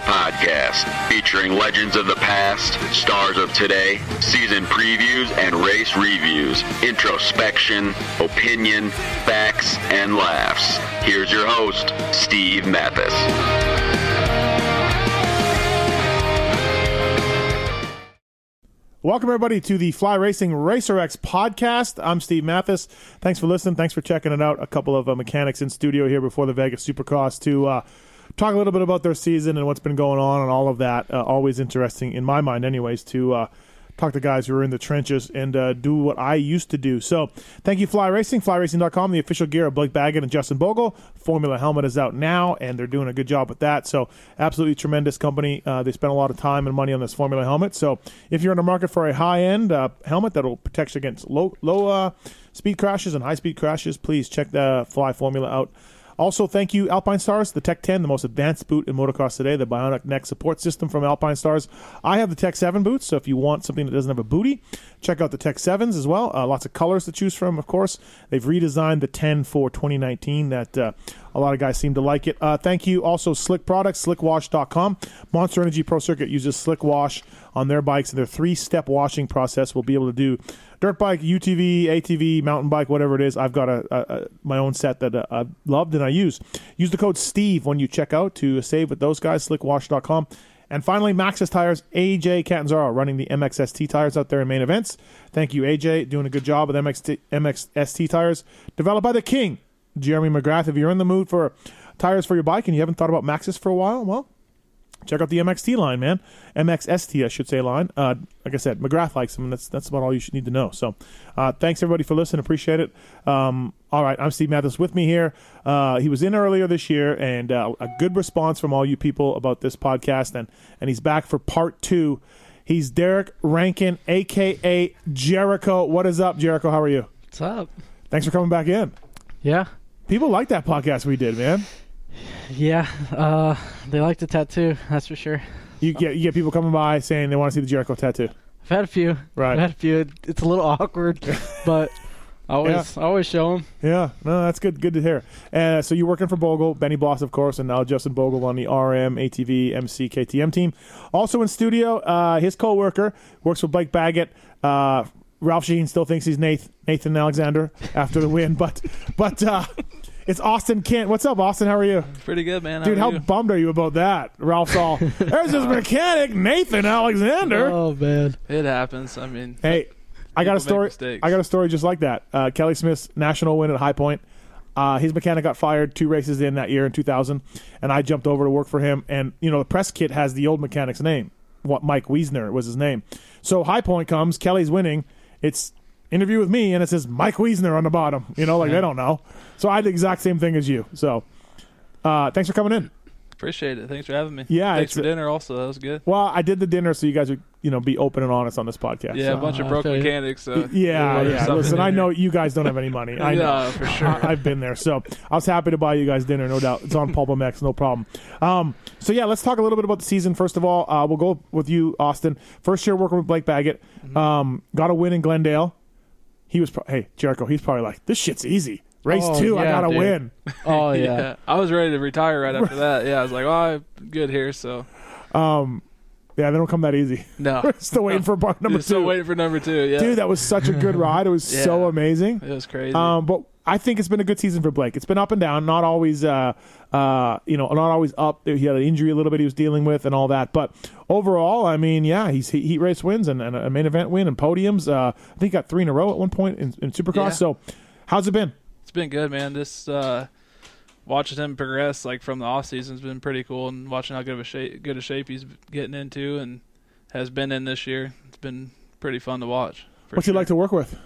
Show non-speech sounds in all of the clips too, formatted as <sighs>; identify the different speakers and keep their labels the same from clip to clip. Speaker 1: Podcast, featuring legends of the past, stars of today, season previews and race reviews, introspection, opinion, facts, and laughs. Here's your host, Steve Mathis.
Speaker 2: Welcome, everybody, to the Fly Racing Racer X podcast. I'm Steve Mathis. Thanks for listening. Thanks for checking it out. A couple of uh, mechanics in studio here before the Vegas Supercross to uh, talk a little bit about their season and what's been going on and all of that. Uh, always interesting, in my mind, anyways, to uh, talk to guys who are in the trenches and uh, do what I used to do. So thank you, Fly Racing, flyracing.com, the official gear of Blake Baggett and Justin Bogle. Formula Helmet is out now, and they're doing a good job with that. So absolutely tremendous company. Uh, they spent a lot of time and money on this Formula helmet. So if you're in the market for a high-end uh, helmet that'll protect you against low, low uh, speed crashes and high-speed crashes, please check the Fly Formula out. Also, thank you, Alpine Stars, the Tech 10, the most advanced boot in motocross today, the Bionic Neck support system from Alpine Stars. I have the Tech 7 boots, so if you want something that doesn't have a booty, check out the Tech 7s as well. Uh, lots of colors to choose from, of course. They've redesigned the 10 for 2019 that uh, a lot of guys seem to like it. Uh, thank you also, Slick Products, slickwash.com. Monster Energy Pro Circuit uses Slick Wash on their bikes, and their three step washing process will be able to do dirt bike, UTV, ATV, mountain bike, whatever it is. I've got a, a, a my own set that uh, I loved and I use. Use the code Steve when you check out to save with those guys. Slickwash.com. And finally, Maxxis Tires, AJ Catanzaro running the MXST tires out there in main events. Thank you, AJ, doing a good job with MXT, MXST tires developed by the King, Jeremy McGrath. If you're in the mood for tires for your bike and you haven't thought about Maxxis for a while, well, check out the MXT line, man. MXST, I should say, line. Uh, like I said, McGrath likes them, and that's that's about all you should need to know. So, uh, thanks everybody for listening. Appreciate it. Um, all right, I'm Steve Mathis with me here. Uh, he was in earlier this year, and uh, a good response from all you people about this podcast, and and he's back for part two. He's Derek Rankin, aka Jericho. What is up, Jericho? How are you?
Speaker 3: What's up?
Speaker 2: Thanks for coming back in.
Speaker 3: Yeah,
Speaker 2: People like that podcast we did, man.
Speaker 3: yeah. Uh, they like the tattoo, that's for sure.
Speaker 2: You get you get people coming by saying they want to see the Jericho tattoo.
Speaker 3: I've had a few.
Speaker 2: Right.
Speaker 3: I've had a few. It- It's a little awkward, but I always, I always show them.
Speaker 2: Yeah, no, that's good. Good to hear. Uh, so you're working for Bogle, Benny Bloss, of course, and now Justin Bogle on the RM ATV MC KTM team. Also in studio, uh, his co-worker works for Blake Baggett. Uh, Ralph Sheen still thinks he's Nathan, Nathan Alexander after the win, but but uh, it's Austin Kent. What's up, Austin? How are you?
Speaker 4: Pretty good, man.
Speaker 2: Dude, how
Speaker 4: are you?
Speaker 2: bummed are you about that? Ralph's all, there's his mechanic, Nathan Alexander.
Speaker 3: Oh man.
Speaker 4: it happens. I mean,
Speaker 2: Hey, I got a
Speaker 4: make
Speaker 2: story.
Speaker 4: mistakes.
Speaker 2: I got a story just like that. Uh, Kelly Smith's national win at High Point. Uh, his mechanic got fired two races in that year in 2000, and I jumped over to work for him. And you know the press kit has the old mechanic's name. What Mike Wiesner was his name. So High Point comes. Kelly's winning. It's interview with me, and it says Mike Wiesner on the bottom. You know, like they don't know. So I had the exact same thing as you. So uh, thanks for coming in.
Speaker 4: appreciate it. Thanks for having me.
Speaker 2: Yeah,
Speaker 4: Thanks
Speaker 2: it's
Speaker 4: for
Speaker 2: a-
Speaker 4: dinner. Also, that was good.
Speaker 2: Well, I did the dinner, so you guys would you know be open and honest on this podcast.
Speaker 4: Yeah, a
Speaker 2: So-
Speaker 4: bunch of
Speaker 3: I
Speaker 4: broke
Speaker 3: feel you.
Speaker 4: mechanics. So
Speaker 2: Yeah,
Speaker 4: there's
Speaker 2: yeah.
Speaker 4: something
Speaker 2: Listen,
Speaker 4: in
Speaker 2: I
Speaker 4: there.
Speaker 2: know you guys don't have any money.
Speaker 4: <laughs>
Speaker 2: I know.
Speaker 4: Yeah, for
Speaker 2: <laughs>
Speaker 4: sure.
Speaker 2: I, have been there. So I was happy to buy you guys dinner, no doubt. It's
Speaker 4: <laughs>
Speaker 2: on Pulpomex, no problem. Um, so yeah, let's talk a little bit about the season. First of all, uh, we'll go with you, Austin. First year working with Blake Baggett,
Speaker 4: Mm-hmm.
Speaker 2: um, got a win in Glendale. He was, pro- hey Jericho, he's probably like, this shit's easy. Race
Speaker 3: Oh,
Speaker 2: two, I
Speaker 3: yeah,
Speaker 2: got to
Speaker 3: dude.
Speaker 2: win.
Speaker 3: Oh
Speaker 4: Yeah.
Speaker 3: yeah.
Speaker 4: I was ready to retire right after that. Yeah, I was like, oh, I'm good here. So
Speaker 2: Yeah, they don't come that easy. <laughs>
Speaker 4: no,
Speaker 2: We're still waiting for bar number
Speaker 4: Just <laughs> still
Speaker 2: two.
Speaker 4: waiting for number two. Yeah,
Speaker 2: Dude, that was such a
Speaker 4: <laughs>
Speaker 2: good ride. It was so
Speaker 4: Yeah.
Speaker 2: amazing.
Speaker 4: it was crazy.
Speaker 2: Um, but I think it's been a good season for Blake. It's been up and down, not always, uh, uh, you know, not always up. He had an injury a little bit he was dealing with and all that. But overall, I mean, yeah, he's he heat race wins and, and a main event win and podiums. Uh, I think he got three in a row at one point in, in Supercross.
Speaker 4: Yeah.
Speaker 2: So, how's it been?
Speaker 4: it's been good, man. This uh, watching him progress like from the off season has been pretty cool, and watching how good of a shape, good a shape he's getting into and has been in this year. It's been pretty fun to watch. for
Speaker 2: What's
Speaker 4: sure.
Speaker 2: he like to work with?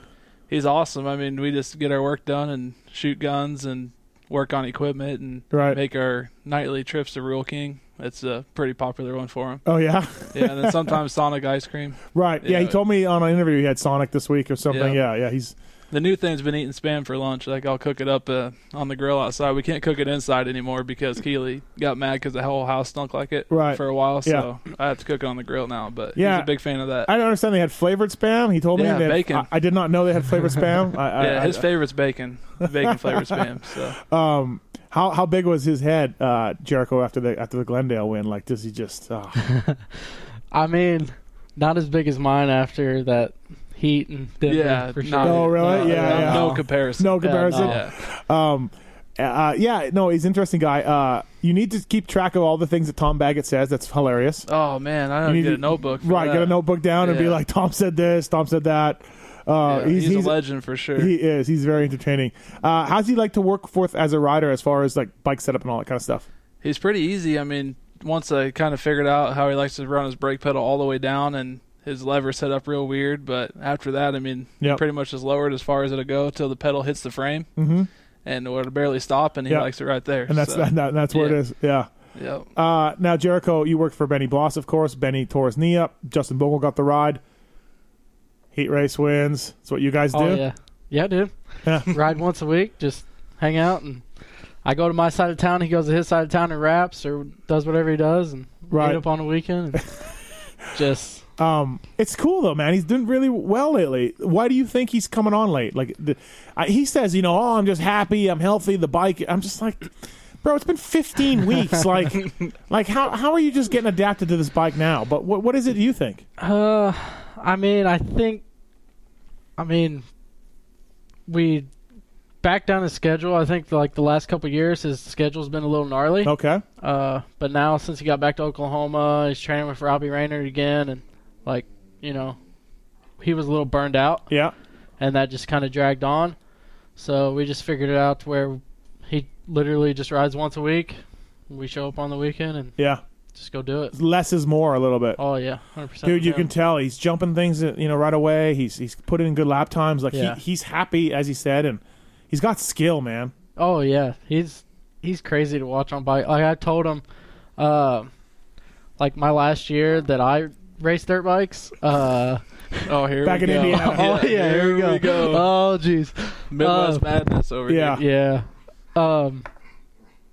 Speaker 4: He's awesome. I mean, we just get our work done and shoot guns and work on equipment and
Speaker 2: Right.
Speaker 4: make our nightly trips to Rule King. That's a pretty popular one for him.
Speaker 2: Oh yeah, <laughs>
Speaker 4: Yeah, and then sometimes Sonic ice cream.
Speaker 2: right. Yeah, he
Speaker 4: Yeah.
Speaker 2: told me on an interview he had Sonic this week or something. Yeah,
Speaker 4: Yeah.
Speaker 2: yeah. he's
Speaker 4: The new thing's been eating spam for lunch. Like I'll cook it up uh, on the grill outside. We can't cook it inside anymore because Keely got mad because the whole house stunk like it
Speaker 2: Right.
Speaker 4: for a while. So I have to cook it on the grill now. But
Speaker 2: Yeah.
Speaker 4: he's a big fan of that.
Speaker 2: I don't understand. They had flavored spam. He told
Speaker 4: Yeah,
Speaker 2: me they had-
Speaker 4: bacon.
Speaker 2: I, I did not know they had flavored
Speaker 4: <laughs>
Speaker 2: spam. I, I,
Speaker 4: yeah,
Speaker 2: I-
Speaker 4: his favorite's bacon, bacon flavored spam.
Speaker 3: <laughs>
Speaker 4: So
Speaker 2: um, how how big was his head, uh, Jericho, after the after the Glendale win? Like, does he just? Uh,
Speaker 3: I mean, not as big as mine after that heat and Denver,
Speaker 4: yeah,
Speaker 3: for sure.
Speaker 4: not-
Speaker 2: Oh, really?
Speaker 4: no,
Speaker 2: Yeah,
Speaker 4: no,
Speaker 2: yeah.
Speaker 4: no comparison.
Speaker 2: no comparison.
Speaker 3: no.
Speaker 4: Yeah.
Speaker 2: <laughs> Um, uh, yeah, no, he's an interesting guy. Uh, you need to keep track of all the things that Tom Baggett says. That's hilarious.
Speaker 4: Oh man, I
Speaker 2: You
Speaker 4: don't
Speaker 2: need
Speaker 4: get
Speaker 2: to-
Speaker 4: a notebook. For
Speaker 2: right,
Speaker 4: that.
Speaker 2: get a notebook down and be
Speaker 4: Yeah.
Speaker 2: like, Tom said this, Tom said that. Uh,
Speaker 4: Yeah,
Speaker 2: he's,
Speaker 4: he's,
Speaker 2: he's,
Speaker 4: a legend for sure.
Speaker 2: he is. He's very entertaining. Uh, how's he like to work forth as a rider, as far as like bike setup and all that kind of stuff?
Speaker 4: he's pretty easy. I mean, once I kind of figured out how he likes to run his brake pedal all the way down and his lever set up real weird, but after that, I mean,
Speaker 2: Yep.
Speaker 4: pretty much is lowered as far as it'll go till the pedal hits the frame, mm-hmm. and it'll barely stop, and he
Speaker 2: Yep.
Speaker 4: likes it right there.
Speaker 2: And that's
Speaker 4: so,
Speaker 2: that, that- that's where
Speaker 4: yeah.
Speaker 2: it is. Yeah.
Speaker 4: Yep.
Speaker 2: Uh, now, Jericho, you worked for Benny Bloss, of course. Benny tore his knee up. Justin Bogle got the ride. Heat race wins. That's what you guys do.
Speaker 3: Oh yeah, yeah, dude.
Speaker 2: <laughs> Yeah.
Speaker 3: Ride once a week, just hang out, and I go to my side of town. He goes to his side of town and raps or does whatever he does, and
Speaker 2: Right.
Speaker 3: meet up on the weekend. And just
Speaker 2: Um, it's cool though, man. He's doing really well lately. Why do you think he's coming on late? Like the, I, he says, you know, oh, I'm just happy, I'm healthy. The bike, I'm just like, bro, it's been
Speaker 3: <laughs>
Speaker 2: 15 weeks. Like, like how how are you just getting adapted to this bike now? But what what is it you think?
Speaker 3: Uh, I mean, I think, I mean, we back down his schedule. I think like the last couple years, his schedule's been a little gnarly.
Speaker 2: Okay,
Speaker 3: Uh, but now since he got back to Oklahoma, he's training with Robbie Raynard again, and like you know, he was a little burned out,
Speaker 2: yeah,
Speaker 3: and that just kind of dragged on. So we just figured it out to where he literally just rides once a week. We show up on the weekend and
Speaker 2: yeah.
Speaker 3: just go do it.
Speaker 2: Less is more a little bit.
Speaker 3: Oh yeah, hundred percent.
Speaker 2: Dude, you can tell he's jumping things, uh, you know, right away. He's he's putting in good lap times. Like
Speaker 3: Yeah.
Speaker 2: he, he's happy, as he said, and he's got skill, man.
Speaker 3: Oh yeah, he's he's crazy to watch on bike. Like I told him, uh, like my last year that I raced dirt bikes.
Speaker 4: <laughs>
Speaker 3: Uh,
Speaker 4: Oh, here
Speaker 2: Back
Speaker 4: we
Speaker 2: in
Speaker 4: go. <laughs>
Speaker 2: Indiana.
Speaker 3: oh yeah, here we go. Oh jeez,
Speaker 4: Midwest
Speaker 3: Uh,
Speaker 4: madness over
Speaker 2: Uh, yeah.
Speaker 4: here.
Speaker 3: yeah. Um,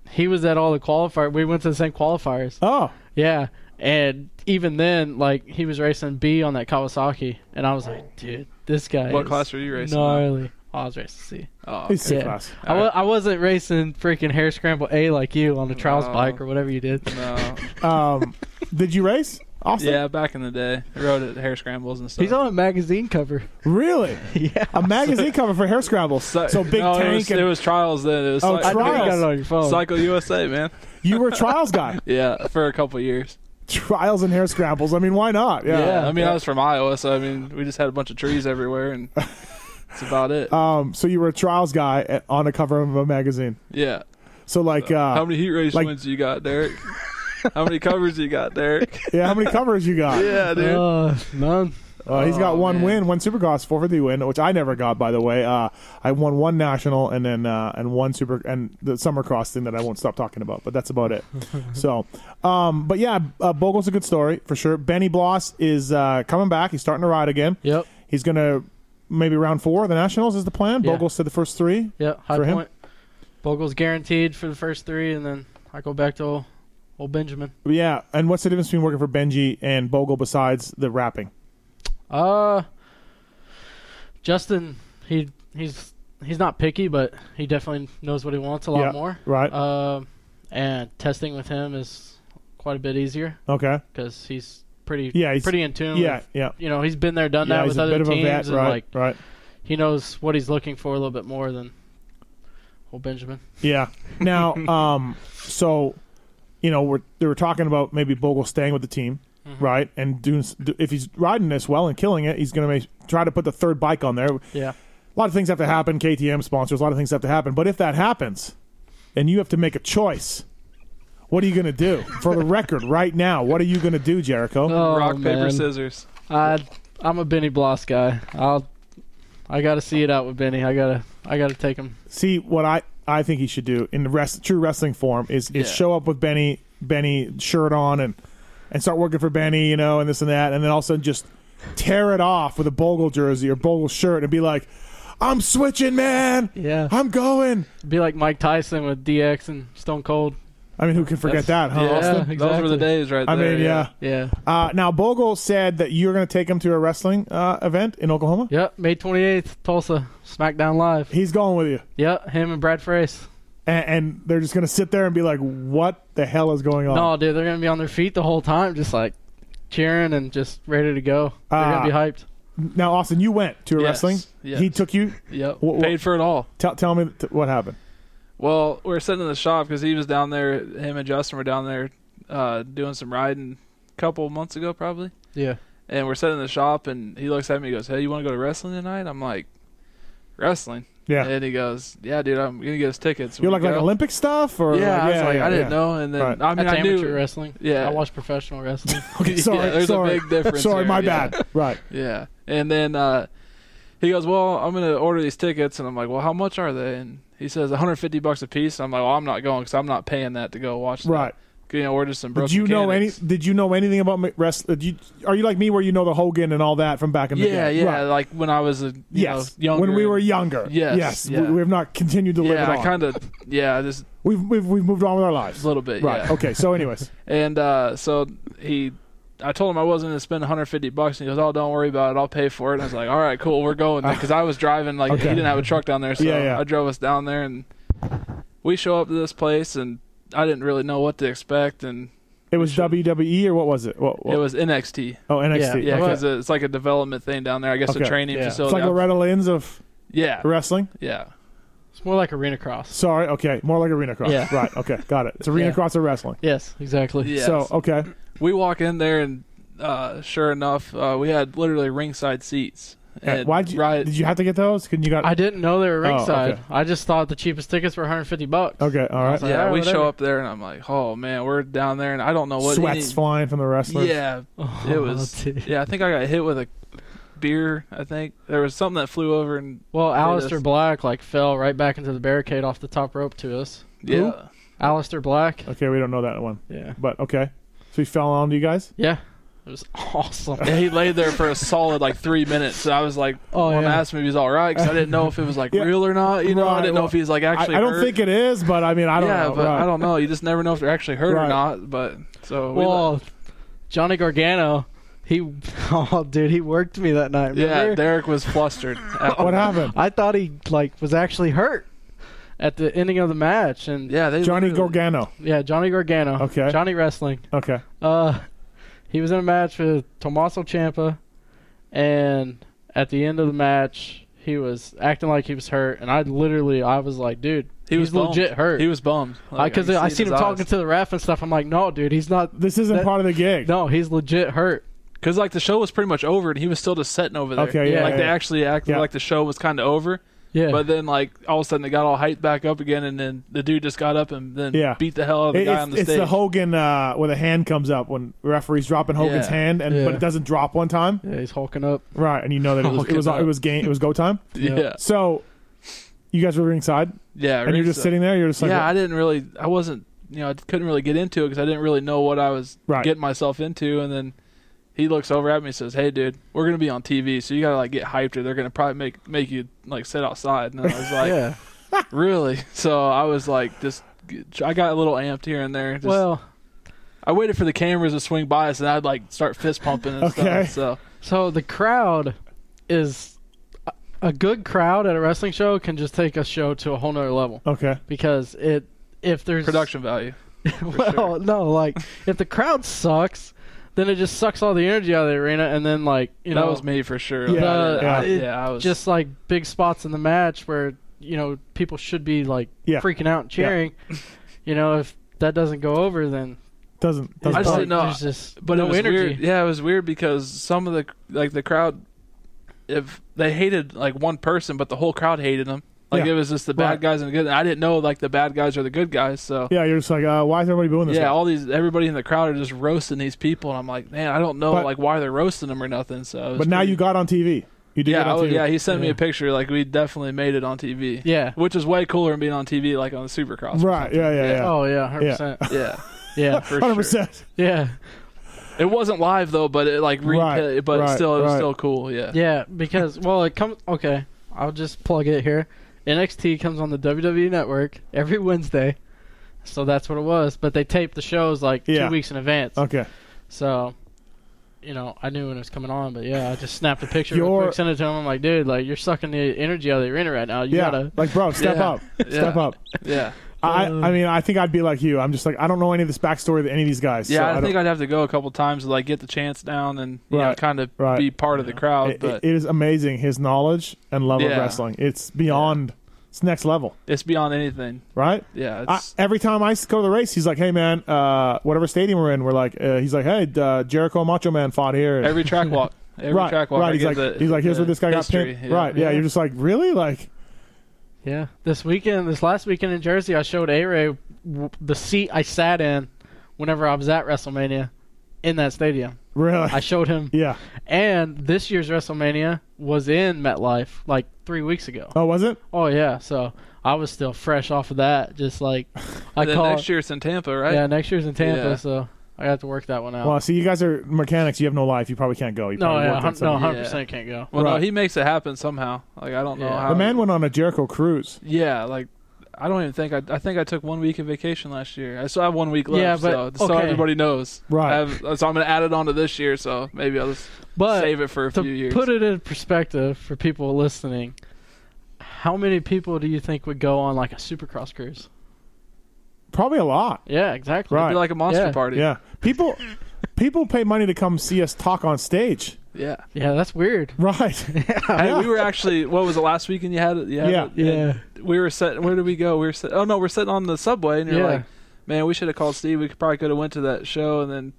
Speaker 3: he was at all the qualifier. We went to the same qualifiers.
Speaker 2: Oh,
Speaker 3: Yeah, and even then, like he was racing B on that Kawasaki, and I was like, dude, this guy.
Speaker 4: What
Speaker 3: is
Speaker 4: class were you racing in?
Speaker 3: Gnarly. I was racing C.
Speaker 4: Oh,
Speaker 2: he's
Speaker 4: okay.
Speaker 2: sick
Speaker 3: Yeah.
Speaker 2: class.
Speaker 3: I, wa- I wasn't racing freaking hair scramble A like you on the trials
Speaker 4: No.
Speaker 3: bike or whatever you did.
Speaker 2: <laughs>
Speaker 4: no.
Speaker 2: Um, did you race? Austin?
Speaker 4: yeah, back in the day, I rode at hair scrambles and stuff.
Speaker 3: He's on a magazine cover.
Speaker 2: Really?
Speaker 3: <laughs> yeah.
Speaker 2: A magazine cover for hair scrambles. So, big
Speaker 4: no,
Speaker 2: tank.
Speaker 4: It was,
Speaker 2: and
Speaker 4: it was trials then. It was
Speaker 2: Oh,
Speaker 4: cycle,
Speaker 2: trials. Oh.
Speaker 3: You got it on your phone.
Speaker 4: cycle USA, man.
Speaker 2: you were a trials guy.
Speaker 4: <laughs> Yeah, for a couple years.
Speaker 2: trials and hair scrambles. I mean, why not? Yeah.
Speaker 4: Yeah, I mean, I was from Iowa, so I mean, we just had a bunch of trees
Speaker 2: <laughs>
Speaker 4: everywhere, and that's about it.
Speaker 2: Um. So you were a trials guy at, on a cover of a magazine.
Speaker 4: yeah.
Speaker 2: So like, uh,
Speaker 4: How many heat race
Speaker 2: like-
Speaker 4: wins you got, Derek? How many covers you got, Derek?
Speaker 2: yeah, how many covers you got?
Speaker 4: <laughs> Yeah, dude.
Speaker 3: Uh, none.
Speaker 2: Uh, he's got
Speaker 4: Oh,
Speaker 2: one
Speaker 4: man.
Speaker 2: win, one Supercross 450 win, which I never got, by the way. Uh, I won one national and then uh, and one super and the summer cross thing that I won't stop talking about, but that's about
Speaker 3: <laughs>
Speaker 2: it. so, um, but yeah, uh, Bogle's a good story for sure. Benny Bloss is uh, coming back. He's starting to ride again.
Speaker 3: Yep.
Speaker 2: He's gonna maybe round four of the nationals is the plan.
Speaker 3: Yeah.
Speaker 2: Bogle said the first three.
Speaker 3: Yep. High
Speaker 2: For him?
Speaker 3: point. Bogle's guaranteed for the first three, and then I go back to old, old Benjamin.
Speaker 2: Yeah, and what's the difference between working for Benji and Bogle besides the rapping?
Speaker 3: Uh, Justin, he he's he's not picky, but he definitely knows what he wants a lot
Speaker 2: Yeah,
Speaker 3: more.
Speaker 2: right.
Speaker 3: Um, and testing with him is quite a bit easier
Speaker 2: Okay.
Speaker 3: because he's pretty
Speaker 2: Yeah, he's-
Speaker 3: pretty in tune.
Speaker 2: Yeah,
Speaker 3: with-
Speaker 2: yeah.
Speaker 3: you know he's been there, done
Speaker 2: Yeah,
Speaker 3: that
Speaker 2: he's
Speaker 3: with
Speaker 2: a
Speaker 3: other
Speaker 2: bit of a
Speaker 3: teams,
Speaker 2: vet,
Speaker 3: and
Speaker 2: right?
Speaker 3: like
Speaker 2: right.
Speaker 3: he knows what he's looking for a little bit more than old Benjamin.
Speaker 2: Yeah. Now, um, so you know, we're they were talking about maybe Bogle staying with the team, right? And doing s- do- if he's riding this well and killing it, he's going to make, try to put the third bike on there. A
Speaker 3: Yeah.
Speaker 2: lot of things have to happen. KTM sponsors, a lot of things have to happen. But if that happens, and you have to make a choice. What are you going to do? For the record, right now, what are you going to do, Jericho?
Speaker 3: Oh,
Speaker 4: Rock, paper,
Speaker 3: man.
Speaker 4: scissors.
Speaker 3: I, I'm a Benny Bloss guy. I'll, I gotta see it out with Benny. I gotta, I gotta take him.
Speaker 2: See what I I think he should do in the rest true wrestling form is is
Speaker 4: Yeah.
Speaker 2: show up with Benny Benny shirt on and and start working for Benny, you know, and this and that, and then also just tear it off with a Bogle jersey or Bogle shirt and be like, "I'm switching, man.
Speaker 3: Yeah.
Speaker 2: I'm going."
Speaker 3: Be like Mike Tyson with DX and Stone Cold.
Speaker 2: I mean, who can forget that, huh?
Speaker 4: yeah,
Speaker 2: Austin?
Speaker 4: those were the
Speaker 3: exactly.
Speaker 4: days right
Speaker 2: I
Speaker 4: there.
Speaker 2: mean, yeah.
Speaker 3: Yeah.
Speaker 2: Uh, now Bogle said that you're going to take him to a wrestling uh, event in Oklahoma.
Speaker 3: Yep. May 28th, Tulsa, SmackDown Live.
Speaker 2: He's going with you,
Speaker 3: Yep. Him and Brad Frace.
Speaker 2: and, and they're just going to sit there and be like, "What the hell is
Speaker 4: Oh.
Speaker 2: going on?"
Speaker 3: No, dude, they're gonna be on their feet the whole time, just like cheering and just ready to go. They're
Speaker 2: Ah.
Speaker 3: gonna be hyped.
Speaker 2: Now, Austin, you went to a
Speaker 4: Yes,
Speaker 2: wrestling.
Speaker 4: yes.
Speaker 2: He took you.
Speaker 4: Yep.
Speaker 2: Wha- wha-
Speaker 4: Paid for it all.
Speaker 2: Tell, tell me th- what happened.
Speaker 4: Well, we were sitting in the shop because he was down there. Him and Justin were down there uh, doing some riding a couple months ago, probably.
Speaker 3: Yeah.
Speaker 4: And we're sitting in the shop, and he looks at me. He goes, "Hey, you want to go to wrestling tonight?" I'm like, "Wrestling."
Speaker 2: Yeah,
Speaker 4: And he goes, "Yeah, dude, I'm gonna get us tickets."
Speaker 2: you're like
Speaker 4: We
Speaker 2: like
Speaker 4: go.
Speaker 2: Olympic stuff, or
Speaker 4: Yeah, I was like,
Speaker 2: yeah,
Speaker 4: I didn't
Speaker 2: yeah.
Speaker 4: know. <laughs> And then
Speaker 2: Right.
Speaker 4: I mean,
Speaker 3: That's
Speaker 4: I
Speaker 3: amateur
Speaker 4: knew.
Speaker 3: wrestling.
Speaker 4: Yeah.
Speaker 3: I watch professional
Speaker 4: <laughs>
Speaker 3: wrestling.
Speaker 2: Okay, sorry,
Speaker 4: yeah, there's
Speaker 2: sorry.
Speaker 4: a big difference.
Speaker 2: sorry,
Speaker 4: there,
Speaker 2: my
Speaker 4: yeah.
Speaker 2: bad.
Speaker 4: <laughs>
Speaker 2: Right.
Speaker 4: Yeah. And then uh, he goes, "Well, I'm gonna order these tickets," and I'm like, "Well, how much are they?" And he says, "150 bucks a piece." And I'm like, "Well, I'm not going because I'm not paying that to go watch." that."
Speaker 2: Right.
Speaker 4: You know, we're just some broken.
Speaker 2: Did you know any?
Speaker 4: mechanics.
Speaker 2: <laughs> Did you know anything about mi- wrest? Did you, are you like me, where you know the Hogan and all that from back in the
Speaker 4: Yeah,
Speaker 2: day?
Speaker 4: yeah.
Speaker 2: Right.
Speaker 4: Like when I was a you
Speaker 2: yes.
Speaker 4: know, younger.
Speaker 2: when we were younger.
Speaker 4: Yes,
Speaker 2: Yes.
Speaker 4: yeah.
Speaker 2: We, we have not continued to live
Speaker 4: yeah,
Speaker 2: it on.
Speaker 4: I kind of yeah, just
Speaker 2: we've, we've we've moved on with our lives.
Speaker 4: a little bit.
Speaker 2: Right.
Speaker 4: Yeah.
Speaker 2: Okay. So,
Speaker 4: <laughs>
Speaker 2: anyways,
Speaker 4: And uh, so he, I told him I wasn't gonna spend 150 bucks, and he goes, "Oh, don't worry about it. I'll pay for it." And I was like, "All right, cool, we're
Speaker 2: <laughs>
Speaker 4: going." Because I was driving. Like
Speaker 2: Okay.
Speaker 4: he didn't have a truck down there, so
Speaker 2: Yeah, yeah.
Speaker 4: I drove us down there, and we show up to this place, and I didn't really know what to expect, and
Speaker 2: it was WWE or what was it? What, what-
Speaker 4: it was NXT.
Speaker 2: oh NXT.
Speaker 4: Yeah,
Speaker 2: okay.
Speaker 4: because it's like a development thing down there. I guess
Speaker 2: Okay.
Speaker 4: a training
Speaker 3: Yeah. It's
Speaker 2: it's
Speaker 4: facility.
Speaker 2: like Loretta Lynn's of
Speaker 4: yeah,
Speaker 2: wrestling.
Speaker 4: yeah.
Speaker 3: It's more like arena cross.
Speaker 2: Sorry. Okay. More like arena cross.
Speaker 3: Yeah.
Speaker 2: Right. Okay. Got it. It's arena
Speaker 3: Yeah.
Speaker 2: cross of wrestling.
Speaker 3: Yes, exactly.
Speaker 4: Yeah.
Speaker 2: So oh okay. Uh,
Speaker 4: we walk in there and uh, sure enough, uh, we had literally ringside seats.
Speaker 2: Yeah,
Speaker 4: And
Speaker 2: Why'd you?
Speaker 4: right?
Speaker 2: Did you have to get those? Couldn't you got?
Speaker 3: I didn't know they were
Speaker 2: Oh,
Speaker 3: ringside.
Speaker 2: okay.
Speaker 3: I just thought the cheapest tickets were 150 bucks.
Speaker 2: okay. All right.
Speaker 3: like, "Ah,
Speaker 4: yeah, we
Speaker 3: whatever."
Speaker 4: show up there and I'm like, oh man, we're down there and I don't know what
Speaker 2: Sweats
Speaker 4: any-
Speaker 2: flying from the wrestlers. <laughs>
Speaker 4: Yeah,
Speaker 2: Oh,
Speaker 4: it was.
Speaker 3: dude.
Speaker 4: yeah, I think I got hit with a beer. I think there was something that flew over and
Speaker 3: Well,
Speaker 4: Yeah,
Speaker 3: Alistair
Speaker 4: that's-
Speaker 3: Black like fell right back into the barricade off the top rope to us.
Speaker 4: yeah,
Speaker 3: Alistair Black.
Speaker 2: Okay. We don't know that one,
Speaker 3: Yeah.
Speaker 2: but okay. So he fell on to you guys.
Speaker 3: Yeah. It was <laughs> awesome.
Speaker 4: Yeah, he laid there for a solid like three minutes. So I was like,
Speaker 3: Oh,
Speaker 4: want to
Speaker 3: yeah.
Speaker 4: ask him if he's all right because I didn't know if it was like
Speaker 2: <laughs> Yeah.
Speaker 4: real or not. You know,
Speaker 2: Right,
Speaker 4: I didn't
Speaker 2: well,
Speaker 4: know if he's like
Speaker 2: I, I
Speaker 4: actually.
Speaker 2: don't
Speaker 4: hurt.
Speaker 2: think it is, but I mean, I don't
Speaker 4: yeah,
Speaker 2: know.
Speaker 4: but
Speaker 2: right.
Speaker 4: I don't know. You just never know if they're actually hurt
Speaker 2: Right.
Speaker 4: or not. But so we let-
Speaker 3: Well, Johnny Gargano, he, <laughs> oh dude, he worked me that night.
Speaker 4: yeah,
Speaker 3: remember?
Speaker 4: Derek was flustered.
Speaker 2: <laughs> What happened?
Speaker 3: I thought he like was actually hurt at the ending of the match, and
Speaker 4: Yeah, they
Speaker 2: Johnny
Speaker 4: literally-
Speaker 2: Gargano.
Speaker 3: yeah, Johnny Gargano,
Speaker 2: Okay.
Speaker 3: Johnny Wrestling.
Speaker 2: Okay.
Speaker 3: Uh, he was in a match with Tommaso Ciampa, and at the end of the match, he was acting like he was hurt, and I literally, I was like, dude,
Speaker 4: He was
Speaker 3: he's legit
Speaker 4: bummed.
Speaker 3: hurt.
Speaker 4: He was bummed
Speaker 3: because I seen him talking to the ref and stuff. I'm like, no, dude, he's not.
Speaker 2: This isn't
Speaker 3: That-
Speaker 2: part of the gig.
Speaker 3: No, he's legit hurt.
Speaker 4: because like the show was pretty much over and he was still just sitting over there.
Speaker 2: Okay, yeah,
Speaker 4: like
Speaker 2: yeah,
Speaker 4: they
Speaker 2: yeah.
Speaker 4: actually acted
Speaker 2: Yeah.
Speaker 4: like the show was kind of over,
Speaker 3: Yeah,
Speaker 4: but then like all of a sudden they got all hyped back up again, and then the dude just got up and then
Speaker 2: Yeah.
Speaker 4: beat the hell out of the
Speaker 2: It-
Speaker 4: guy
Speaker 2: it's,
Speaker 4: on the
Speaker 2: it's
Speaker 4: stage.
Speaker 2: the Hogan uh, where the hand comes up when referees dropping Hogan's
Speaker 4: Yeah.
Speaker 2: hand, and but
Speaker 3: Yeah.
Speaker 2: it doesn't drop one time,
Speaker 3: yeah, he's hulking up.
Speaker 2: right? And you know that it was it
Speaker 4: Hulking
Speaker 2: was,
Speaker 4: up.
Speaker 2: it was game it was go time.
Speaker 4: <laughs> yeah,
Speaker 2: So you guys were ringside,
Speaker 4: yeah,
Speaker 2: and you're just
Speaker 4: Reeves-
Speaker 2: sitting there. You're just like,
Speaker 4: yeah, I didn't really, I wasn't, you know, I couldn't really get into it because I didn't really know what I was
Speaker 2: Right.
Speaker 4: getting myself into, and then. He looks over at me and says, "Hey, dude, we're gonna be on TV, so you gotta like get hyped, or they're gonna probably make make you like sit outside." And I was like,
Speaker 3: Yeah.
Speaker 4: <laughs> Really? So I was like, just I got a little amped here and there. Just,
Speaker 3: Well,
Speaker 4: I waited for the cameras to swing by us, and I'd like start fist pumping and
Speaker 2: Okay.
Speaker 4: stuff.
Speaker 3: so the crowd is a good crowd at a wrestling show can just take a show to a whole nother level
Speaker 2: okay,
Speaker 3: because it if
Speaker 4: So
Speaker 3: there's
Speaker 4: Uh, production value. <laughs>
Speaker 3: well
Speaker 4: sure.
Speaker 3: no like if the crowd sucks then it just sucks all the energy out of the arena and then like you
Speaker 4: that
Speaker 3: know
Speaker 4: was me for sure.
Speaker 2: Yeah,
Speaker 4: Like, I-
Speaker 2: yeah.
Speaker 4: yeah, I was
Speaker 3: just like big spots in the match where you know people should be like
Speaker 2: Yeah.
Speaker 3: freaking out and
Speaker 4: <laughs>
Speaker 3: cheering you know if that doesn't go over then
Speaker 2: doesn't doesn't
Speaker 4: I just
Speaker 2: bother
Speaker 4: didn't know-
Speaker 3: there's just
Speaker 4: but
Speaker 3: no
Speaker 4: it was
Speaker 3: energy
Speaker 4: weird. Yeah, it was weird because some of the like the crowd, if they hated like one person, but the whole crowd hated them. Like
Speaker 2: Yeah.
Speaker 4: it was just the bad
Speaker 2: Right.
Speaker 4: guys and the good. And I didn't know like the bad guys are the good guys. So
Speaker 2: Yeah, you're just like, uh, why is everybody doing this?
Speaker 4: yeah,
Speaker 2: now?
Speaker 4: all these everybody in the crowd are just roasting these people, and I'm like, man, I don't know
Speaker 2: But-
Speaker 4: like why they're roasting them or nothing. So it was
Speaker 2: but now
Speaker 4: pretty-
Speaker 2: you got on TV. You did get
Speaker 4: yeah,
Speaker 2: on
Speaker 4: oh,
Speaker 2: TV.
Speaker 4: yeah, he sent me a picture. Like we definitely made it on TV.
Speaker 3: Yeah.
Speaker 4: which is way cooler than being on TV, like on the Supercross. or
Speaker 2: Right. Yeah. Yeah. Yeah.
Speaker 3: Oh yeah, hundred percent.
Speaker 4: something. <laughs> Yeah,
Speaker 2: <laughs>
Speaker 3: Yeah,
Speaker 4: for
Speaker 2: Hundred
Speaker 4: sure.
Speaker 2: percent.
Speaker 3: yeah,
Speaker 4: It wasn't live though, but it like
Speaker 2: Right,
Speaker 4: replayed, but
Speaker 2: right,
Speaker 4: still, it was
Speaker 2: right.
Speaker 4: still cool. Yeah.
Speaker 3: yeah. Because well, it comes. Okay, I'll just plug it here. NXT comes on the WWE Network every Wednesday, so that's what it was. But they tape the shows like
Speaker 2: Yeah.
Speaker 3: two weeks in advance,
Speaker 2: Okay.
Speaker 3: so you know I knew when it was coming on. But yeah, I just snapped a picture, real
Speaker 2: Your-
Speaker 3: quick, sent it to him. I'm like, dude, like you're sucking the energy out of your inner right now. You
Speaker 2: Yeah.
Speaker 3: gotta.
Speaker 2: Like, bro, step
Speaker 4: <laughs> Yeah.
Speaker 2: up. Step
Speaker 4: Yeah.
Speaker 2: up.
Speaker 4: Yeah.
Speaker 2: I. I mean, I think I'd be like you. I'm just like, I don't know any of this backstory of any of these guys. so
Speaker 4: Yeah, I,
Speaker 2: don't-
Speaker 4: think I'd have to go a couple times to like get the chance down and you know
Speaker 2: Right,
Speaker 4: kind of
Speaker 2: right.
Speaker 4: be part of the crowd.
Speaker 2: It-
Speaker 4: but
Speaker 2: it is amazing his knowledge and love of
Speaker 4: Yeah.
Speaker 2: wrestling. It's beyond. It's next level,
Speaker 4: it's beyond anything.
Speaker 2: right?
Speaker 4: Yeah,
Speaker 2: I,
Speaker 4: it's,
Speaker 2: every time I go to the race, he's like, "Hey man, uh, whatever stadium we're in, we're like, uh, he's like, hey, uh, Jericho and Macho Man fought here." And-
Speaker 4: every track
Speaker 2: <laughs>
Speaker 4: walk, every
Speaker 2: right,
Speaker 4: track walk. I
Speaker 2: right. He's
Speaker 4: get
Speaker 2: like,
Speaker 4: the-
Speaker 2: he's like, here's
Speaker 4: the
Speaker 2: where this guy
Speaker 4: history,
Speaker 2: got pinned. Right, yeah,
Speaker 3: Yeah.
Speaker 2: You're just like, really, like,
Speaker 3: Yeah, this weekend, this last weekend in Jersey, I showed A Ray w- the seat I sat in whenever I was at WrestleMania in that stadium.
Speaker 2: really,
Speaker 3: I showed him.
Speaker 2: <laughs> yeah.
Speaker 3: And this year's WrestleMania was in MetLife like three weeks ago.
Speaker 2: Oh, was it?
Speaker 3: Oh yeah, so I was still fresh off of that.
Speaker 2: <laughs>
Speaker 3: Just like I
Speaker 4: And then
Speaker 3: call.
Speaker 4: next year it's in Tampa, right?
Speaker 3: yeah, next year's in Tampa,
Speaker 4: Yeah.
Speaker 3: so I got to work that one out.
Speaker 2: Well, see, you guys are mechanics. You have no life. You probably can't go. You
Speaker 3: Oh. no,
Speaker 2: probably
Speaker 3: yeah,
Speaker 2: worked
Speaker 3: hun-
Speaker 2: on
Speaker 3: no,
Speaker 2: something.
Speaker 3: hundred percent can't go.
Speaker 4: Well,
Speaker 2: Right.
Speaker 4: no, he makes it happen somehow. Like I don't know
Speaker 3: Yeah.
Speaker 4: how.
Speaker 2: The man went on a Jericho cruise.
Speaker 4: yeah, like I don't even think I. I think I took one week of vacation last year. I still have one week left.
Speaker 3: Yeah,
Speaker 4: so,
Speaker 3: but-
Speaker 4: so
Speaker 3: okay.
Speaker 4: everybody knows.
Speaker 2: Right.
Speaker 4: I have, so I'm gonna add it on to this year. So maybe I'll just
Speaker 3: But
Speaker 4: save it for a
Speaker 3: to
Speaker 4: few years.
Speaker 3: put it in perspective for people listening, how many people do you think would go on like a Supercross cruise?
Speaker 2: Probably a lot.
Speaker 3: Yeah, exactly.
Speaker 4: It'd
Speaker 2: Right.
Speaker 4: be like a monster
Speaker 3: Yeah.
Speaker 4: party.
Speaker 2: Yeah, people, people pay money to come see us talk on stage.
Speaker 4: Yeah.
Speaker 3: Yeah, that's weird.
Speaker 2: Right.
Speaker 4: Hey, we were actually. What was it last weekend? You had it. You had
Speaker 2: Yeah.
Speaker 4: it, and We were set. Where did we go? We were set. Oh no, we're sitting on the subway, and you're
Speaker 3: Yeah.
Speaker 4: like, man, we should have called Steve. We could, probably could have went to that show, and then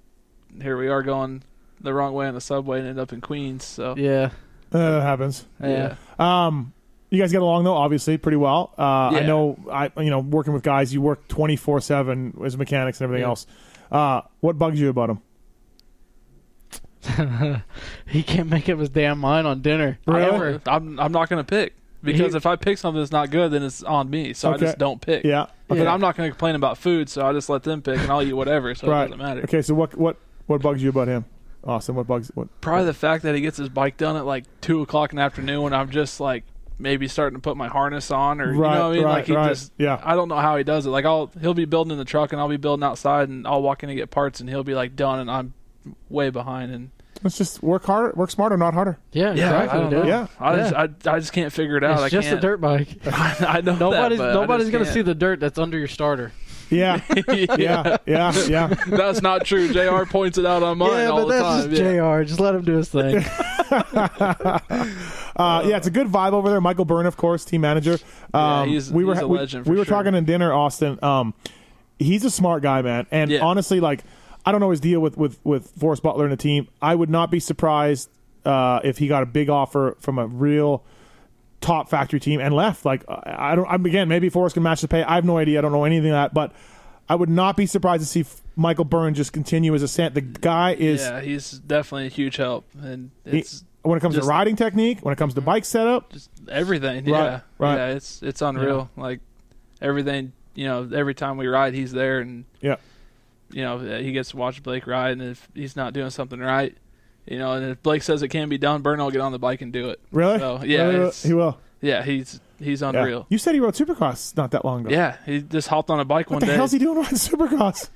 Speaker 4: here we are going the wrong way on the subway and end up in Queens. So
Speaker 3: Yeah.
Speaker 2: Uh, <laughs> that happens.
Speaker 3: Yeah.
Speaker 2: Um, you guys get along though, obviously, pretty well. Uh, I
Speaker 4: Yeah.
Speaker 2: know, I you know, working with guys, you work twenty four seven as mechanics and everything
Speaker 4: Yeah.
Speaker 2: else. Uh, what bugs you about him?
Speaker 3: He can't make up his damn mind on dinner.
Speaker 4: I don't-
Speaker 3: Ever.
Speaker 4: I'm I'm not gonna pick because
Speaker 3: He-
Speaker 4: if I pick something that's not good, then it's on me. So
Speaker 2: Okay.
Speaker 4: I just don't pick.
Speaker 2: Yeah.
Speaker 4: But
Speaker 3: Yeah.
Speaker 4: I'm not gonna complain about food, so I just let them pick, and I'll eat whatever. So
Speaker 2: right.
Speaker 4: it doesn't matter.
Speaker 2: Okay. So what what what bugs you about him? Austin, what bugs? What?
Speaker 4: Probably the fact that he gets his bike done at like two o'clock in the afternoon when I'm just like maybe starting to put my harness on or
Speaker 2: Right,
Speaker 4: you know what I mean?
Speaker 2: right,
Speaker 4: like he
Speaker 2: right.
Speaker 4: just
Speaker 2: Yeah.
Speaker 4: I don't know how he does it. Like I'll he'll be building in the truck and I'll be building outside and I'll walk in and get parts and he'll be like done and I'm way behind and
Speaker 2: Let's just work harder, work smarter, not harder.
Speaker 3: Yeah,
Speaker 4: I
Speaker 3: exactly,
Speaker 4: don't know.
Speaker 3: dude.
Speaker 2: Yeah.
Speaker 4: I just I, I just can't figure it out.
Speaker 3: It's
Speaker 4: I
Speaker 3: just
Speaker 4: can't.
Speaker 3: a dirt bike.
Speaker 4: <laughs> I know
Speaker 3: Nobody's
Speaker 4: that, but I
Speaker 3: nobody's
Speaker 4: just
Speaker 3: gonna
Speaker 4: can't.
Speaker 3: see the dirt that's under your starter.
Speaker 2: Yeah.
Speaker 4: <laughs>
Speaker 2: yeah. Yeah. Yeah.
Speaker 4: That's not
Speaker 3: <laughs>
Speaker 4: true. Jr. points it out on mine all the time. yeah.
Speaker 3: Jr. Just let him do his thing.
Speaker 2: Uh, yeah, it's a good vibe over there. Michael Byrne, of course, team manager. Um,
Speaker 4: he's-
Speaker 2: we were
Speaker 4: he's a
Speaker 2: we-
Speaker 4: legend
Speaker 2: We,
Speaker 4: for
Speaker 2: were
Speaker 4: sure.
Speaker 2: talking in dinner, Austin. Um, he's a smart guy, man. And
Speaker 4: Yeah.
Speaker 2: honestly, like I don't know his deal with with with Forrest Butler and the team. I would not be surprised uh, if he got a big offer from a real top factory team and left. Like I I don't. I'm again. Maybe Forrest can match the pay. I have no idea. I don't know anything of that. But I would not be surprised to see F- Michael Byrne just continue as a Sant. The guy is.
Speaker 4: Yeah, he's definitely a huge help, and
Speaker 2: he-
Speaker 4: it's
Speaker 2: when it comes
Speaker 4: just-
Speaker 2: to riding technique, when it comes to bike setup,
Speaker 4: just everything.
Speaker 2: Right,
Speaker 4: yeah,
Speaker 2: right.
Speaker 4: yeah. It's it's unreal. Like everything. You know, every time we ride, he's there, and
Speaker 2: Yeah.
Speaker 4: you know he gets to watch Blake ride, and if he's not doing something right, you know, and if Blake says it can be done, Burn will get on the bike and do it.
Speaker 2: Really?
Speaker 4: So, yeah,
Speaker 2: Really?
Speaker 4: it's-
Speaker 2: he will.
Speaker 4: Yeah, he's he's
Speaker 2: Yeah.
Speaker 4: unreal.
Speaker 2: You said he rode Supercross not that long ago.
Speaker 4: Yeah, he just hopped on a bike
Speaker 2: What
Speaker 4: one
Speaker 2: the
Speaker 4: day.
Speaker 2: hell's he doing
Speaker 4: <laughs>
Speaker 2: riding Supercross?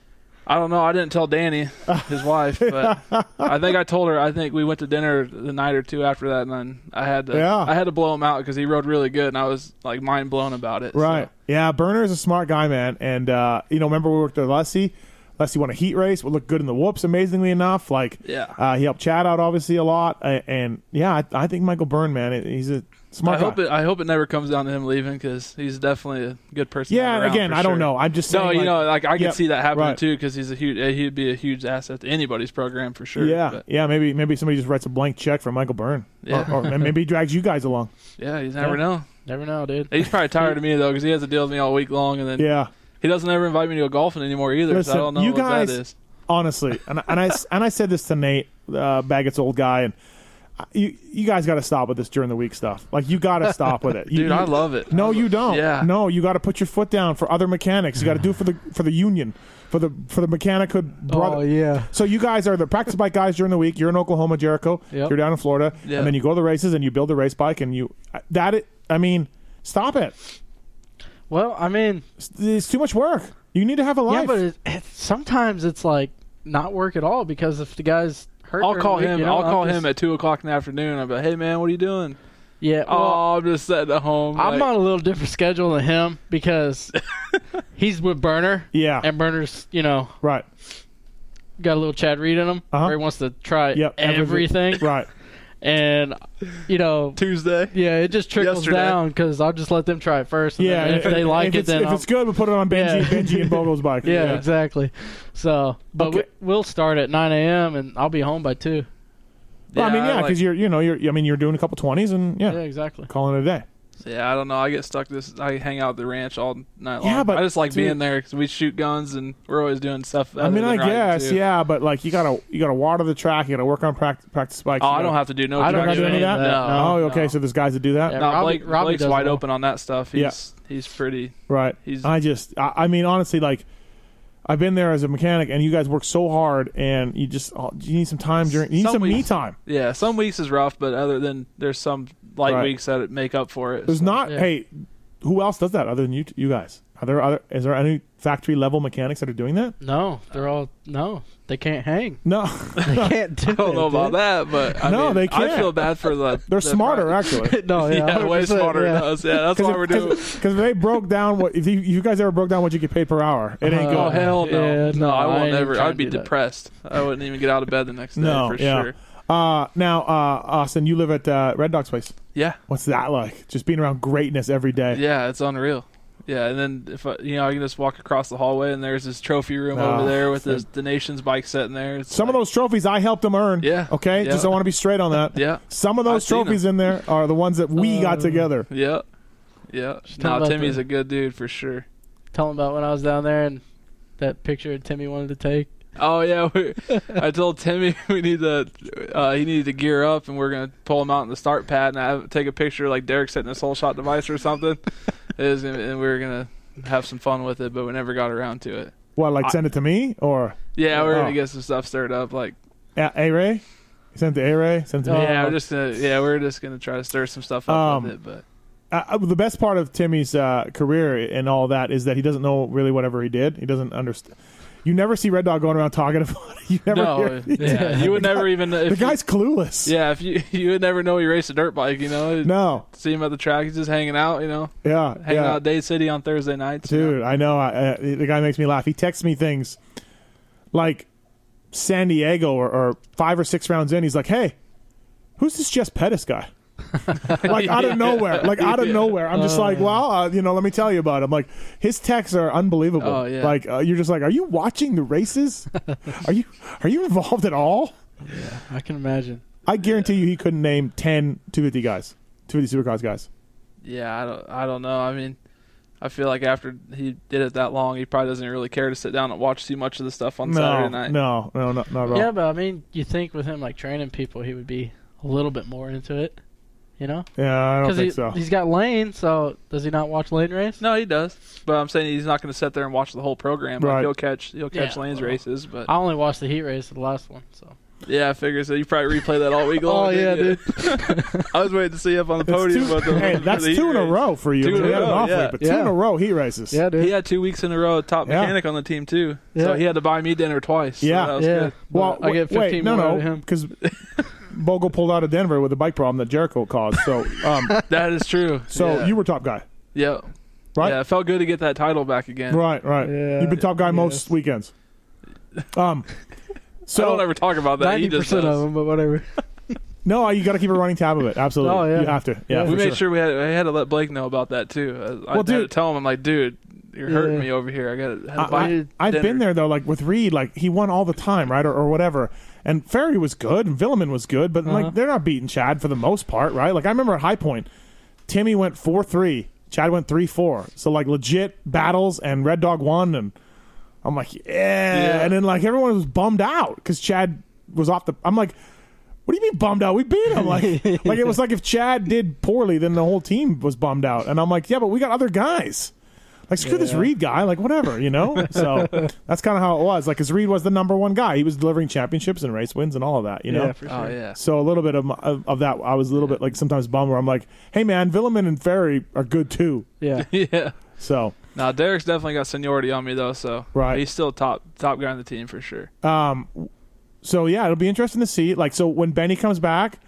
Speaker 4: I don't know. I didn't
Speaker 2: <laughs>
Speaker 4: tell Danny, his wife, but I think I told her. I think we went to dinner the night or two after that, and then I had to
Speaker 2: Yeah.
Speaker 4: I had to blow him out because he rode really good, and I was like mind blown about it. so.
Speaker 2: Right. Yeah, Burner is a smart guy, man. And uh, you know, remember we worked with Lessie. Lessie won a heat race. Would look good in the whoops. Amazingly enough, like
Speaker 4: Yeah.
Speaker 2: uh, he helped Chad out obviously a lot. Uh, and yeah, I, I think Michael Byrne, man, i- he's a smart
Speaker 4: I
Speaker 2: guy.
Speaker 4: hope it. I hope it never comes down to him leaving because he's definitely a good person. to have
Speaker 2: yeah.
Speaker 4: around
Speaker 2: Again,
Speaker 4: for
Speaker 2: I don't
Speaker 4: sure.
Speaker 2: know. I'm just saying,
Speaker 4: no, you
Speaker 2: like,
Speaker 4: know, like I could
Speaker 2: yeah,
Speaker 4: see that happening
Speaker 2: right.
Speaker 4: too because he's a huge. uh, He'd be a huge asset to anybody's program for sure.
Speaker 2: Yeah,
Speaker 4: but,
Speaker 2: yeah. Maybe maybe somebody just writes a blank check for Michael Byrne.
Speaker 4: Yeah.
Speaker 2: Or, or maybe he drags you guys along.
Speaker 4: yeah. You never know.
Speaker 3: <laughs> Never know, dude.
Speaker 2: <laughs>
Speaker 4: He's probably tired of me though, because he has to deal with me all week long, and then
Speaker 2: Yeah.
Speaker 4: he doesn't ever invite me to go golfing anymore either. so I don't know
Speaker 2: Listen, you
Speaker 4: what
Speaker 2: guys-
Speaker 4: that is.
Speaker 2: honestly, and, I- and I and I said this to Nate uh, Baggett's old guy, and I- you you guys got to stop with this during the week stuff. Like you got to stop with
Speaker 4: <laughs>
Speaker 2: it, You-
Speaker 4: Dude,
Speaker 2: you-
Speaker 4: I love it.
Speaker 2: No, you don't.
Speaker 4: Yeah.
Speaker 2: No, you got to put your foot down for other mechanics. You got to do it for the for the union, for the for the mechanichood brother.
Speaker 3: Oh yeah.
Speaker 2: So you guys are the practice bike guys during the week. You're in Oklahoma, Jericho.
Speaker 3: Yep.
Speaker 2: You're down in Florida,
Speaker 4: Yeah.
Speaker 2: and then you go to the races and you build a race bike, and you that it. I mean, stop it.
Speaker 3: Well, I mean,
Speaker 2: It's, it's too much work. You need to have a life.
Speaker 3: yeah, but it, it, sometimes it's like not work at all because if the guy's hurt,
Speaker 4: I'll
Speaker 3: during
Speaker 4: call
Speaker 3: the week,
Speaker 4: him.
Speaker 3: you know,
Speaker 4: I'll
Speaker 3: I'm
Speaker 4: call
Speaker 3: just-
Speaker 4: him at two o'clock in the afternoon. I'll be like, "Hey, man, what are you doing?"
Speaker 3: Yeah. well,
Speaker 4: Oh, I'm just sitting at home.
Speaker 3: I'm
Speaker 4: like-
Speaker 3: on a little different schedule than him
Speaker 2: <laughs>
Speaker 3: because he's with Burner.
Speaker 2: Yeah.
Speaker 3: And Burner's, you know,
Speaker 2: right.
Speaker 3: got a little Chad Reed in him
Speaker 2: Uh-huh.
Speaker 3: where he wants to try
Speaker 2: Yep. everything.
Speaker 3: everything.
Speaker 2: Right.
Speaker 3: And, you know,
Speaker 4: Tuesday.
Speaker 3: yeah, it just trickles
Speaker 4: Yesterday.
Speaker 3: down because I'll just let them try it first. And
Speaker 2: Yeah,
Speaker 3: then If they like
Speaker 2: if
Speaker 3: it,
Speaker 2: it's,
Speaker 3: then
Speaker 2: if
Speaker 3: I'll-
Speaker 2: it's good, we put it on Benji,
Speaker 3: Yeah.
Speaker 2: Benji and Bobo's bike.
Speaker 3: yeah, exactly. So, but
Speaker 2: Okay.
Speaker 3: we, we'll start at 9 a.m. and I'll be home by 2.
Speaker 2: Well, I mean, yeah,
Speaker 4: I
Speaker 2: because
Speaker 4: like-
Speaker 2: you're, you know, you're, I mean, you're doing a couple twenties and yeah,
Speaker 3: Yeah, exactly.
Speaker 2: calling it a day.
Speaker 4: Yeah, I don't know. I get stuck. This I hang out at the ranch all night long.
Speaker 2: Yeah, but,
Speaker 4: I just like
Speaker 2: dude-
Speaker 4: being there because we shoot guns and we're always doing stuff.
Speaker 2: I
Speaker 4: other
Speaker 2: mean, I
Speaker 4: than riding,
Speaker 2: guess,
Speaker 4: too.
Speaker 2: yeah, but like you gotta, you gotta water the track, you gotta work on practice, practice bikes.
Speaker 4: Oh,
Speaker 2: you
Speaker 4: I
Speaker 2: gotta-
Speaker 4: don't have to do no.
Speaker 3: I
Speaker 2: You don't
Speaker 4: driving.
Speaker 2: gotta do any of that.
Speaker 4: No.
Speaker 3: No.
Speaker 2: oh, okay. So there's guys that do that,
Speaker 3: Yeah.
Speaker 4: No,
Speaker 3: Robbie-
Speaker 4: Blake,
Speaker 3: Robbie
Speaker 4: Blake's
Speaker 3: does
Speaker 4: wide
Speaker 3: it all.
Speaker 4: open on that stuff.
Speaker 2: Yeah.
Speaker 4: He's he's pretty.
Speaker 2: right?
Speaker 4: He's-
Speaker 2: I just, I, I mean, honestly, like I've been there as a mechanic, and you guys work so hard, and you just, oh, you need some time during, you need some,
Speaker 4: Some
Speaker 2: me
Speaker 4: weeks-
Speaker 2: time.
Speaker 4: Yeah, some weeks is rough, but other than there's some light
Speaker 2: Right.
Speaker 4: weeks that make up for it.
Speaker 2: There's
Speaker 4: so.
Speaker 2: not.
Speaker 3: yeah.
Speaker 2: Hey, who else does that other than you? t- You guys? Are there other? Is there any factory level mechanics that are doing that?
Speaker 3: No, they're all, no, they can't hang.
Speaker 2: No,
Speaker 3: <laughs>
Speaker 2: <laughs>
Speaker 3: They can't do
Speaker 4: <laughs> I don't know
Speaker 3: it, dude.
Speaker 4: about that, but I
Speaker 2: No,
Speaker 4: mean,
Speaker 2: they
Speaker 4: I
Speaker 2: can't.
Speaker 4: feel bad for the.
Speaker 2: <laughs> they're
Speaker 4: the
Speaker 2: smarter
Speaker 4: pri-
Speaker 2: actually.
Speaker 3: No, yeah.
Speaker 4: <laughs> Yeah, way
Speaker 3: 100%,
Speaker 4: smarter
Speaker 3: yeah.
Speaker 4: than us.
Speaker 2: <laughs>
Speaker 4: Yeah, that's why we're doing.
Speaker 2: Because they broke down what if you, you guys ever broke down what you get paid per hour, it ain't
Speaker 3: Uh,
Speaker 2: good.
Speaker 4: Oh hell no!
Speaker 3: Yeah,
Speaker 4: no,
Speaker 3: no,
Speaker 4: I
Speaker 3: I
Speaker 4: won't
Speaker 3: ain't
Speaker 4: never.
Speaker 3: trying
Speaker 4: I'd
Speaker 3: to
Speaker 4: be
Speaker 3: do that.
Speaker 4: depressed. I wouldn't even get out of bed the next day
Speaker 2: no,
Speaker 4: for
Speaker 2: yeah.
Speaker 4: sure.
Speaker 2: Uh, now, uh, Austin, you live at uh, Red Dog's place.
Speaker 4: Yeah,
Speaker 2: What's that like? Just being around greatness every day.
Speaker 4: yeah, it's unreal. Yeah, and then if I, you know, I can just walk across the hallway and there's this trophy room
Speaker 2: Oh,
Speaker 4: over there with this, the nation's bike sitting there. It's
Speaker 2: Some of
Speaker 4: like-
Speaker 2: those trophies I helped them earn.
Speaker 4: Yeah,
Speaker 2: Okay.
Speaker 4: yeah.
Speaker 2: Just I want to be straight on that.
Speaker 4: Yeah.
Speaker 2: Some of those
Speaker 4: I've seen Uh,
Speaker 2: trophies in there are the ones that we got together.
Speaker 4: Yeah, yeah.
Speaker 3: tell
Speaker 4: No,
Speaker 3: about
Speaker 4: Timmy's
Speaker 3: the-
Speaker 4: a good dude for sure.
Speaker 3: Tell him about when I was down there and that picture Timmy wanted to take.
Speaker 4: Oh yeah, we, I told Timmy <laughs> we need to uh, he needed to gear up, and we're gonna pull him out in the start pad, and I have, take a picture like Derek setting this whole shot device or something. It was, and we were gonna have some fun with it, but we never got around to it.
Speaker 2: What? Like send it to me or
Speaker 4: Yeah, we are
Speaker 2: Oh.
Speaker 4: gonna get some stuff stirred up, like
Speaker 2: A A Ray? Send it to A Ray. Send it to me.
Speaker 4: Oh, yeah, we're just gonna yeah, we're just gonna try to stir some stuff up
Speaker 2: Oh. Um,
Speaker 4: with it, but
Speaker 2: uh, uh, the best part of Timmy's uh, career and all that is that he doesn't know really whatever he did. He doesn't understand. You never see Red Dog going around talking about it. <laughs> You never
Speaker 4: no,
Speaker 2: hear.
Speaker 4: yeah, you would never even if
Speaker 2: <laughs> the
Speaker 4: you-
Speaker 2: guy's clueless.
Speaker 4: yeah, if you <laughs> you would never know he raced a dirt bike, you know,
Speaker 2: No.
Speaker 4: see him at the track, he's just hanging out, you know,
Speaker 2: Yeah.
Speaker 4: hanging
Speaker 2: yeah.
Speaker 4: out at Day City on Thursday nights, you know.
Speaker 2: Dude, I know. I, uh, the guy makes me laugh. He texts me things like San Diego or, or five or six rounds in. He's like, hey, who's this Jess Pettis guy? like out of nowhere, like out of nowhere. I'm just like, well, uh, you know, let me tell you about him. Like his texts are unbelievable.
Speaker 4: Oh, yeah.
Speaker 2: Like uh, you're just like, are you watching the races? are you are you involved at all?
Speaker 3: I can imagine.
Speaker 2: I guarantee you, he couldn't name 10 250 guys, 250 Supercross guys.
Speaker 4: Yeah, I don't, I don't know. I mean, I feel like after he did it that long, he probably doesn't really care to sit down and watch too much of the stuff on
Speaker 2: No,
Speaker 4: Saturday night.
Speaker 2: no, no, no, not at all.
Speaker 3: Yeah, but I mean, you think with him like training people, he would be a little bit more into it, you know?
Speaker 2: Yeah, I don't
Speaker 3: Because
Speaker 2: think
Speaker 3: he,
Speaker 2: so.
Speaker 3: he's got Lane, so does he not watch Lane race?
Speaker 4: No, he does. But I'm saying he's not going to sit there and watch the whole program.
Speaker 2: Right.
Speaker 4: Like he'll catch he'll catch
Speaker 3: Yeah,
Speaker 4: Lane's
Speaker 3: well.
Speaker 4: races, but
Speaker 3: I only watched the heat race, the last one. So
Speaker 4: yeah, I figure so. You probably replay that
Speaker 2: <laughs>
Speaker 4: all week long.
Speaker 3: Oh, yeah,
Speaker 4: didn't you? <laughs> I was waiting to see you up on the
Speaker 2: That's
Speaker 4: podium.
Speaker 2: two-
Speaker 4: but the,
Speaker 2: hey,
Speaker 4: for
Speaker 2: that's
Speaker 4: the heat
Speaker 2: two in a
Speaker 4: race.
Speaker 2: row for you.
Speaker 4: Two in
Speaker 2: We
Speaker 4: a
Speaker 2: had an
Speaker 4: row,
Speaker 2: off
Speaker 4: yeah.
Speaker 2: week, but two
Speaker 3: Yeah.
Speaker 2: in a row heat races.
Speaker 4: He had two weeks in a row top
Speaker 2: Yeah.
Speaker 4: mechanic on the team too, so
Speaker 3: Yeah.
Speaker 4: he had to buy me dinner twice. so
Speaker 2: Yeah.
Speaker 4: that was
Speaker 3: yeah.
Speaker 4: good.
Speaker 2: Well,
Speaker 3: I get
Speaker 2: w-
Speaker 3: 15
Speaker 2: wait, no,
Speaker 3: more out of
Speaker 2: no, <laughs>
Speaker 3: him.
Speaker 2: because Bogle pulled out of Denver with a bike problem that Jericho caused. So,
Speaker 3: <laughs>
Speaker 2: um,
Speaker 4: that is true.
Speaker 2: <laughs> so
Speaker 4: yeah.
Speaker 2: you were top guy,
Speaker 4: yeah,
Speaker 2: right?
Speaker 4: yeah, it felt good to get that title back again.
Speaker 2: Right, right.
Speaker 3: Yeah.
Speaker 2: You've been top guy most
Speaker 3: Yes.
Speaker 2: weekends. Um,
Speaker 3: <laughs>
Speaker 2: so
Speaker 4: I don't ever talk about that. He
Speaker 3: ninety
Speaker 4: just
Speaker 3: percent
Speaker 4: does.
Speaker 3: of them, but whatever.
Speaker 2: no, you got to keep a running tab of it. Absolutely,
Speaker 3: Oh, yeah.
Speaker 2: you have to. Yeah,
Speaker 4: we
Speaker 2: for
Speaker 4: made sure. we had I had to let Blake know about that too. I, I
Speaker 2: Well,
Speaker 4: had to
Speaker 2: dude-
Speaker 4: tell him I'm like, dude, you're hurting
Speaker 3: Yeah.
Speaker 4: me over here. I got to buy
Speaker 2: I,
Speaker 4: you
Speaker 2: I, have
Speaker 4: dinner."
Speaker 2: been there though, like with Reed, like he won all the time, right, or, or whatever. And Ferry was good, and Villeman was good, but like they're not beating Chad for the most part, right? Like I remember at High Point, Timmy went four three. Chad went three four. So like legit battles, and Red Dog won. And I'm like, yeah.
Speaker 4: Yeah.
Speaker 2: And then like everyone was bummed out because Chad was off the. I'm like. What do you mean bummed out? We beat him.
Speaker 3: <laughs>
Speaker 2: Like, like it was like if Chad did poorly, then the whole team was bummed out. And I'm like, yeah, but we got other guys. Like screw this Reed guy, like whatever, you know.
Speaker 3: <laughs>
Speaker 2: So that's kind of how it was. Like, because Reed was the number one guy, he was delivering championships and race wins and all of that, you know.
Speaker 3: Yeah, for sure.
Speaker 4: Oh yeah. <laughs>
Speaker 2: So a little bit of, my- of of that, I was a little bit like sometimes bummed where I'm like, hey man, Villeman and Ferry are good too.
Speaker 4: <laughs>
Speaker 3: Yeah.
Speaker 4: Yeah.
Speaker 2: So
Speaker 4: Now Derek's definitely got seniority on me though, so
Speaker 2: Right.
Speaker 4: he's still top top guy on the team
Speaker 2: <laughs>
Speaker 4: for sure.
Speaker 2: Um, so yeah, it'll be interesting to see. Like, so when Benny comes back,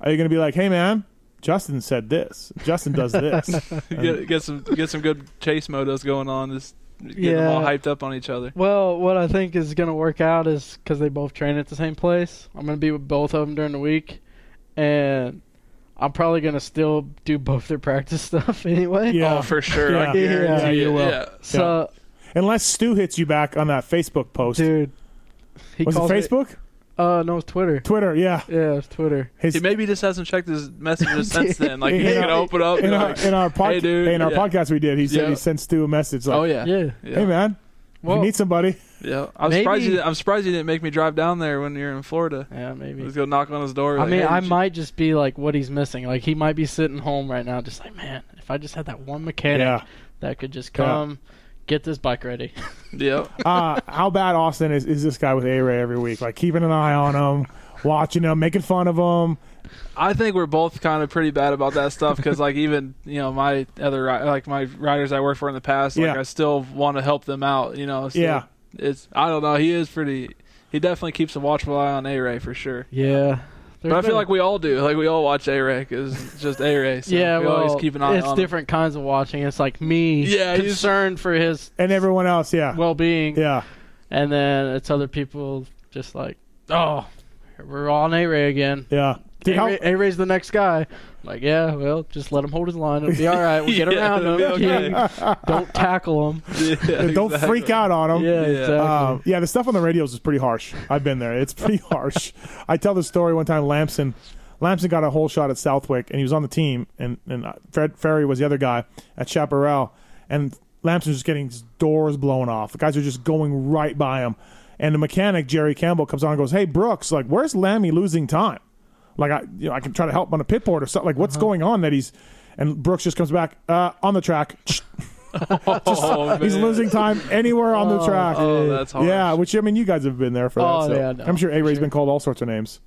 Speaker 2: are you gonna be like, hey man, Justin said this, Justin does
Speaker 3: <laughs>
Speaker 2: this,
Speaker 4: get, get some get some good chase motos going on. Just get them all
Speaker 3: Yeah.
Speaker 4: hyped up on each other.
Speaker 3: Well, what I think is going to work out is because they both train at the same place. I'm going to be with both of them during the week, and I'm probably going to still do both their <laughs> practice stuff anyway.
Speaker 2: Yeah.
Speaker 4: Oh, for sure.
Speaker 2: Yeah.
Speaker 4: I guarantee
Speaker 3: Yeah,
Speaker 2: you
Speaker 4: it.
Speaker 2: will.
Speaker 4: Yeah.
Speaker 3: So,
Speaker 2: unless Stu hits you back on that Facebook post.
Speaker 3: dude, he
Speaker 2: was it
Speaker 3: calls me-
Speaker 2: Facebook,
Speaker 3: Uh, no, it's Twitter.
Speaker 2: Twitter? Yeah.
Speaker 3: Yeah, it's Twitter.
Speaker 2: His,
Speaker 4: He maybe just hasn't checked his
Speaker 2: <laughs>
Speaker 4: messages since then. Like he's
Speaker 2: Yeah.
Speaker 4: gonna open up.
Speaker 2: in
Speaker 4: and
Speaker 2: our
Speaker 4: like,
Speaker 2: in our, pod-
Speaker 4: hey, dude.
Speaker 2: in our
Speaker 4: Yeah.
Speaker 2: podcast we did, he said
Speaker 4: Yeah.
Speaker 2: he sent Stu a message like,
Speaker 4: Oh yeah.
Speaker 3: Yeah.
Speaker 4: Yeah.
Speaker 2: hey man,
Speaker 3: Well,
Speaker 2: if you need somebody,
Speaker 4: Yeah. I'm
Speaker 3: Maybe-
Speaker 4: surprised. You didn't, I'm surprised you didn't make me drive down there when you're in Florida.
Speaker 3: yeah, maybe.
Speaker 4: Let's go knock on his door.
Speaker 3: I
Speaker 4: like,
Speaker 3: mean,
Speaker 4: hey,
Speaker 3: I
Speaker 4: did you-
Speaker 3: might just be like what he's missing. Like he might be sitting home right now, just like, man, if I just had that one mechanic
Speaker 2: Yeah.
Speaker 3: that could just
Speaker 2: Yeah.
Speaker 3: come, get this bike ready. <laughs>
Speaker 4: Yeah.
Speaker 2: uh, how bad Austin is, is this guy with A Ray every week? Like keeping an eye on him, watching him, making fun of him.
Speaker 4: I think we're both kind of pretty bad about that stuff because, like, even you know, my other ri- like my riders I worked for in the past, like,
Speaker 2: Yeah.
Speaker 4: I still want to help them out. You know, so
Speaker 2: Yeah.
Speaker 4: It's I don't know. He is pretty. He definitely keeps a watchful eye on A Ray for sure.
Speaker 3: yeah.
Speaker 4: But I feel like we all do. Like we all watch A Ray because it's just A Ray. So
Speaker 3: yeah,
Speaker 4: we
Speaker 3: well,
Speaker 4: always keep an eye
Speaker 3: it's
Speaker 4: on. him.
Speaker 3: different kinds of watching. It's like me,
Speaker 4: Yeah, he's-
Speaker 3: concerned for his
Speaker 2: And everyone else, yeah.
Speaker 3: well-being,
Speaker 2: yeah.
Speaker 3: and then it's other people just like, oh, we're on A Ray again.
Speaker 2: Yeah. Dude, how,
Speaker 3: A Ray's the next guy. Like, yeah, well, just let him hold his
Speaker 2: <laughs>
Speaker 3: line. It'll be all right. We'll get
Speaker 4: <laughs> Yeah,
Speaker 3: around him.
Speaker 4: it'll be
Speaker 3: Keep- <laughs> Don't tackle him.
Speaker 4: <laughs> Yeah,
Speaker 2: don't
Speaker 4: exactly.
Speaker 2: freak out on him.
Speaker 3: Yeah,
Speaker 4: Yeah.
Speaker 3: exactly.
Speaker 2: Um, yeah, the stuff on the radios is pretty harsh. I've been there. It's pretty <laughs> harsh. I tell the story one time. Lamson, Lamson got a whole shot at Southwick, and he was on the team, and and uh, Fred Ferry was the other guy at Chaparral, and Lamson was just getting his doors blown off. The guys are just going right by him, and the mechanic Jerry Campbell comes on and goes, "Hey Brooks, like where's Lammy losing time? Like I, you know, I can try to help on a pit board or something. Like what's going on that he's." And Brooks just comes back uh, on the track.
Speaker 4: <laughs> Oh,
Speaker 2: He's
Speaker 4: man.
Speaker 2: losing time anywhere on the track.
Speaker 4: Oh, that's hard.
Speaker 2: Yeah, which I mean, you guys have been there for
Speaker 3: Oh,
Speaker 2: that. So.
Speaker 3: yeah, no,
Speaker 2: I'm sure A Ray's
Speaker 3: sure.
Speaker 2: been called all sorts of names.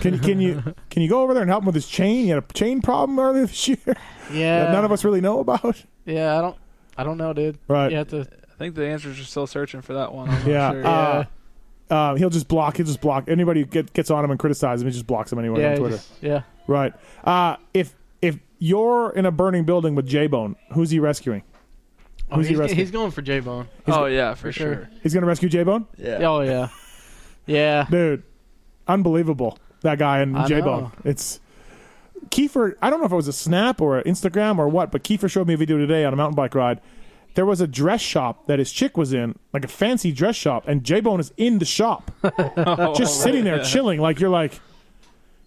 Speaker 2: Can can you can you go over there and help him with his chain? He had a chain problem earlier this year <laughs>
Speaker 3: yeah.
Speaker 2: that none of us really know about.
Speaker 3: Yeah, I don't. I don't know, dude.
Speaker 2: Right.
Speaker 3: You have to.
Speaker 4: I think the answers are still searching for
Speaker 3: <laughs>
Speaker 4: that one. I'm not
Speaker 2: Yeah,
Speaker 4: sure.
Speaker 2: uh, uh, he'll just block. He'll just block anybody who get, gets on him and criticizes him. He just blocks him anyway
Speaker 3: yeah.
Speaker 2: on Twitter.
Speaker 3: just- yeah.
Speaker 2: Right. Uh, if if you're in a burning building with J Bone, who's he rescuing?
Speaker 3: Oh,
Speaker 2: Who's he
Speaker 3: he's,
Speaker 2: rescuing?
Speaker 3: he's going for J Bone.
Speaker 4: oh yeah, for,
Speaker 3: sure.
Speaker 4: sure.
Speaker 2: He's gonna rescue J Bone,
Speaker 4: Yeah.
Speaker 2: <laughs>
Speaker 3: Oh yeah. Yeah.
Speaker 2: dude. Unbelievable that guy and
Speaker 3: I
Speaker 2: J Bone.
Speaker 3: know.
Speaker 2: It's Kiefer, I don't know if it was a snap or an Instagram or what, but Kiefer showed me a video today on a mountain bike ride. There was a dress shop that his chick was in, like a fancy dress shop, and J Bone is in the
Speaker 4: <laughs>
Speaker 2: shop,
Speaker 4: Oh,
Speaker 2: just sitting there chilling. Like you're like,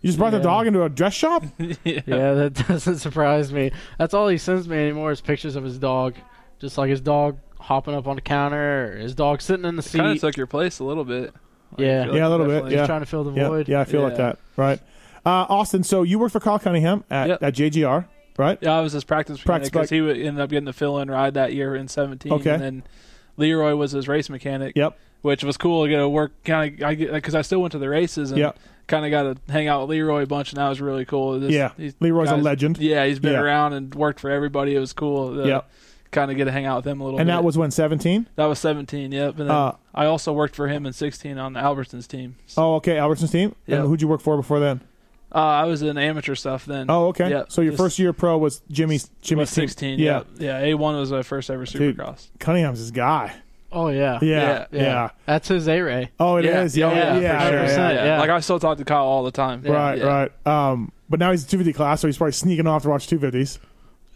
Speaker 2: you just brought the
Speaker 3: Yeah.
Speaker 2: dog into a dress
Speaker 3: <laughs>
Speaker 2: shop.
Speaker 3: Yeah. That doesn't surprise me. That's all he sends me anymore is pictures of his dog, just like his dog hopping up on the counter, or his dog sitting in the seat.
Speaker 4: Kind of took your place a little bit.
Speaker 3: yeah.
Speaker 4: I feel
Speaker 3: He's
Speaker 2: Yeah, a little bit,
Speaker 4: definitely-
Speaker 2: yeah.
Speaker 3: trying to fill the
Speaker 2: yeah,
Speaker 3: void.
Speaker 2: yeah, I feel like
Speaker 4: Yeah.
Speaker 2: that, right? Uh, Austin, so you work for Kyle Cunningham at,
Speaker 4: Yep.
Speaker 2: at JGR, right?
Speaker 4: Yeah, I was his practice mechanic
Speaker 2: Practice
Speaker 4: because he would, ended up getting the fill-in ride that year in 17.
Speaker 2: Okay.
Speaker 4: And then Leroy was his race mechanic.
Speaker 2: Yep.
Speaker 4: Which was cool to get to work kind of because I still went to the races and
Speaker 2: Yep.
Speaker 4: kind of got to hang out with Leroy a bunch and that was really cool. This-
Speaker 2: Yeah.
Speaker 4: these
Speaker 2: Leroy's a
Speaker 4: guys-
Speaker 2: legend.
Speaker 4: Yeah, he's been
Speaker 2: Yeah.
Speaker 4: around and worked for everybody. It was cool. To
Speaker 2: Yep.
Speaker 4: Kind of get to hang out with him a little.
Speaker 2: And
Speaker 4: bit.
Speaker 2: that was when seventeen.
Speaker 4: that was 17. Yep. And then
Speaker 2: Uh,
Speaker 4: I also worked for him in 16 on the Albertsons team. So,
Speaker 2: Oh, okay, Albertson's team.
Speaker 4: Yep.
Speaker 2: And who'd you work for before then?
Speaker 4: uh, I was in amateur stuff then.
Speaker 2: Oh, okay.
Speaker 4: Yep.
Speaker 2: so your
Speaker 4: Just
Speaker 2: first year pro was Jimmy's
Speaker 4: was
Speaker 2: Jimmy's team.
Speaker 4: 16. Yeah. Yeah. A1 was my first ever
Speaker 2: Dude.
Speaker 4: Supercross.
Speaker 2: Cunningham's his guy.
Speaker 3: Oh yeah.
Speaker 2: Yeah, yeah.
Speaker 4: Yeah.
Speaker 3: That's his A Ray.
Speaker 2: Oh, it
Speaker 4: Yeah.
Speaker 2: is. Yeah,
Speaker 4: Oh,
Speaker 2: yeah,
Speaker 4: yeah,
Speaker 2: yeah,
Speaker 4: for
Speaker 2: yeah,
Speaker 3: sure.
Speaker 2: yeah.
Speaker 4: Yeah.
Speaker 3: Yeah.
Speaker 4: Like I still talk to Kyle all the time.
Speaker 3: Yeah.
Speaker 2: Right,
Speaker 4: Yeah.
Speaker 2: right. Um, but now he's a 250 class, so he's probably sneaking off to watch 250s.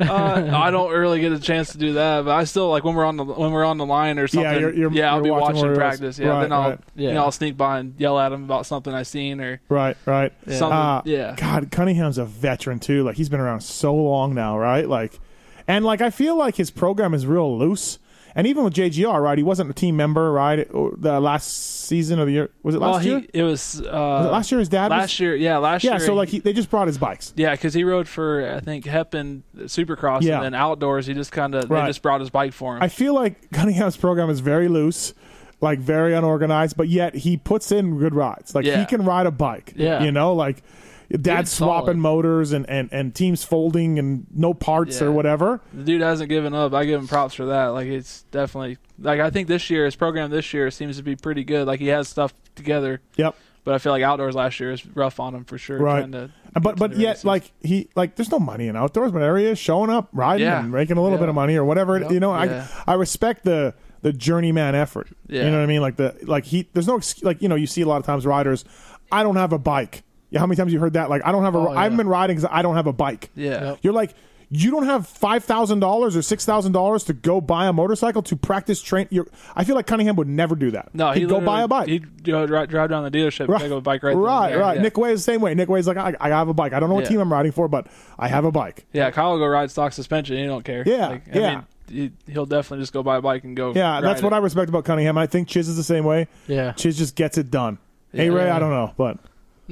Speaker 4: Uh, I don't really get a chance to do that, but I still like when we're on the when we're on the line or something.
Speaker 2: you're- you're-
Speaker 4: yeah, I'll
Speaker 2: you're
Speaker 4: be
Speaker 2: watching
Speaker 4: watching
Speaker 2: Warriors.
Speaker 4: practice. Yeah,
Speaker 2: Right,
Speaker 4: then I'll
Speaker 2: right.
Speaker 4: you
Speaker 3: Yeah.
Speaker 4: know I'll sneak by and yell at him about something I seen or
Speaker 2: Right, right.
Speaker 4: something.
Speaker 2: Uh,
Speaker 4: yeah,
Speaker 2: God, Cunningham's a veteran too. Like he's been around so long now, right? Like, and like I feel like his program is real loose. And even with JGR, right? He wasn't a team member, right? Or the last season of the year was it last
Speaker 4: well,
Speaker 2: year?
Speaker 4: he it was, uh,
Speaker 2: Was it last year his dad. was-
Speaker 4: last year, yeah, last
Speaker 2: yeah.
Speaker 4: year.
Speaker 2: So like
Speaker 4: he,
Speaker 2: he, they just brought his bikes.
Speaker 4: yeah, because he rode for I think Hep and Supercross,
Speaker 2: Yeah.
Speaker 4: and then outdoors he just kind of
Speaker 2: Right.
Speaker 4: they just brought his bike for him.
Speaker 2: I feel like Cunningham's program is very loose, like very unorganized, but yet he puts in good rides. Like
Speaker 4: Yeah.
Speaker 2: he can ride a bike.
Speaker 3: Yeah.
Speaker 2: You know, like dad's
Speaker 3: Dude's solid.
Speaker 2: swapping motors and, and, and teams folding and no parts or
Speaker 4: Yeah.
Speaker 2: whatever.
Speaker 4: the dude hasn't given up. I give him props for that. Like it's definitely like I think this year his program this year seems to be pretty good. Like he has stuff together,
Speaker 2: Yep.
Speaker 4: but I feel like outdoors last year is rough on him for sure.
Speaker 2: Right.
Speaker 4: trying to
Speaker 2: And But
Speaker 4: get to
Speaker 2: but
Speaker 4: the
Speaker 2: yet
Speaker 4: races.
Speaker 2: like he like there's no money in outdoors, but area is showing up, riding
Speaker 4: Yeah.
Speaker 2: and making a little
Speaker 4: Yeah.
Speaker 2: bit of money or whatever. You know,
Speaker 4: Yeah.
Speaker 2: I I respect the the journeyman effort. You
Speaker 4: Yeah.
Speaker 2: know what I mean? Like the like he there's no excuse, like you know you see a lot of times riders, I don't have a bike. Yeah, how many times you heard that? Like I don't have a
Speaker 3: Oh,
Speaker 2: I haven't
Speaker 3: yeah.
Speaker 2: been riding because I don't have a bike.
Speaker 4: yeah,
Speaker 3: Yep.
Speaker 2: You're like, you don't have five thousand dollars or six thousand dollars to go buy a motorcycle to practice train. You're, I feel like Cunningham would never do that.
Speaker 4: no, he
Speaker 2: he'd go buy a bike.
Speaker 4: He'd you know, dri- drive down the dealership, and pick up a bike right. then and
Speaker 2: right,
Speaker 4: there.
Speaker 2: right.
Speaker 4: Yeah.
Speaker 2: Nick Way is the same way. Nick Way's like, I, I have a bike. I don't know what
Speaker 4: Yeah.
Speaker 2: team I'm riding for, but I have a bike.
Speaker 4: Yeah, Kyle will go ride stock suspension. He don't care.
Speaker 2: Yeah,
Speaker 4: Like, I
Speaker 2: yeah.
Speaker 4: mean, he, he'll definitely just go buy a bike and go.
Speaker 2: Yeah, that's what I
Speaker 4: I.
Speaker 2: respect about Cunningham. I think Chiz is the same way.
Speaker 3: Yeah.
Speaker 2: Chiz just gets it done. Hey Ray, I don't know, but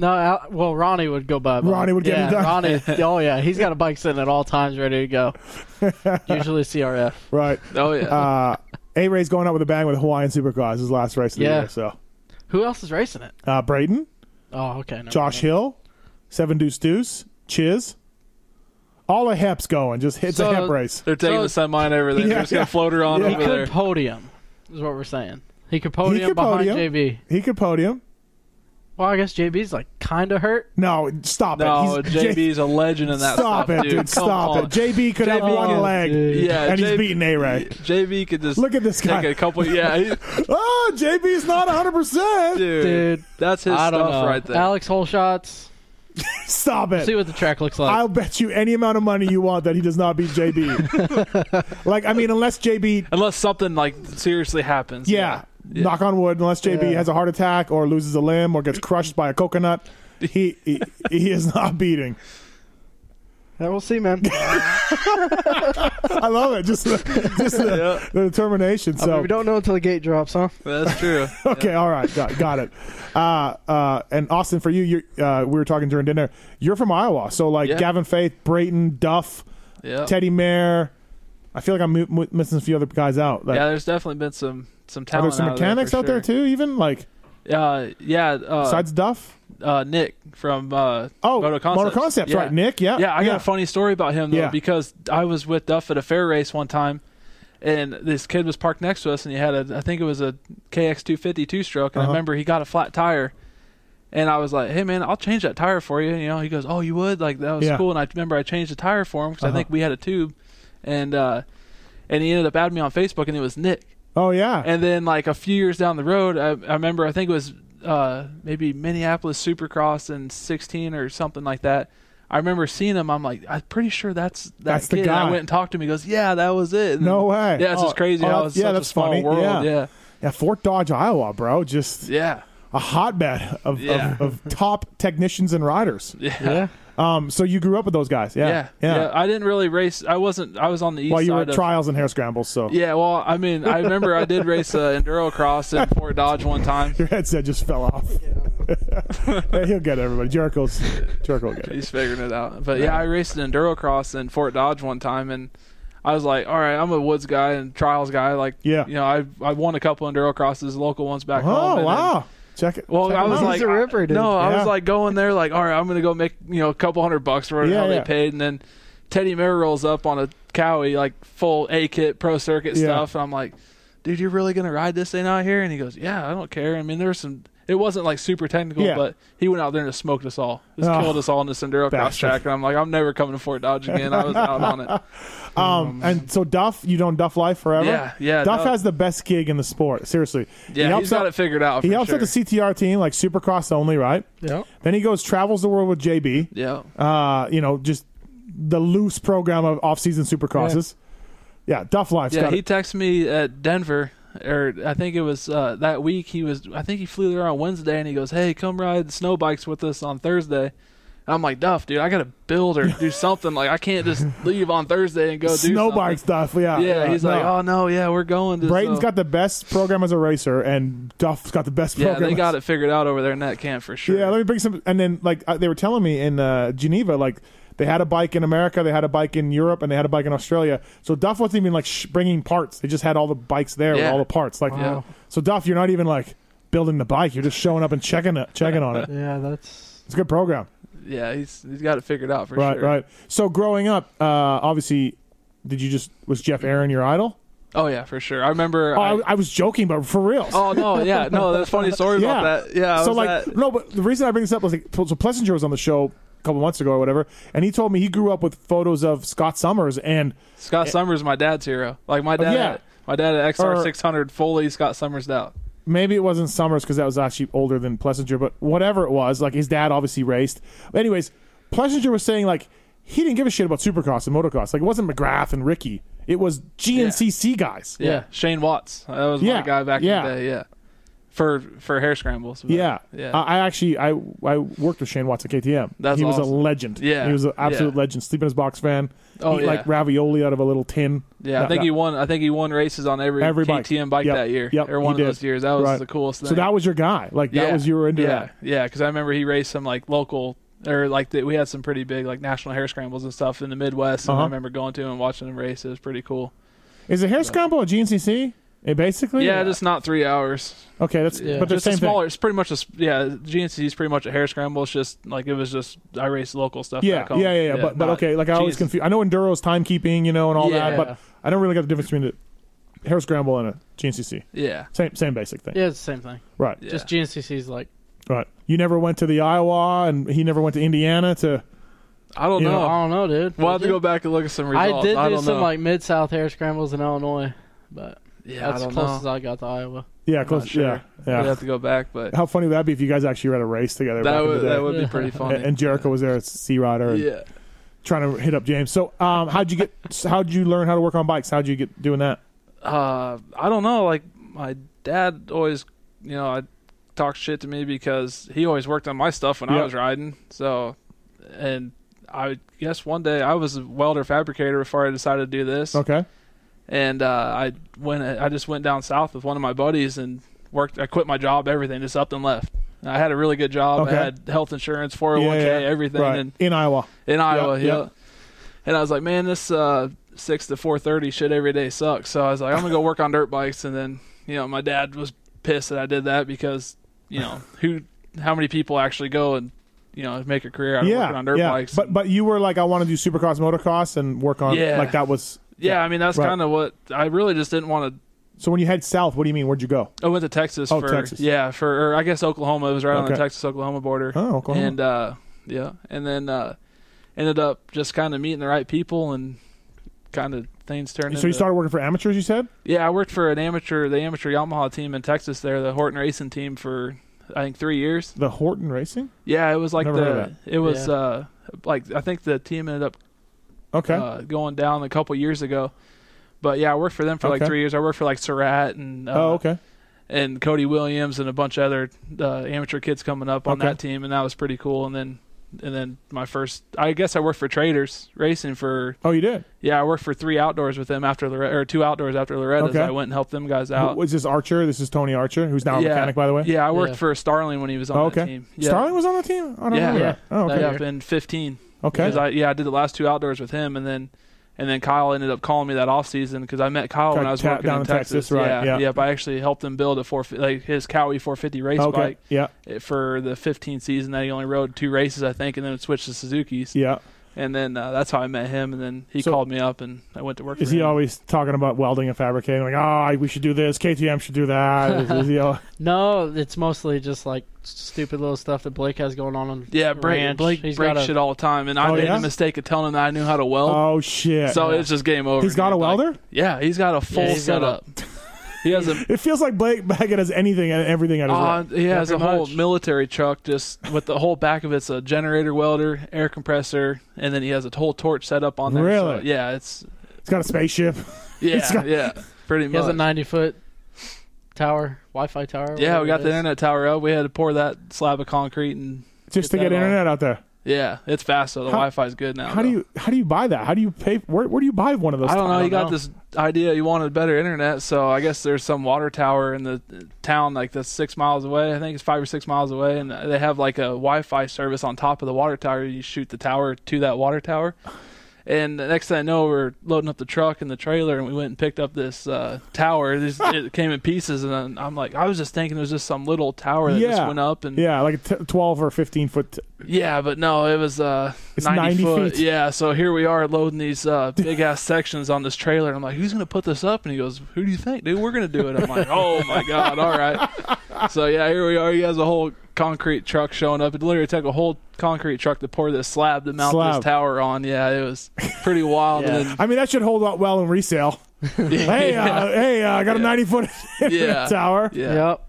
Speaker 3: No, Al- well, Ronnie would go by. a bike.
Speaker 2: Ronnie would get
Speaker 3: yeah,
Speaker 2: it done. <laughs>
Speaker 3: Ronnie, oh yeah, he's got a bike sitting at all times, ready to go. Usually CRF.
Speaker 2: right.
Speaker 4: Oh yeah.
Speaker 2: Uh, a Ray's going out with a bang with Hawaiian Supercross his last race of the
Speaker 3: Yeah.
Speaker 2: year. So
Speaker 3: Who else is racing it?
Speaker 2: uh, Braden,
Speaker 3: Oh, okay. never
Speaker 2: Josh
Speaker 3: mind.
Speaker 2: Hill, Seven Deuce Deuce, Chiz. All the hep's going. Just hits
Speaker 4: So,
Speaker 2: a hep race.
Speaker 4: They're taking
Speaker 3: So-
Speaker 4: the semi and everything.
Speaker 2: Yeah,
Speaker 4: They're just gonna
Speaker 2: yeah.
Speaker 4: float her on
Speaker 2: Yeah.
Speaker 3: He
Speaker 4: over
Speaker 3: could
Speaker 4: there.
Speaker 3: podium, is what we're saying. He could podium
Speaker 2: could
Speaker 3: behind
Speaker 2: podium.
Speaker 3: JB.
Speaker 2: He could podium.
Speaker 3: Well, I guess JB's like kind of hurt.
Speaker 2: No, stop
Speaker 4: No,
Speaker 2: it. He's- J-
Speaker 4: JB's a legend in that
Speaker 2: stop
Speaker 4: stuff,
Speaker 2: it,
Speaker 4: dude. Come
Speaker 2: Stop
Speaker 4: on.
Speaker 2: it. JB could have
Speaker 4: JB
Speaker 2: one
Speaker 4: can-
Speaker 2: leg,
Speaker 3: dude.
Speaker 4: Yeah,
Speaker 2: and he's
Speaker 4: JB
Speaker 2: beating A Ray.
Speaker 4: <laughs> JB could just
Speaker 2: Look at this guy.
Speaker 4: take a couple.
Speaker 2: <laughs>
Speaker 4: Yeah, he,
Speaker 2: Oh, JB's not 100. percent
Speaker 4: dude,
Speaker 3: Dude,
Speaker 4: that's his
Speaker 3: I
Speaker 4: stuff
Speaker 3: don't know.
Speaker 4: right there.
Speaker 3: Alex Holshots.
Speaker 2: Stop it.
Speaker 3: See what the track looks like.
Speaker 2: I'll bet you any amount of money you want that he does not beat
Speaker 4: <laughs>
Speaker 2: JB. like, I mean, unless JB,
Speaker 4: Unless something like seriously happens.
Speaker 2: yeah, knock on wood, unless JB
Speaker 3: Yeah.
Speaker 2: has a heart attack or loses a limb or gets crushed by a coconut, he he, he is not beating.
Speaker 3: Yeah, we'll see,
Speaker 4: <laughs>
Speaker 3: man.
Speaker 2: I love it. Just the, just the, the
Speaker 4: <laughs>
Speaker 2: determination. So
Speaker 3: don't know until the gate drops, huh?
Speaker 4: that's
Speaker 2: <laughs>
Speaker 4: true.
Speaker 2: Okay, all right, got, got it. Uh, uh, and Austin, for you, you uh, we were talking during dinner. You're from Iowa, so like
Speaker 4: Yeah. Oh.
Speaker 2: Gavin Faith, Brayton, Duff,
Speaker 4: Yeah,
Speaker 2: Teddy Mayer. I feel like I'm m- m- missing a few other guys out. Like,
Speaker 4: yeah. There's definitely been some some
Speaker 2: are
Speaker 4: talent.
Speaker 2: there some
Speaker 4: out of
Speaker 2: mechanics
Speaker 4: there
Speaker 2: out there too? Even like
Speaker 4: too. Uh, yeah. Uh,
Speaker 2: besides Duff?
Speaker 4: uh, Nick from uh,
Speaker 2: Oh,
Speaker 4: Moto Concepts.
Speaker 2: Concepts,
Speaker 4: Yeah.
Speaker 2: right? Nick, yeah,
Speaker 4: Yeah, I got a funny story about him though
Speaker 2: Yeah.
Speaker 4: because I was with Duff at a fair race one time, and this kid was parked next to us, and he had a I think it was a KX 250 two stroke, and
Speaker 2: Uh-huh.
Speaker 4: I remember he got a flat tire, and I was like, "Hey man, I'll change that tire for you." And, you know, he goes, "Oh, you would?" Like that was
Speaker 2: Yeah.
Speaker 4: cool, and I remember I changed the tire for him because
Speaker 2: Uh-huh.
Speaker 4: I think we had a tube, and uh, and he ended up adding me on Facebook, and it was Nick.
Speaker 2: Oh yeah,
Speaker 4: And then like a few years down the road, I, I remember I think it was uh, maybe Minneapolis Supercross in 16 or something like that. I remember seeing him. I'm like, I'm pretty sure that's that
Speaker 2: That's the
Speaker 4: kid. And I
Speaker 2: guy.
Speaker 4: went and talked to him. He goes, Yeah, that was it. And-
Speaker 2: No way.
Speaker 4: Yeah, it's
Speaker 2: Oh,
Speaker 4: just crazy.
Speaker 2: oh,
Speaker 4: how
Speaker 2: that's-
Speaker 4: it's
Speaker 2: yeah,
Speaker 4: such a
Speaker 2: that's
Speaker 4: small
Speaker 2: funny.
Speaker 4: world.
Speaker 2: Yeah.
Speaker 4: Yeah. yeah,
Speaker 2: yeah, Fort Dodge, Iowa, bro, just
Speaker 4: yeah,
Speaker 2: a hotbed of,
Speaker 4: Yeah.
Speaker 2: of, of top technicians and riders.
Speaker 4: yeah,
Speaker 3: Yeah.
Speaker 2: Um, so you grew up with those guys, yeah,
Speaker 4: I didn't really race. I wasn't. I was on the east
Speaker 2: Well, you were
Speaker 4: side
Speaker 2: at
Speaker 4: of.
Speaker 2: trials and hair scrambles, so
Speaker 4: yeah, well, I mean, I remember I did race uh, enduro cross in Fort Dodge one time.
Speaker 2: your headset just fell off. <laughs> Hey, He'll get it, everybody. Jericho's Jericho will get it.
Speaker 4: <laughs> He's figuring it out. But yeah, I raced an enduro cross in Fort Dodge one time, and I was like, all right, I'm a woods guy and trials guy. Like,
Speaker 2: Yeah.
Speaker 4: you know, I I won a couple enduro crosses, local ones back home.
Speaker 2: Oh
Speaker 4: and then-
Speaker 2: wow, check it.
Speaker 4: well,
Speaker 2: check
Speaker 4: I
Speaker 2: it
Speaker 4: was
Speaker 2: out.
Speaker 4: like,
Speaker 3: a ripper, dude.
Speaker 4: no, I
Speaker 2: Yeah.
Speaker 4: was like going there, like, all right, I'm gonna go make you know a couple hundred bucks for whatever
Speaker 2: Yeah,
Speaker 4: hell
Speaker 2: yeah.
Speaker 4: they paid, and then Teddy Mayer rolls up on a cowie like full A kit pro circuit
Speaker 2: Yeah.
Speaker 4: stuff, and I'm like, dude, you're really gonna ride this thing out here? And he goes, yeah, I don't care. I mean, there was some. It wasn't like super technical,
Speaker 2: Yeah.
Speaker 4: but he went out there and just smoked us all. Just
Speaker 2: Oh,
Speaker 4: killed us all in this enduro cross
Speaker 2: bastard.
Speaker 4: track, and I'm like, I'm never coming to Fort Dodge again. I was out
Speaker 2: <laughs>
Speaker 4: on it.
Speaker 2: Um, and so Duff, you don't Duff life forever.
Speaker 4: Yeah, yeah,
Speaker 2: Duff,
Speaker 4: Duff-
Speaker 2: has the best gig in the sport. Seriously, He
Speaker 4: Yeah,
Speaker 2: helps
Speaker 4: he's got
Speaker 2: out-
Speaker 4: it figured out.
Speaker 2: He
Speaker 4: for
Speaker 2: helps
Speaker 4: sure.
Speaker 2: out the CTR team, like Supercross only, right?
Speaker 3: Yeah.
Speaker 2: Then he goes travels the world with JB.
Speaker 4: Yeah,
Speaker 2: Uh, you know, just the loose program of off-season Supercrosses. Yeah, Duff Life's
Speaker 4: Yeah,
Speaker 2: got
Speaker 4: he
Speaker 2: it.
Speaker 4: texted me at Denver, or I think it was uh, that week. He was, I think he flew there on Wednesday, and he goes, "Hey, come ride snow bikes with us on Thursday." And I'm like, Duff, dude, I gotta build or
Speaker 2: <laughs>
Speaker 4: do something. Like, I can't just leave on Thursday and go do
Speaker 2: Snow
Speaker 4: something.
Speaker 2: bike stuff. Yeah,
Speaker 4: Yeah, he's
Speaker 2: no.
Speaker 4: like, oh no, yeah, we're going. To
Speaker 2: Brighton's
Speaker 4: so-
Speaker 2: got the best program as a racer, and Duff's got the best
Speaker 4: Yeah,
Speaker 2: program.
Speaker 4: they
Speaker 2: as-
Speaker 4: got it figured out over there in that camp for sure.
Speaker 2: Yeah, let me bring some. And then, like, uh, they were telling me in uh, Geneva, like, they had a bike in America, they had a bike in Europe, and they had a bike in Australia. So Duff wasn't even, like, sh- bringing parts. They just had all the bikes there with
Speaker 4: Yeah.
Speaker 2: all the parts. Like,
Speaker 4: Yeah.
Speaker 2: so Duff, you're not even, like, building the bike. You're just showing up and checking it, checking on
Speaker 4: <laughs>
Speaker 2: it.
Speaker 3: Yeah, that's
Speaker 2: It's a good program.
Speaker 4: yeah, he's he's got it figured out for
Speaker 2: right,
Speaker 4: sure.
Speaker 2: right. So growing up, uh, obviously, did you just, was Jeff Aaron your idol?
Speaker 4: Oh yeah, for sure. I remember.
Speaker 2: Oh,
Speaker 4: I-
Speaker 2: I, I was joking, but for real.
Speaker 4: oh no, yeah, no, that's a funny story about that. Yeah, I
Speaker 2: so
Speaker 4: was
Speaker 2: like,
Speaker 4: at-
Speaker 2: no, but the reason I bring this up was like, so Plessinger was on the show a couple months ago or whatever, and he told me he grew up with photos of Scott Summers and
Speaker 4: Scott Summers, my dad's hero. Like my dad,
Speaker 2: Eh. Oh, yeah.
Speaker 4: my dad at
Speaker 2: Or-
Speaker 4: XR six hundred fully Scott Summers out.
Speaker 2: maybe it wasn't Summers because that was actually older than Plessinger, but whatever it was, like his dad obviously raced. But anyways, Plessinger was saying like he didn't give a shit about Supercross and Motocross. Like it wasn't McGrath and Ricky. It was GNCC guys.
Speaker 4: Yeah. Shane Watts. That was
Speaker 2: Yeah,
Speaker 4: my guy back
Speaker 2: yeah.
Speaker 4: in the day. Yeah, for for hair scrambles. but-
Speaker 2: Yeah, Uh,
Speaker 4: yeah.
Speaker 2: I, I actually I I worked with Shane Watts at KTM.
Speaker 4: That's
Speaker 2: he was a
Speaker 4: awesome.
Speaker 2: legend.
Speaker 4: Yeah,
Speaker 2: he was an
Speaker 4: yeah.
Speaker 2: absolute legend. Sleep in his box fan.
Speaker 4: Oh,
Speaker 2: Eat
Speaker 4: yeah.
Speaker 2: like ravioli out of a little tin.
Speaker 4: yeah, I
Speaker 2: That-
Speaker 4: think
Speaker 2: that-
Speaker 4: he won. I think he won races on every,
Speaker 2: Every bike.
Speaker 4: KTM bike,
Speaker 2: Yep,
Speaker 4: that year
Speaker 2: yep,
Speaker 4: or one
Speaker 2: he
Speaker 4: of those
Speaker 2: did.
Speaker 4: years. That was
Speaker 2: Right.
Speaker 4: the coolest thing.
Speaker 2: So that was your guy. Like that was you were into
Speaker 4: yeah,
Speaker 2: that.
Speaker 4: Yeah, because I remember he raced some like local or like the, we had some pretty big like national hair scrambles and stuff in the Midwest. And
Speaker 2: Uh-huh.
Speaker 4: I remember going to him and watching him race. It was pretty cool.
Speaker 2: Is a hair scramble a GNCC? It basically.
Speaker 4: Yeah, just not three hours.
Speaker 2: okay. That's
Speaker 3: yeah,
Speaker 2: but the
Speaker 4: just a
Speaker 2: same
Speaker 4: smaller. It's pretty much a s- yeah. GNC is pretty much a hair scramble. It's just like it was just I raced local stuff.
Speaker 2: thing. Yeah,
Speaker 4: back
Speaker 2: yeah,
Speaker 4: home.
Speaker 2: yeah, yeah, But but
Speaker 4: not-
Speaker 2: okay. Like I always
Speaker 4: Jeez.
Speaker 2: confuse. I know enduro's timekeeping, you know, and all that,
Speaker 4: Yeah.
Speaker 2: but I don't really get the difference between a hair scramble and a GNCC.
Speaker 4: Yeah,
Speaker 2: Same same basic thing.
Speaker 3: yeah, it's the same thing.
Speaker 2: Right.
Speaker 4: yeah.
Speaker 3: Just GNCC's like
Speaker 2: Right. You never went to the Iowa, and he never went to Indiana to.
Speaker 4: I don't
Speaker 2: you
Speaker 4: know.
Speaker 2: know,
Speaker 3: I don't know, dude.
Speaker 4: Oh. We'll have to
Speaker 3: Did-
Speaker 4: go back and look at some
Speaker 3: I
Speaker 4: results.
Speaker 3: did do
Speaker 4: don't
Speaker 3: some
Speaker 4: know.
Speaker 3: like mid South hair scrambles in Illinois, but
Speaker 4: yeah,
Speaker 3: that's
Speaker 4: I
Speaker 3: as
Speaker 4: don't
Speaker 3: close
Speaker 4: know.
Speaker 3: as I got to Iowa.
Speaker 2: Yeah,
Speaker 4: I'm not
Speaker 2: close.
Speaker 4: sure.
Speaker 2: Yeah, yeah.
Speaker 4: We'd have to go back, but
Speaker 2: How funny would that be if you guys actually were at a race together? back
Speaker 4: that
Speaker 2: in the
Speaker 4: would
Speaker 2: day?
Speaker 4: that would be
Speaker 2: <laughs>
Speaker 4: pretty funny.
Speaker 2: And- And Jericho was there as Sea Rider and
Speaker 4: yeah.
Speaker 2: trying to hit up James. So, um, how'd you get? how'd you learn how to work on bikes? How'd you get doing that?
Speaker 4: uh, I don't know. Like my dad always, you know, I talk shit to me because he always worked on my stuff when
Speaker 2: Yeah.
Speaker 4: I was riding. So, and I guess one day I was a welder fabricator before I decided to do this.
Speaker 2: Okay.
Speaker 4: And uh, I went. I just went down south with one of my buddies and worked. I quit my job, everything, just up and left. And I had a really good job.
Speaker 2: Okay.
Speaker 4: I had health insurance, four hundred
Speaker 2: Yeah,
Speaker 4: one
Speaker 2: yeah,
Speaker 4: k, everything,
Speaker 2: right.
Speaker 4: and
Speaker 2: in Iowa.
Speaker 4: in Iowa.
Speaker 2: Yeah,
Speaker 4: Yeah.
Speaker 2: yeah.
Speaker 4: And I was like, man, this uh, six to four thirty shit every day sucks. So I was like, I'm gonna go work on dirt bikes. And then you know, my dad was pissed that I did that because
Speaker 2: <sighs>
Speaker 4: you know who, how many people actually go and you know make a career out of working
Speaker 2: Yeah,
Speaker 4: on dirt
Speaker 2: yeah.
Speaker 4: bikes.
Speaker 2: But but you were like, I want to do supercross, motocross, and work on
Speaker 4: Yeah.
Speaker 2: like that was.
Speaker 4: yeah, I mean that's
Speaker 2: Right.
Speaker 4: kind of what I really just didn't want to.
Speaker 2: So when you head south, what do you mean? Where'd you go?
Speaker 4: I went to Texas
Speaker 2: Oh,
Speaker 4: for
Speaker 2: Texas.
Speaker 4: yeah for or I guess Oklahoma. It was right on the
Speaker 2: Okay.
Speaker 4: Texas Oklahoma border.
Speaker 2: Oh, Oklahoma.
Speaker 4: And uh, yeah, and then uh, ended up just kind of meeting the right people and kind of things turned.
Speaker 2: so you
Speaker 4: into-
Speaker 2: started working for amateurs. You said.
Speaker 4: Yeah, I worked for an amateur, the amateur Yamaha team in Texas. There, the Horton Racing team for I think three years.
Speaker 2: The Horton Racing.
Speaker 4: Yeah, it was like
Speaker 2: Never
Speaker 4: the
Speaker 2: heard of
Speaker 4: it was
Speaker 3: Yeah.
Speaker 4: uh like I think the team ended up
Speaker 2: Okay.
Speaker 4: uh, going down a couple years ago. But yeah, I worked for them for like
Speaker 2: Okay.
Speaker 4: three years. I worked for like Surratt and uh,
Speaker 2: oh, okay.
Speaker 4: and Cody Williams and a bunch of other uh, amateur kids coming up on
Speaker 2: Okay.
Speaker 4: that team, and that was pretty cool. And then and then my first, I guess I worked for Traders Racing for
Speaker 2: Oh, you did.
Speaker 4: yeah, I worked for three outdoors with them after Lore- or two outdoors after Loretta's.
Speaker 2: Okay.
Speaker 4: I went and helped them guys out.
Speaker 2: Was this Archer? This is Tony Archer, who's now a
Speaker 4: yeah.
Speaker 2: mechanic, by the way.
Speaker 4: Yeah, I worked
Speaker 3: Yeah.
Speaker 4: for Starling when he was on
Speaker 2: Oh,
Speaker 4: the
Speaker 2: okay.
Speaker 4: team. Yeah.
Speaker 2: Starling was on the team. I don't
Speaker 4: Yeah.
Speaker 2: remember.
Speaker 4: Yeah.
Speaker 2: that. Oh, okay.
Speaker 4: Yeah, up in 15.
Speaker 2: Okay.
Speaker 4: 'Cause I, yeah, I did the last two outdoors with him, and then and then Kyle ended up calling me that off season because I met Kyle when
Speaker 2: Like
Speaker 4: I was
Speaker 2: ta-
Speaker 4: working
Speaker 2: down in
Speaker 4: in
Speaker 2: Texas,
Speaker 4: Texas.
Speaker 2: right,
Speaker 4: Yeah,
Speaker 2: yeah.
Speaker 4: Yep, I actually helped him build a four like his Cowie 450 race
Speaker 2: okay.
Speaker 4: bike
Speaker 2: Yeah.
Speaker 4: eh, for the 15 season that he only rode two races I think, and then switched to Suzuki's.
Speaker 2: Yeah.
Speaker 4: And then uh, that's how I met him, and then he
Speaker 2: So-
Speaker 4: called me up, and I went to work.
Speaker 2: Is
Speaker 4: for
Speaker 2: he
Speaker 4: him.
Speaker 2: always talking about welding and fabricating? Like, oh, we should do this. KTM should do that. Is- is he
Speaker 4: <laughs>
Speaker 2: all-
Speaker 3: No, it's mostly just like stupid little stuff that Blake has going on. on
Speaker 4: Yeah,
Speaker 3: the
Speaker 4: Blake,
Speaker 3: ranch.
Speaker 4: Blake
Speaker 3: He's got
Speaker 4: breaks
Speaker 3: a-
Speaker 4: shit all the time, and I
Speaker 2: Oh,
Speaker 4: made
Speaker 2: yeah?
Speaker 4: the mistake of telling him that I knew how to weld.
Speaker 2: oh shit!
Speaker 4: So it's just game over.
Speaker 2: he's got a
Speaker 4: dude. Like,
Speaker 2: welder.
Speaker 4: yeah, he's got a full
Speaker 3: he's got
Speaker 4: setup. <laughs> He
Speaker 2: <laughs>
Speaker 4: has a
Speaker 2: It feels like Blake Baggett has anything and everything at his
Speaker 4: uh,
Speaker 2: right.
Speaker 4: he has a
Speaker 3: pretty
Speaker 4: whole
Speaker 3: much.
Speaker 4: military truck just with the whole back of it's a generator welder, air compressor, and then he has a whole torch set up on there. so,
Speaker 2: Really?
Speaker 4: yeah, it's
Speaker 2: It's got a spaceship. <laughs>
Speaker 4: yeah,
Speaker 2: It's got-
Speaker 4: yeah, pretty
Speaker 3: He
Speaker 4: much.
Speaker 3: has a 90 foot tower, Wi Fi tower.
Speaker 4: yeah,
Speaker 3: whatever
Speaker 4: we got
Speaker 3: it
Speaker 4: the
Speaker 3: is.
Speaker 4: internet tower up. We had to pour that slab of concrete and
Speaker 2: just to
Speaker 4: Get
Speaker 2: get
Speaker 4: that all.
Speaker 2: internet out there.
Speaker 4: yeah, it's fast though. The
Speaker 2: How-
Speaker 4: Wi-Fi is good now.
Speaker 2: How do
Speaker 4: though.
Speaker 2: you how do you buy that? How do you pay? Where where do you buy one of those?
Speaker 4: I don't know.
Speaker 2: I
Speaker 4: you got this idea. You wanted better internet, so I guess there's some water tower in the uh, town, like that's six miles away. I think it's five or six miles away, and they have like a Wi-Fi service on top of the water tower. You shoot the tower to that water tower, and the next thing I know, we're loading up the truck and the trailer, and we went and picked up this uh,
Speaker 2: <laughs>
Speaker 4: tower. This, it came in pieces, and then I'm like, I was just thinking it was just some little tower that just
Speaker 2: Yeah.
Speaker 4: went up, and
Speaker 2: Yeah, like a t- twelve or fifteen foot. t-
Speaker 4: yeah, but no, it was uh
Speaker 2: It's
Speaker 4: 90,
Speaker 2: 90
Speaker 4: foot.
Speaker 2: feet.
Speaker 4: Yeah, so here we are loading
Speaker 2: <laughs>
Speaker 4: these uh big ass sections on this trailer. And I'm like, who's gonna put this up? And he goes, Who do you think, dude? We're gonna do it. I'm like, Oh
Speaker 2: <laughs>
Speaker 4: my god, all right. So yeah, here we are. He has a whole concrete truck showing up. It literally took a whole concrete truck to pour this slab to mount
Speaker 2: Slab.
Speaker 4: this tower on. Yeah, it was pretty wild. And
Speaker 2: I mean, that should hold up well in
Speaker 4: <laughs>
Speaker 2: resale. hey, uh, hey, uh, I got a ninety <laughs> foot
Speaker 4: Yeah.
Speaker 2: tower.
Speaker 4: then, yeah,
Speaker 3: Yep.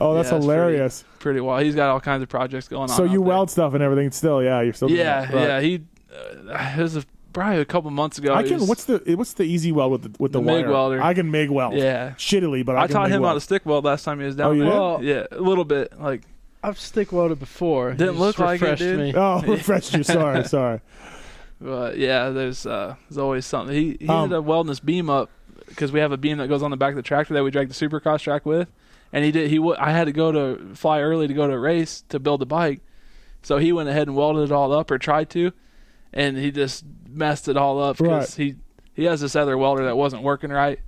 Speaker 2: Oh, that's
Speaker 4: Yeah, it's pretty-
Speaker 2: hilarious.
Speaker 4: Pretty, wild. He's got all kinds of projects going on.
Speaker 2: So
Speaker 4: out
Speaker 2: you
Speaker 4: there.
Speaker 2: weld stuff and everything. Still, yeah, you're still. doing
Speaker 4: Yeah,
Speaker 2: that, right.
Speaker 4: yeah. He uh, it was a, probably a couple months ago.
Speaker 2: I
Speaker 4: He
Speaker 2: can.
Speaker 4: was-
Speaker 2: What's the what's the easy weld with the with the,
Speaker 4: The MIG
Speaker 2: wire?
Speaker 4: welder.
Speaker 2: I can mig weld.
Speaker 4: Yeah.
Speaker 2: shittily, but I,
Speaker 4: I,
Speaker 2: can
Speaker 4: taught
Speaker 2: MIG
Speaker 4: him
Speaker 2: weld.
Speaker 4: how to stick weld last time he was down
Speaker 2: Oh, you
Speaker 4: there.
Speaker 2: did?
Speaker 3: Well-
Speaker 4: yeah, a little bit. Like
Speaker 3: I've stick welded before.
Speaker 4: Didn't
Speaker 3: You
Speaker 4: look
Speaker 3: just
Speaker 4: like it,
Speaker 3: refreshed
Speaker 4: dude.
Speaker 3: <laughs>
Speaker 2: <laughs>
Speaker 3: me.
Speaker 4: <laughs>
Speaker 2: Oh, refresh you. Sorry, sorry.
Speaker 4: But yeah, there's uh, there's always something. He he
Speaker 2: Um,
Speaker 4: ended up welding this beam up because we have a beam that goes on the back of the tractor that we drag the supercross track with, and he did. He wa- I had to go to fly early to go to a race to build the bike, so he went ahead and welded it all up or tried to, and he just messed it all up because he he has this other welder that wasn't working right.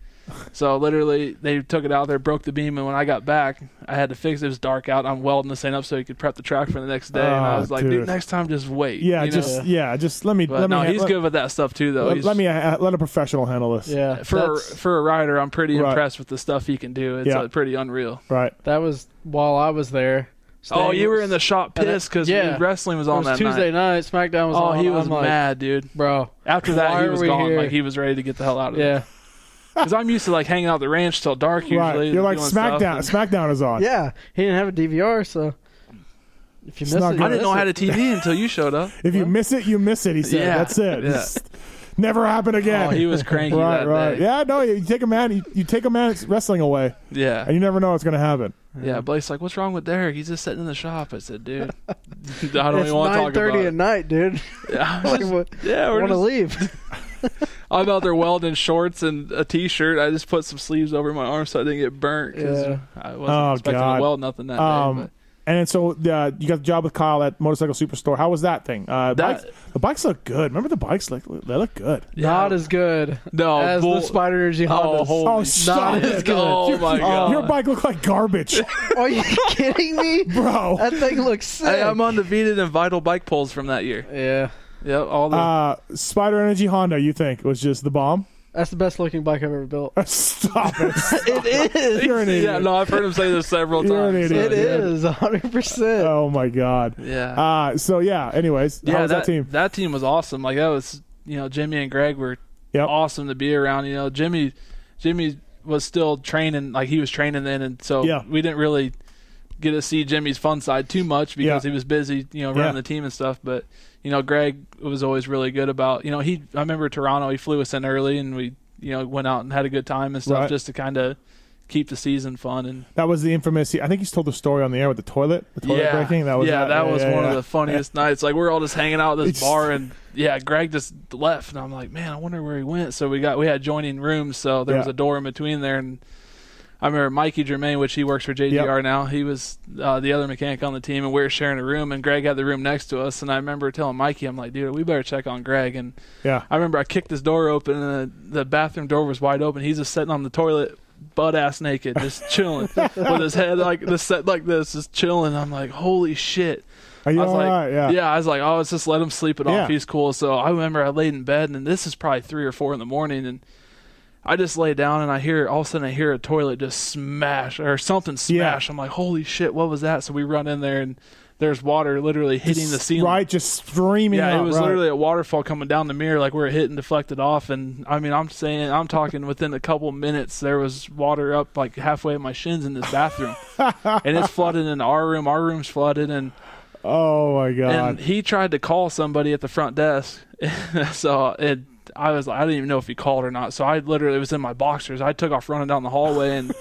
Speaker 4: So literally, they took it out there, broke the beam, and when I got back, I had to fix it. It was dark out. I'm welding this thing up so he could prep the track for the next day. and I
Speaker 2: Oh,
Speaker 4: was like, dude,
Speaker 2: dude.
Speaker 4: next time just wait.
Speaker 2: Yeah,
Speaker 4: you know?
Speaker 2: just yeah, just let me.
Speaker 4: But
Speaker 2: let
Speaker 4: no,
Speaker 2: me, ha-
Speaker 4: he's
Speaker 2: let,
Speaker 4: good with that stuff too, though.
Speaker 2: Let,
Speaker 4: He's-
Speaker 2: let me ha- let a professional handle this.
Speaker 3: Yeah.
Speaker 4: for a,
Speaker 3: that's-
Speaker 4: for a rider, I'm pretty
Speaker 2: Right.
Speaker 4: impressed with the stuff he can do. It's
Speaker 2: Yeah.
Speaker 4: uh, pretty unreal.
Speaker 2: Right.
Speaker 3: that was while I was there.
Speaker 4: oh,
Speaker 3: Staying-
Speaker 4: you were in the shop
Speaker 3: and that-
Speaker 4: pissed because
Speaker 3: yeah.
Speaker 4: wrestling was
Speaker 3: It
Speaker 4: on
Speaker 3: was
Speaker 4: that
Speaker 3: Tuesday
Speaker 4: night.
Speaker 3: night. SmackDown was
Speaker 4: oh,
Speaker 3: on.
Speaker 4: he was
Speaker 3: I'm like,
Speaker 4: mad, dude.
Speaker 3: bro.
Speaker 4: After that,
Speaker 3: Why
Speaker 4: he
Speaker 3: are
Speaker 4: was
Speaker 3: we
Speaker 4: gone.
Speaker 3: here?
Speaker 4: Like he was ready to get the hell out of there. <laughs>
Speaker 3: Yeah.
Speaker 4: because I'm used to like hanging out at the ranch till dark usually.
Speaker 2: right. You're like
Speaker 4: doing stuff, <laughs>
Speaker 2: SmackDown.
Speaker 4: and-
Speaker 2: SmackDown is on.
Speaker 3: Yeah, he didn't have a DVR, so if you
Speaker 2: It's
Speaker 3: miss
Speaker 2: not
Speaker 3: it,
Speaker 2: good.
Speaker 4: I didn't know I had a <laughs> TV until you showed up.
Speaker 2: If you miss it, you miss it. He said.
Speaker 4: Yeah,
Speaker 2: That's it.
Speaker 4: yeah.
Speaker 2: It's- Never happen again.
Speaker 4: Oh, he was cranky
Speaker 2: right.
Speaker 4: that
Speaker 2: Right.
Speaker 4: day.
Speaker 2: Yeah. No. You, you take a man. You, you take a man's wrestling away, and
Speaker 4: Yeah,
Speaker 2: you never know what's gonna happen.
Speaker 4: yeah, Blake's like, "What's wrong with Derek? He's just sitting in the shop." I said,
Speaker 2: <laughs>
Speaker 4: "Dude, I don't
Speaker 3: It's
Speaker 4: even want to talk
Speaker 3: nine
Speaker 4: about
Speaker 3: thirty at
Speaker 4: it."
Speaker 3: night, dude.
Speaker 4: <laughs>
Speaker 3: <laughs>
Speaker 2: <laughs>
Speaker 4: Yeah,
Speaker 3: Like,
Speaker 4: just-
Speaker 3: what-
Speaker 4: yeah,
Speaker 3: I
Speaker 4: we're
Speaker 3: want to
Speaker 4: just <laughs>
Speaker 3: leave.
Speaker 4: I'm out there welding shorts and a t-shirt. I just put some sleeves over my arms so I didn't get burnt 'cause
Speaker 3: Yeah.
Speaker 4: I wasn't
Speaker 2: Oh,
Speaker 4: expecting
Speaker 2: God.
Speaker 4: to weld nothing that day.
Speaker 2: Um,
Speaker 4: but-
Speaker 2: and then so uh, you got the job with Kyle at Motorcycle Superstore. How was that thing? Uh,
Speaker 4: That-
Speaker 2: bikes, the bikes look good. Remember the bikes? Like they look good.
Speaker 3: Not as good
Speaker 4: no
Speaker 3: as
Speaker 4: Oh, bull-
Speaker 3: the Spider Energy
Speaker 4: Oh,
Speaker 3: Hondas.
Speaker 4: holy
Speaker 2: Oh,
Speaker 4: shit.
Speaker 2: stop
Speaker 3: it.
Speaker 4: <laughs> Oh my god!
Speaker 2: Your bike looked like
Speaker 4: <laughs>
Speaker 2: garbage,
Speaker 3: <laughs> Are you <laughs> kidding me?
Speaker 2: bro.
Speaker 3: That thing looks sick.
Speaker 4: Hey, I'm undefeated in vital bike pulls from that year.
Speaker 3: yeah,
Speaker 4: Yep, all the
Speaker 2: Uh, Spider Energy Honda, you think was just the bomb? <laughs>
Speaker 3: that's the best looking bike I've ever
Speaker 4: <laughs>
Speaker 3: built.
Speaker 2: Stop it!
Speaker 3: <laughs> It is.
Speaker 2: You're an
Speaker 4: yeah.
Speaker 2: idiot.
Speaker 4: No, I've heard him say this several times.
Speaker 2: <laughs> You're an
Speaker 4: so-
Speaker 2: idiot.
Speaker 3: It is 100. percent
Speaker 2: Oh my god.
Speaker 4: Yeah,
Speaker 2: Uh, so yeah. Anyways,
Speaker 4: yeah.
Speaker 2: how was that, team?
Speaker 4: That team was awesome. Like that was, you know, Jimmy and Greg were
Speaker 2: Yep.
Speaker 4: awesome to be around. You know, Jimmy, Jimmy was still training, like he was training then, and so
Speaker 2: Yeah.
Speaker 4: we didn't really get to see Jimmy's fun side too much because
Speaker 2: Yeah.
Speaker 4: he was busy, you know, running
Speaker 2: Yeah.
Speaker 4: the team and stuff. But you know, Greg was always really good about, you know, he. I remember Toronto, he flew us in early, and we, you know, went out and had a good time and stuff
Speaker 2: Right.
Speaker 4: just to kind of keep the season fun and
Speaker 2: That was the infamous. I think he's told the story on the air with the toilet. The toilet
Speaker 4: yeah,
Speaker 2: breaking. That was
Speaker 4: yeah, that was
Speaker 2: yeah,
Speaker 4: one
Speaker 2: yeah.
Speaker 4: of the funniest nights. Like we're all just hanging out at this
Speaker 2: It's-
Speaker 4: bar, and yeah, Greg just left, and I'm like, man, I wonder where he went. So we got we had joining rooms, so there was
Speaker 2: Yeah.
Speaker 4: a door in between there, and I remember Mikey Germain, which he works for JGR now. He was uh, the other mechanic on the team, and we were sharing a room, and Greg had the room next to us, and I remember telling Mikey, I'm like, dude, we better check on Greg, and
Speaker 2: Yeah.
Speaker 4: I remember I kicked his door open and the, the bathroom door was wide open. He's just sitting on the toilet, butt ass naked,
Speaker 2: <laughs>
Speaker 4: just chilling with his head like this, set like this, just chilling. I'm like, holy shit!
Speaker 2: Are you
Speaker 4: I was
Speaker 2: all
Speaker 4: like,
Speaker 2: right? Yeah.
Speaker 4: I was like, oh, let's just let him sleep it
Speaker 2: Yeah.
Speaker 4: off. He's cool. So I remember I laid in bed and this is probably three or four in the morning and. I just lay down and I hear all of a sudden I hear a toilet just smash or something
Speaker 2: Yeah.
Speaker 4: smash. I'm like, holy shit, what was that? So we run in there and there's water literally hitting the ceiling.
Speaker 2: Right, just streaming.
Speaker 4: Yeah,
Speaker 2: out,
Speaker 4: it was
Speaker 2: right.
Speaker 4: literally a waterfall coming down the mirror, like we were hitting deflected off. And I mean, I'm saying, I'm talking within a couple minutes, there was water up like halfway of my shins in this bathroom, and it's flooded in our room. Our room's flooded, and
Speaker 2: Oh my god!
Speaker 4: and he tried to call somebody at the front desk. <laughs> so it, I was like, I didn't even know if he called or not. So I literally was in my boxers. I took off running down the hallway, and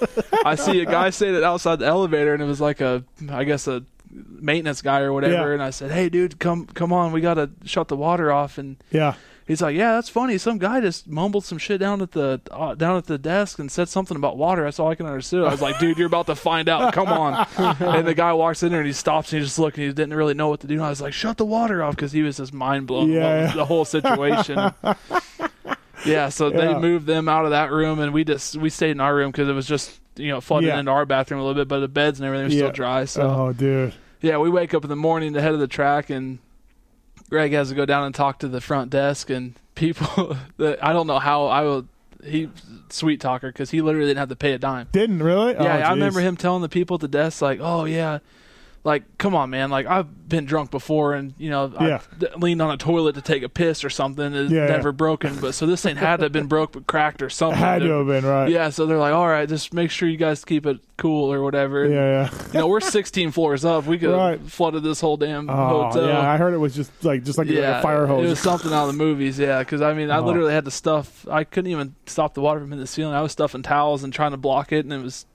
Speaker 4: I see a guy standing outside the elevator, and it was like a, I guess a maintenance guy or whatever.
Speaker 2: Yeah.
Speaker 4: And I said, Hey, dude, come come on, we gotta shut the water off. And
Speaker 2: yeah,
Speaker 4: he's like, Yeah, that's funny. Some guy just mumbled some shit down at the uh, down at the desk and said something about water. That's all I can understand. I was like, Dude, you're about to find out.
Speaker 2: <laughs>
Speaker 4: Come on. and the guy walks in there and he stops and he just looked and he didn't really know what to do. And I was like, Shut the water off because he was just mind blown.
Speaker 2: Yeah,
Speaker 4: about
Speaker 2: yeah.
Speaker 4: the whole
Speaker 2: <laughs>
Speaker 4: situation. yeah, so they
Speaker 2: Yeah.
Speaker 4: moved them out of that room and we just we stayed in our room because it was just you know flooded
Speaker 2: Yeah.
Speaker 4: into our bathroom a little bit, but the beds and everything were
Speaker 2: Yeah.
Speaker 4: still dry. So.
Speaker 2: oh dude,
Speaker 4: Yeah, we wake up in the morning to head of the track, and Greg has to go down and talk to the front desk and people. <laughs> that I don't know how I will. He sweet talker because he literally didn't have to pay a dime.
Speaker 2: didn't really.
Speaker 4: Yeah,
Speaker 2: oh,
Speaker 4: I remember
Speaker 2: geez.
Speaker 4: him telling the people at the desk like, "Oh yeah." Like, come on, man! Like, I've been drunk before, and you know,
Speaker 2: Yeah.
Speaker 4: I d- leaned on a toilet to take a piss or something. It's
Speaker 2: Yeah, yeah.
Speaker 4: never broken, but so this thing had to have been broke, but cracked or something.
Speaker 2: Had to have been right.
Speaker 4: Yeah, so they're like, "All right, just make sure you guys keep it cool or whatever."
Speaker 2: yeah, yeah.
Speaker 4: you know, we're 16 floors up. We could
Speaker 2: Right.
Speaker 4: flooded this whole damn
Speaker 2: Oh,
Speaker 4: hotel.
Speaker 2: yeah, I heard it was just like just like,
Speaker 4: Yeah,
Speaker 2: a fire
Speaker 4: It
Speaker 2: hose.
Speaker 4: was something out of the movies, yeah. Because I mean, I
Speaker 2: Oh.
Speaker 4: literally had to stuff. I couldn't even stop the water from hitting the ceiling. I was stuffing towels and trying to block it, and it was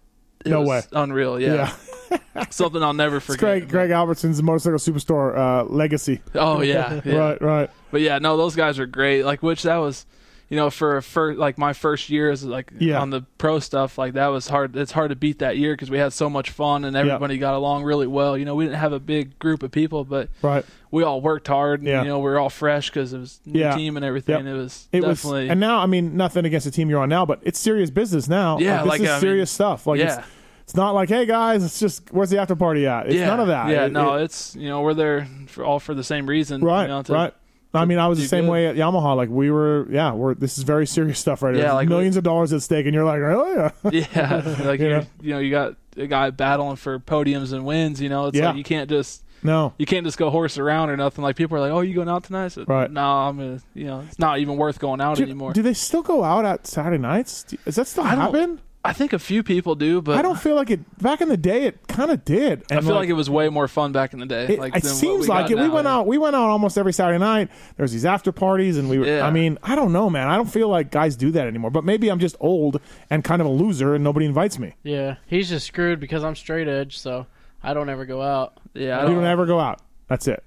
Speaker 4: it
Speaker 2: No
Speaker 4: was
Speaker 2: way.
Speaker 4: unreal.
Speaker 2: yeah,
Speaker 4: Yeah, <laughs> something I'll never forget.
Speaker 2: it's Greg Greg Albertson's motorcycle superstore uh, legacy. <laughs>
Speaker 4: Oh yeah, yeah.
Speaker 2: Right, right.
Speaker 4: But yeah, no, those guys are great. Like, which that was, you know, for for like my first year is like
Speaker 2: Yeah.
Speaker 4: on the pro stuff. Like that was hard. It's hard to beat that year because we had so much fun and everybody got along really well. You know, we didn't have a big group of people, but
Speaker 2: Right.
Speaker 4: we all worked hard. And,
Speaker 2: Yeah.
Speaker 4: You know, we were all fresh because it was new
Speaker 2: Yeah.
Speaker 4: team and everything.
Speaker 2: Yep.
Speaker 4: It was
Speaker 2: It
Speaker 4: definitely
Speaker 2: was, and now I mean, nothing against the team you're on now, but it's serious business now.
Speaker 4: Yeah,
Speaker 2: this
Speaker 4: like,
Speaker 2: is
Speaker 4: I mean,
Speaker 2: serious stuff. Like,
Speaker 4: yeah.
Speaker 2: it's, it's not like, hey guys, it's just where's the after party at? It's
Speaker 4: yeah,
Speaker 2: none of that.
Speaker 4: Yeah,
Speaker 2: It-
Speaker 4: no,
Speaker 2: it-
Speaker 4: it's you know we're there for all for the same reason. you
Speaker 2: right,
Speaker 4: know, to-
Speaker 2: right. I mean, I was
Speaker 4: do
Speaker 2: the same
Speaker 4: good.
Speaker 2: way at Yamaha. Like, we were, yeah, we're this is very serious stuff right
Speaker 4: Yeah,
Speaker 2: here. There's
Speaker 4: like,
Speaker 2: millions of dollars at stake, and you're like, really?
Speaker 4: <laughs>
Speaker 2: <laughs>
Speaker 4: Yeah, like
Speaker 2: You
Speaker 4: you
Speaker 2: know?
Speaker 4: are you know you got a guy battling for podiums and wins. You know, it's
Speaker 2: Yeah.
Speaker 4: like you can't just.
Speaker 2: no,
Speaker 4: You can't just go horse around or nothing. Like people are like, "Oh, you going out tonight?" I said,
Speaker 2: Right.
Speaker 4: No, I'm gonna. You know, it's not even worth going out
Speaker 2: do,
Speaker 4: anymore.
Speaker 2: do they still go out at Saturday nights? Do- Does that still
Speaker 4: I don't-
Speaker 2: happen?
Speaker 4: I think a few people do, but
Speaker 2: I don't feel like it. Back in the day, it kind of did. And
Speaker 4: I feel like, it was way more fun back in the day.
Speaker 2: It,
Speaker 4: like
Speaker 2: it
Speaker 4: than what
Speaker 2: seems
Speaker 4: we
Speaker 2: like
Speaker 4: got
Speaker 2: it. we
Speaker 4: now.
Speaker 2: went out. We went out almost every Saturday night. There was these after parties, and we were.
Speaker 4: Yeah.
Speaker 2: I mean, I don't know, man. I don't feel like guys do that anymore. But maybe I'm just old and kind of a loser, and nobody invites me.
Speaker 3: Yeah, he's just screwed because I'm straight edge, so I don't ever go out.
Speaker 4: Yeah, I
Speaker 2: We
Speaker 4: don't-
Speaker 2: don't ever go out. That's it.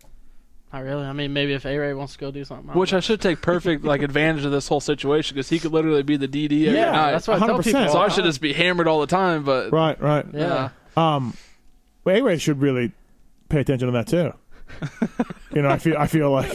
Speaker 3: Not really. I mean, maybe if A Ray wants to go do something, I'll
Speaker 4: Which I should take
Speaker 2: <laughs>
Speaker 4: perfect like advantage of this whole situation because he could literally be the DD every
Speaker 3: Yeah,
Speaker 4: night.
Speaker 3: that's what I tell
Speaker 2: 100%.
Speaker 3: people. all
Speaker 4: so I
Speaker 3: the
Speaker 4: should
Speaker 3: time.
Speaker 4: just be hammered all the time. But
Speaker 2: Right. Right.
Speaker 3: Yeah.
Speaker 2: Um, well, A-Ray should really pay attention to that
Speaker 4: <laughs>
Speaker 2: too. you know, I feel. I feel like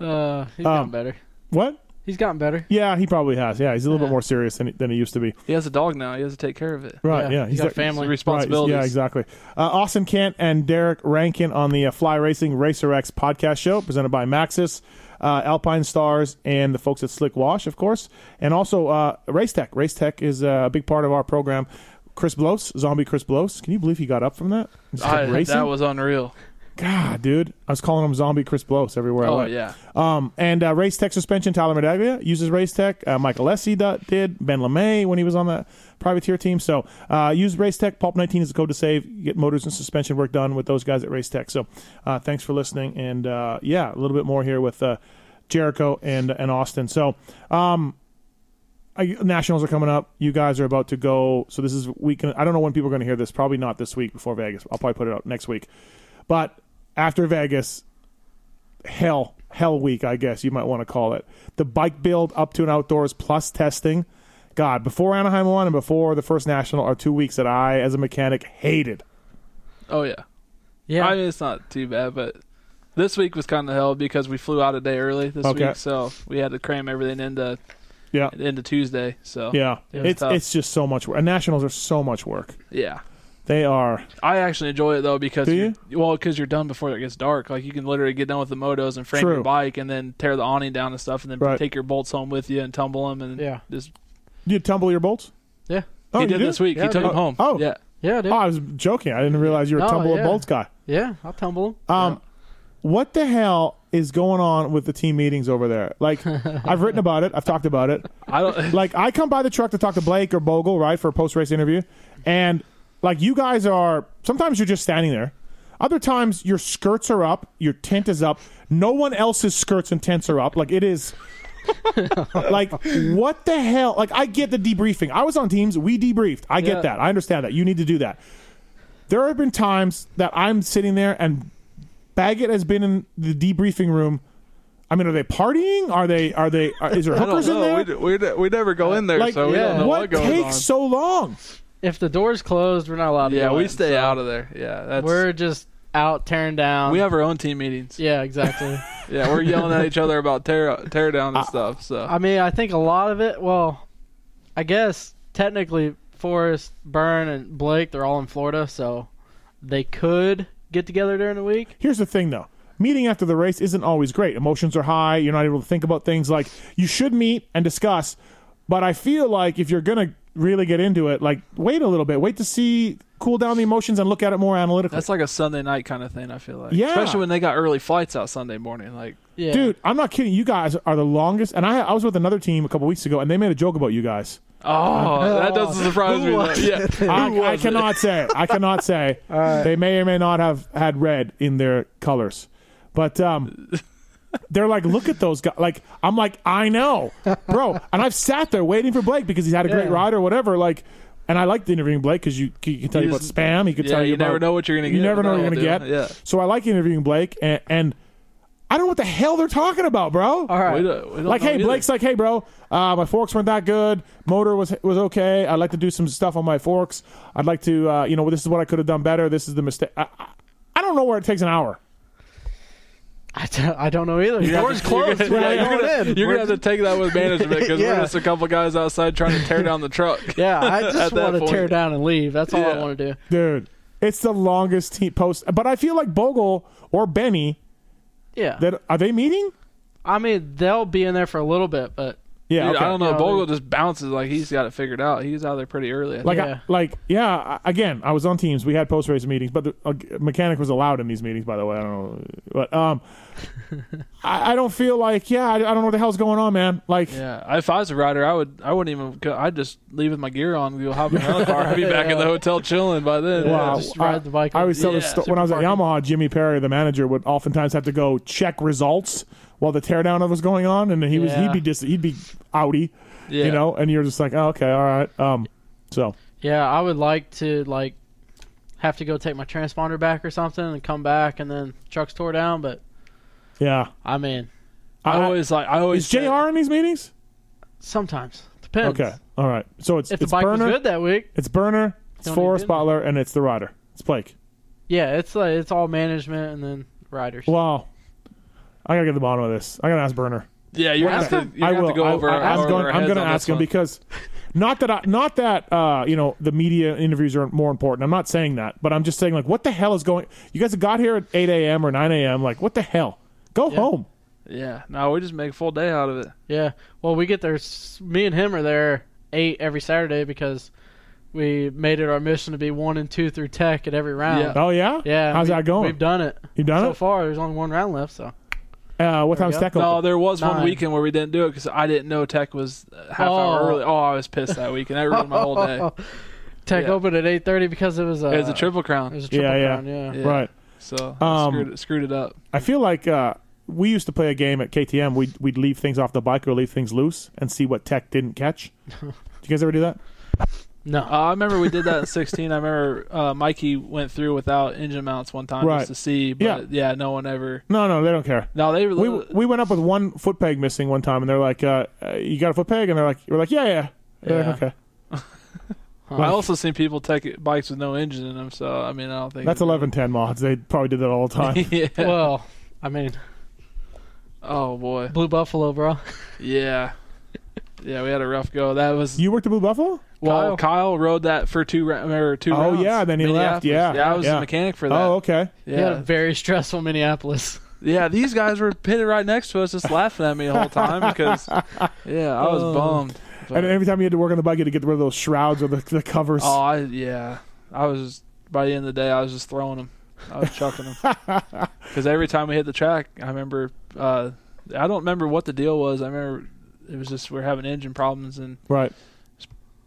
Speaker 3: Uh, he's
Speaker 2: Um,
Speaker 3: gotten better.
Speaker 2: what?
Speaker 3: He's gotten better.
Speaker 2: Yeah, he probably has. Yeah, he's a little bit
Speaker 3: Yeah.
Speaker 2: more serious than he, than he used to be.
Speaker 4: he has a dog now. He has to take care of it.
Speaker 2: Right. Yeah,
Speaker 3: he's got
Speaker 2: like-
Speaker 4: It's
Speaker 3: family.
Speaker 4: a
Speaker 2: Right,
Speaker 4: responsibility.
Speaker 2: yeah, exactly. Uh, Austin Kent and Derek Rankin on the uh, Fly Racing Racer X podcast show, presented by Maxis, uh, Alpine Stars, and the folks at Slick Wash, of course, and also uh, Race Tech. Race Tech is uh, a big part of our program. Chris Blos, zombie Chris Blos. Can you believe he got up from that? Just like
Speaker 4: I-
Speaker 2: racing?
Speaker 4: that was unreal.
Speaker 2: God, dude. I was calling him zombie Chris Blos everywhere I
Speaker 4: Oh
Speaker 2: went.
Speaker 4: yeah,
Speaker 2: Um, and uh, Race Tech suspension, Tyler Medaglia uses Race Tech. Uh, Michael Lessie do- did. Ben LeMay when he was on the privateer team. So uh, use Race Tech. Pulp 19 is the code to save. You get motors and suspension work done with those guys at Race Tech. So uh, thanks for listening. And uh, yeah, a little bit more here with uh, Jericho and, and Austin. So um, I, nationals are coming up. You guys are about to go. So this is weekend. I don't know when people are going to hear this. Probably not this week before Vegas. I'll probably put it out next week. But after Vegas, hell, hell week, I guess you might want to call it. The bike build up to and outdoors plus testing. God, before Anaheim one and before the first national are two weeks that I, as a mechanic, hated.
Speaker 4: oh yeah.
Speaker 3: Yeah,
Speaker 4: I mean, it's not too bad, but this week was kind of hell because we flew out a day early this
Speaker 2: Okay.
Speaker 4: week, so we had to cram everything into
Speaker 2: Yeah.
Speaker 4: into Tuesday. So
Speaker 2: Yeah.
Speaker 4: It was
Speaker 2: it's
Speaker 4: tough.
Speaker 2: it's just so much work. And nationals are so much work.
Speaker 4: yeah.
Speaker 2: They are
Speaker 4: I actually enjoy it though because
Speaker 2: Do
Speaker 4: you're, well because you're done before it gets dark. Like you can literally get done with the motos and frame
Speaker 2: True.
Speaker 4: your bike and then tear the awning down and stuff and then
Speaker 2: Right.
Speaker 4: take your bolts home with you and tumble them and
Speaker 3: Yeah.
Speaker 4: just
Speaker 2: you tumble your bolts?
Speaker 3: yeah.
Speaker 2: Oh,
Speaker 4: he
Speaker 2: you
Speaker 4: did this week.
Speaker 3: Yeah,
Speaker 4: he took
Speaker 3: dude.
Speaker 4: them home.
Speaker 2: Oh.
Speaker 4: yeah.
Speaker 3: Yeah, dude.
Speaker 2: Oh, I was joking. I didn't realize you were a
Speaker 3: No,
Speaker 2: tumble
Speaker 3: yeah.
Speaker 2: and bolts guy.
Speaker 3: yeah, I'll tumble him.
Speaker 2: Um, What the hell is going on with the team meetings over there?
Speaker 4: <laughs>
Speaker 2: Like, I've written about it. I've talked about it.
Speaker 4: I
Speaker 2: <laughs>
Speaker 4: don't. <laughs>
Speaker 2: Like, I come by the truck to talk to Blake or Bogle, right, for a post race interview, and like you guys are. Sometimes you're just standing there. Other times your skirts are up, your tent is up. No one else's skirts and tents are up. Like it is. <laughs> like what the hell? Like I get the debriefing. I was on teams. We debriefed. I get
Speaker 3: Yeah.
Speaker 2: that. I understand that. You need to do that. There have been times that I'm sitting there and Baggett has been in the debriefing room. I mean, are they partying? Are they? Are they? Are, is there
Speaker 4: I don't
Speaker 2: hookers in
Speaker 4: know.
Speaker 2: there?
Speaker 4: We, d- we, d- we never go in there,
Speaker 2: like,
Speaker 4: so we
Speaker 3: yeah.
Speaker 4: don't know what,
Speaker 2: what
Speaker 4: goes
Speaker 2: takes
Speaker 4: on.
Speaker 2: so long?
Speaker 3: If the door's closed, we're not allowed to
Speaker 4: yeah,
Speaker 3: go
Speaker 4: we
Speaker 3: in,
Speaker 4: stay
Speaker 3: so
Speaker 4: out of there. Yeah, that's
Speaker 3: We're just out tearing down.
Speaker 4: we have our own team meetings. Yeah,
Speaker 3: Yeah,
Speaker 4: <laughs>
Speaker 3: exactly.
Speaker 4: we're yelling at each other about tear tear down and stuff. So
Speaker 3: I mean, I think a lot of it. Well, I guess technically, Forrest, Byrne, and Blake, they're all in Florida, so they could get together during the week.
Speaker 2: Here's the thing, though. Meeting after the race isn't always great. Emotions are high. You're not able to think about things like you should meet and discuss. But I feel like if you're gonna really get into it, like wait a little bit, wait to see cool down the emotions and look at it more analytically.
Speaker 4: that's like a Sunday night kind of thing. I feel like,
Speaker 2: Yeah.
Speaker 4: especially when they got early flights out Sunday morning. Like,
Speaker 3: Yeah.
Speaker 2: Dude, I'm not kidding. You guys are the longest. And I, I was with another team a couple weeks ago, and they made a joke about you guys.
Speaker 4: oh, that doesn't surprise me. though. <laughs> Yeah,
Speaker 2: I, I cannot say. I cannot
Speaker 4: <laughs>
Speaker 2: say. They may or may not have had red in their colors, but um, they're like, look at those guys. Like I'm like, I know, bro. And I've sat there waiting for Blake because he's had a great
Speaker 3: Yeah.
Speaker 2: ride or whatever. Like, and I liked interviewing Blake because you, you can tell you,
Speaker 4: You
Speaker 2: about
Speaker 4: just-
Speaker 2: spam. He could
Speaker 4: yeah,
Speaker 2: tell you.
Speaker 4: you never
Speaker 2: about-
Speaker 4: know what you're gonna
Speaker 2: You
Speaker 4: get
Speaker 2: never
Speaker 4: with
Speaker 2: know what
Speaker 4: that
Speaker 2: you're gonna
Speaker 4: one,
Speaker 2: get.
Speaker 4: dude. Yeah.
Speaker 2: So I like interviewing Blake, and, and I don't know what the hell they're talking about, bro.
Speaker 3: all right.
Speaker 4: we don't, we don't
Speaker 2: Like,
Speaker 4: know
Speaker 2: hey,
Speaker 4: either.
Speaker 2: Blake's like, hey, bro, uh, my forks weren't that good. Motor was was okay. I'd like to do some stuff on my forks. I'd like to, uh, you know, this is what I could have done better. This is the mistake. I, I, I don't know where it takes an hour.
Speaker 3: I, don't, I don't know either.
Speaker 4: Doors closed. You're
Speaker 2: We're
Speaker 4: gonna,
Speaker 2: not
Speaker 4: you're
Speaker 5: going
Speaker 4: gonna,
Speaker 5: in.
Speaker 4: you're
Speaker 5: We're
Speaker 4: gonna have to take that with
Speaker 2: <laughs>
Speaker 4: management because
Speaker 5: Yeah.
Speaker 4: we're just a couple guys outside trying to tear down the truck.
Speaker 3: Yeah, I
Speaker 4: <laughs> At
Speaker 3: just
Speaker 4: that
Speaker 3: want to tear
Speaker 4: point.
Speaker 3: down and leave. That's all I
Speaker 4: Yeah.
Speaker 3: want to do.
Speaker 2: Dude, it's the longest team post. But I feel like Bogle or Benny,
Speaker 3: Yeah.
Speaker 2: that are they meeting?
Speaker 3: I mean, they'll be in there for a little bit, but
Speaker 2: Yeah,
Speaker 4: Dude,
Speaker 2: okay.
Speaker 4: I don't know.
Speaker 3: Yeah,
Speaker 4: Bogle
Speaker 3: dude.
Speaker 4: just bounces like he's got it figured out. He was out there pretty early. I think.
Speaker 2: Like,
Speaker 3: Yeah.
Speaker 2: I, like, yeah. I- Again, I was on teams. We had post race meetings, but the uh, mechanic was allowed in these meetings. By the way, I don't know, but um, <laughs> I, I don't feel like, yeah, I, I don't know what the hell's going on, man. Like,
Speaker 4: yeah, if I was a rider, I would. I wouldn't even. Go, I'd just leave with my gear on, and go hop in another car.
Speaker 2: <laughs>
Speaker 4: I'd be back in the hotel chilling by then.
Speaker 2: Wow.
Speaker 3: just ride the bike
Speaker 2: I
Speaker 3: up.
Speaker 2: always tell
Speaker 4: Yeah,
Speaker 2: this sto- when I was at
Speaker 4: super
Speaker 2: Yamaha, Jimmy Perry, the manager, would oftentimes have to go check results while the teardown was going on, and he was
Speaker 3: Yeah.
Speaker 2: he'd be dis- he'd be outie,
Speaker 4: Yeah.
Speaker 2: you know, and you're just like, oh, okay, all right, um, so
Speaker 3: yeah, I would like to like have to go take my transponder back or something and come back and then trucks tore down. But
Speaker 2: yeah.
Speaker 3: I mean,
Speaker 4: I always like. I always
Speaker 2: is Jr. in these meetings?
Speaker 3: sometimes depends.
Speaker 2: Okay, all right. So it's
Speaker 3: If
Speaker 2: it's
Speaker 3: the bike
Speaker 2: burner,
Speaker 3: was good that week,
Speaker 2: it's burner, it's
Speaker 3: Don't
Speaker 2: Forrest
Speaker 3: even do that.
Speaker 2: Butler, and it's the rider. It's Blake.
Speaker 3: yeah, it's like it's all management and then riders.
Speaker 2: Wow. I gotta get to the bottom of this. I gotta ask Burner.
Speaker 4: Yeah, you're gonna have
Speaker 2: Ask
Speaker 4: to.
Speaker 2: him.
Speaker 4: You're
Speaker 2: I
Speaker 4: gonna have
Speaker 2: will.
Speaker 4: to go
Speaker 2: I-
Speaker 4: over.
Speaker 2: I,
Speaker 4: our-
Speaker 2: I'm
Speaker 4: over
Speaker 2: going.
Speaker 4: our
Speaker 2: I'm
Speaker 4: heads
Speaker 2: going to
Speaker 4: on
Speaker 2: ask
Speaker 4: this
Speaker 2: him
Speaker 4: one.
Speaker 2: because not that I, not that uh, you know the media interviews are more important. I'm not saying that, but I'm just saying like what the hell is going? You guys got here at 8 a.m. or 9 a.m. Like what the hell? Go home.
Speaker 4: Yeah, no, we just make a full day out of it.
Speaker 3: Yeah. Well, we get there. s- Me and him are there eight every Saturday because we made it our mission to be one and two through tech at every round.
Speaker 4: Yeah.
Speaker 2: Oh yeah.
Speaker 3: Yeah,
Speaker 2: How's
Speaker 3: we-
Speaker 2: that going?
Speaker 3: We've done it.
Speaker 2: You've done
Speaker 3: so
Speaker 2: it?
Speaker 3: far. There's only one round left, so
Speaker 2: uh, what time's
Speaker 3: we go.
Speaker 2: tech
Speaker 4: No,
Speaker 2: open?
Speaker 4: there was one
Speaker 3: Nine.
Speaker 4: weekend where we didn't do it because I didn't know Tech was a half
Speaker 3: Oh.
Speaker 4: hour early. Oh, I was pissed that weekend. That ruined my whole day.
Speaker 3: tech
Speaker 4: Yeah.
Speaker 3: opened at eight thirty because it was a
Speaker 4: It was a triple
Speaker 3: It
Speaker 4: crown,
Speaker 3: was a triple
Speaker 2: Yeah, yeah.
Speaker 3: round, yeah.
Speaker 4: Yeah.
Speaker 2: Right.
Speaker 4: so
Speaker 2: Um,
Speaker 4: I screwed, it, screwed it up.
Speaker 2: I feel like uh, we used to play a game at KTM. We'd we'd leave things off the bike or leave things loose and see what tech didn't
Speaker 3: <laughs>
Speaker 2: catch. Do you guys ever do that?
Speaker 3: No.
Speaker 4: Uh, I remember we did that in 16. I remember uh, Mikey went through without engine mounts one time
Speaker 2: Right.
Speaker 4: just to see, but yeah. no one ever.
Speaker 2: No, no, they don't care.
Speaker 4: No, they
Speaker 2: we we went up with one foot peg missing one time, and they're like, uh, uh, "You got a foot peg?" And they're like, "We're like, yeah, yeah." They're
Speaker 4: Yeah.
Speaker 2: like, okay,
Speaker 4: I also seen people take bikes with no engine in them, so I mean, I don't think
Speaker 2: that's
Speaker 4: it-
Speaker 2: eleven ten mods. They probably did that all the time.
Speaker 4: <laughs> yeah.
Speaker 3: <laughs> well, I mean,
Speaker 4: Oh boy.
Speaker 3: Blue Buffalo, bro. <laughs>
Speaker 4: Yeah. Yeah, we had a rough go. That was
Speaker 2: you worked at Blue Buffalo?
Speaker 4: well. Kyle, rode that for two ra- or two.
Speaker 2: Oh,
Speaker 4: rounds.
Speaker 2: yeah, then he left,
Speaker 4: Minneapolis.
Speaker 2: yeah,
Speaker 4: I was
Speaker 2: yeah.
Speaker 4: the mechanic for that.
Speaker 2: Oh, okay.
Speaker 3: He had a
Speaker 4: Yeah,
Speaker 3: very stressful
Speaker 4: <laughs>
Speaker 3: Minneapolis.
Speaker 4: yeah. These guys were pitted right next to us, just laughing at me the whole
Speaker 2: <laughs>
Speaker 4: time because, yeah, I
Speaker 2: Oh.
Speaker 4: was bummed. But-
Speaker 2: And every time you had to work on the bike, you had to get rid of those shrouds or the, the covers.
Speaker 4: oh, I, yeah, I was just, by the end of the day, I was just throwing them. I was chucking them
Speaker 2: <laughs>
Speaker 4: because every time we hit the track, I remember. Uh, I don't remember what the deal was. I remember it was just we are having engine problems and
Speaker 2: Right.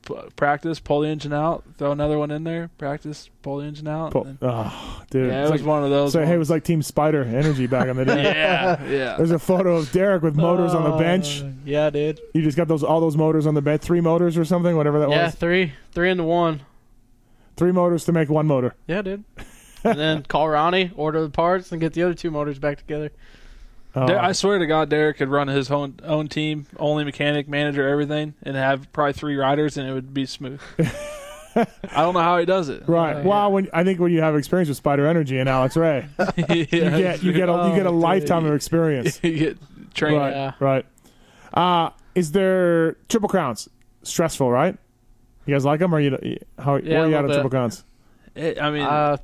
Speaker 4: p- practice, pull the engine out, throw another one in there, practice, pull the engine out.
Speaker 2: Po-
Speaker 4: and then-
Speaker 2: Oh, dude.
Speaker 4: yeah,
Speaker 2: It's
Speaker 4: it was
Speaker 2: like-
Speaker 4: one of those.
Speaker 2: so hey, it
Speaker 4: ones.
Speaker 2: was like Team Spider Energy back in the day.
Speaker 4: <laughs> yeah, Oh. yeah.
Speaker 2: There's a photo of Derek with motors on the bench.
Speaker 3: Uh, yeah, dude.
Speaker 2: You just got those all those motors on the bench, three motors or something, whatever that
Speaker 3: Yeah,
Speaker 2: was.
Speaker 3: three, three into one.
Speaker 2: Three motors to make one motor. <laughs>
Speaker 3: Yeah, dude. and then call Ronnie, order the parts, and get the other two motors back together.
Speaker 2: Oh,
Speaker 4: Der- I swear to God, Derek could run his own own team, only mechanic, manager, everything, and have probably three riders, and it would
Speaker 2: <laughs>
Speaker 4: be smooth. I don't know how he does it. <laughs>
Speaker 2: right.
Speaker 4: Uh,
Speaker 2: well, when I think when you have experience with Spider Energy and Alex
Speaker 4: <laughs>
Speaker 2: Ray,
Speaker 4: yeah,
Speaker 2: you get you get a, you get a
Speaker 4: Oh, dude.
Speaker 2: lifetime of experience.
Speaker 4: <laughs> You get trained.
Speaker 2: Right.
Speaker 3: Yeah.
Speaker 2: Right. Uh, is there triple crowns? Stressful, right? You guys like them, or you? How
Speaker 3: Yeah,
Speaker 2: where
Speaker 3: a
Speaker 2: are you at
Speaker 3: little
Speaker 2: on
Speaker 3: bit.
Speaker 2: triple crowns?
Speaker 4: It- I mean,
Speaker 3: Uh,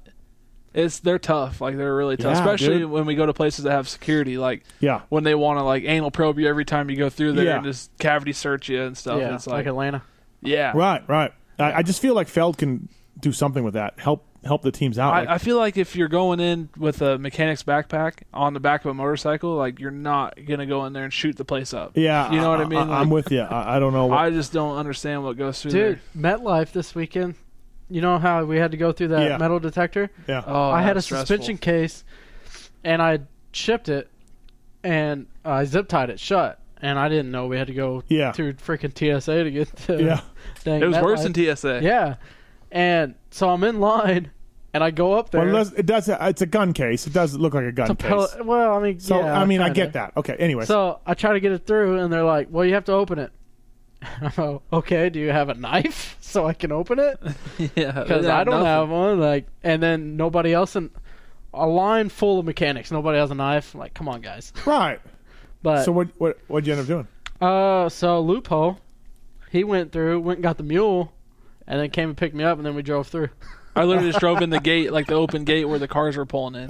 Speaker 4: it's they're tough. Like they're really tough,
Speaker 2: Yeah,
Speaker 4: especially
Speaker 2: dude.
Speaker 4: when we go to places that have security. Like
Speaker 2: Yeah.
Speaker 4: when they want to like anal probe you every time you go through there
Speaker 2: Yeah.
Speaker 4: and just cavity search you and stuff.
Speaker 3: yeah,
Speaker 4: Oh, it's
Speaker 3: like
Speaker 4: like,
Speaker 3: Atlanta.
Speaker 4: yeah.
Speaker 2: Right. Right. I, I just feel like Feld can do something with that. Help help the teams out. Like,
Speaker 4: I, I feel like if you're going in with a mechanic's backpack on the back of a motorcycle, like you're not gonna go in there and shoot the place up.
Speaker 2: yeah.
Speaker 4: you know what I mean.
Speaker 2: I'm
Speaker 4: Like,
Speaker 2: with you. I, I don't know. What,
Speaker 4: I just don't understand what goes through
Speaker 3: Dude,
Speaker 4: there.
Speaker 3: MetLife this weekend. You know how we had to go through that
Speaker 2: Yeah.
Speaker 3: metal detector?
Speaker 2: yeah.
Speaker 4: Oh,
Speaker 3: I
Speaker 4: that
Speaker 3: had a
Speaker 4: was stressful.
Speaker 3: suspension case, and I shipped it, and I zip tied it shut, and I didn't know we had to go
Speaker 2: Yeah.
Speaker 3: through freaking TSA to get to
Speaker 2: yeah.
Speaker 3: <laughs> dang
Speaker 4: It was worse
Speaker 3: MetLife.
Speaker 4: than TSA.
Speaker 3: yeah, and so I'm in line, and I go up there.
Speaker 2: Well, unless, it does. It's a gun case. It does look like a gun
Speaker 3: to
Speaker 2: case.
Speaker 3: pellet- well, I mean,
Speaker 2: so
Speaker 3: yeah,
Speaker 2: I mean, I
Speaker 3: kinda.
Speaker 2: get that. Okay. Anyway.
Speaker 3: So I try to get it through, and they're like, "Well, you have to open it." <laughs> I'm like, okay, do you have a knife <laughs> so I can open it?
Speaker 4: <laughs> yeah.
Speaker 3: because
Speaker 4: yeah,
Speaker 3: I don't
Speaker 4: nothing.
Speaker 3: have one. Like, and then nobody else in a line full of mechanics. Nobody has a knife. Like, come on, guys.
Speaker 2: right.
Speaker 4: Uh,
Speaker 3: But
Speaker 2: So what what what'd you end up doing?
Speaker 3: uh, so loophole. He went through, went and got the mule, and then came and picked me up, and then we drove through.
Speaker 4: I literally just drove in the gate, like the open gate where the cars were pulling in.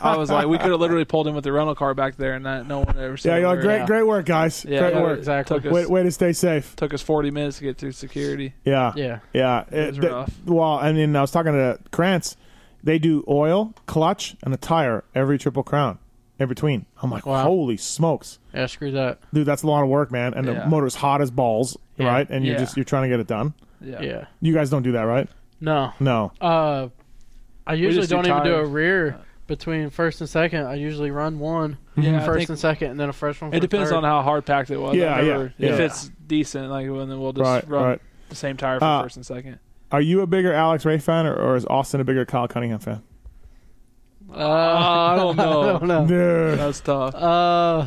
Speaker 4: I was like, we could have literally pulled in with the rental car back there, and that, no one ever. seen
Speaker 2: Yeah. You're
Speaker 4: where
Speaker 2: like,
Speaker 4: it
Speaker 2: great
Speaker 4: was.
Speaker 2: great work, guys.
Speaker 4: Yeah,
Speaker 2: great
Speaker 4: yeah,
Speaker 2: work.
Speaker 3: exactly.
Speaker 4: Took us,
Speaker 2: Way, way to stay safe.
Speaker 4: took us 40 minutes to get through security.
Speaker 2: Yeah.
Speaker 3: Yeah.
Speaker 2: Yeah. It,
Speaker 4: was
Speaker 2: they-
Speaker 4: rough.
Speaker 2: Well, I mean, I was talking to Krantz. They do oil, clutch, and a tire every triple crown in between. I'm like,
Speaker 3: Wow.
Speaker 2: holy smokes.
Speaker 3: Yeah, screw that.
Speaker 2: Dude, that's a lot of work, man. And the
Speaker 4: Yeah.
Speaker 2: motor's hot as balls,
Speaker 3: Yeah.
Speaker 2: right? And you're
Speaker 4: Yeah.
Speaker 2: just you're trying to get it done.
Speaker 4: Yeah.
Speaker 3: Yeah.
Speaker 2: You guys don't do that, right?
Speaker 3: No.
Speaker 2: No.
Speaker 3: Uh, I usually
Speaker 4: just do
Speaker 3: don't even do a
Speaker 4: tires. Uh.
Speaker 3: rear between first and second. I usually run one
Speaker 4: Yeah, I
Speaker 3: first
Speaker 4: think-
Speaker 3: and second, and then a fresh one.
Speaker 4: It depends on how hard packed it was.
Speaker 2: Yeah,
Speaker 4: I've
Speaker 2: yeah,
Speaker 4: never-
Speaker 2: yeah.
Speaker 4: If it's decent, like well, then we'll just
Speaker 2: Right,
Speaker 4: run
Speaker 2: right.
Speaker 4: the same tire for
Speaker 2: Uh,
Speaker 4: first and second.
Speaker 2: Are you a bigger Alex Ray fan or, or is Austin a bigger Kyle Cunningham fan?
Speaker 3: Uh,
Speaker 2: <laughs>
Speaker 3: I
Speaker 4: don't
Speaker 3: <laughs>
Speaker 4: know.
Speaker 3: I don't know.
Speaker 2: Dude.
Speaker 4: That's tough.
Speaker 3: Uh,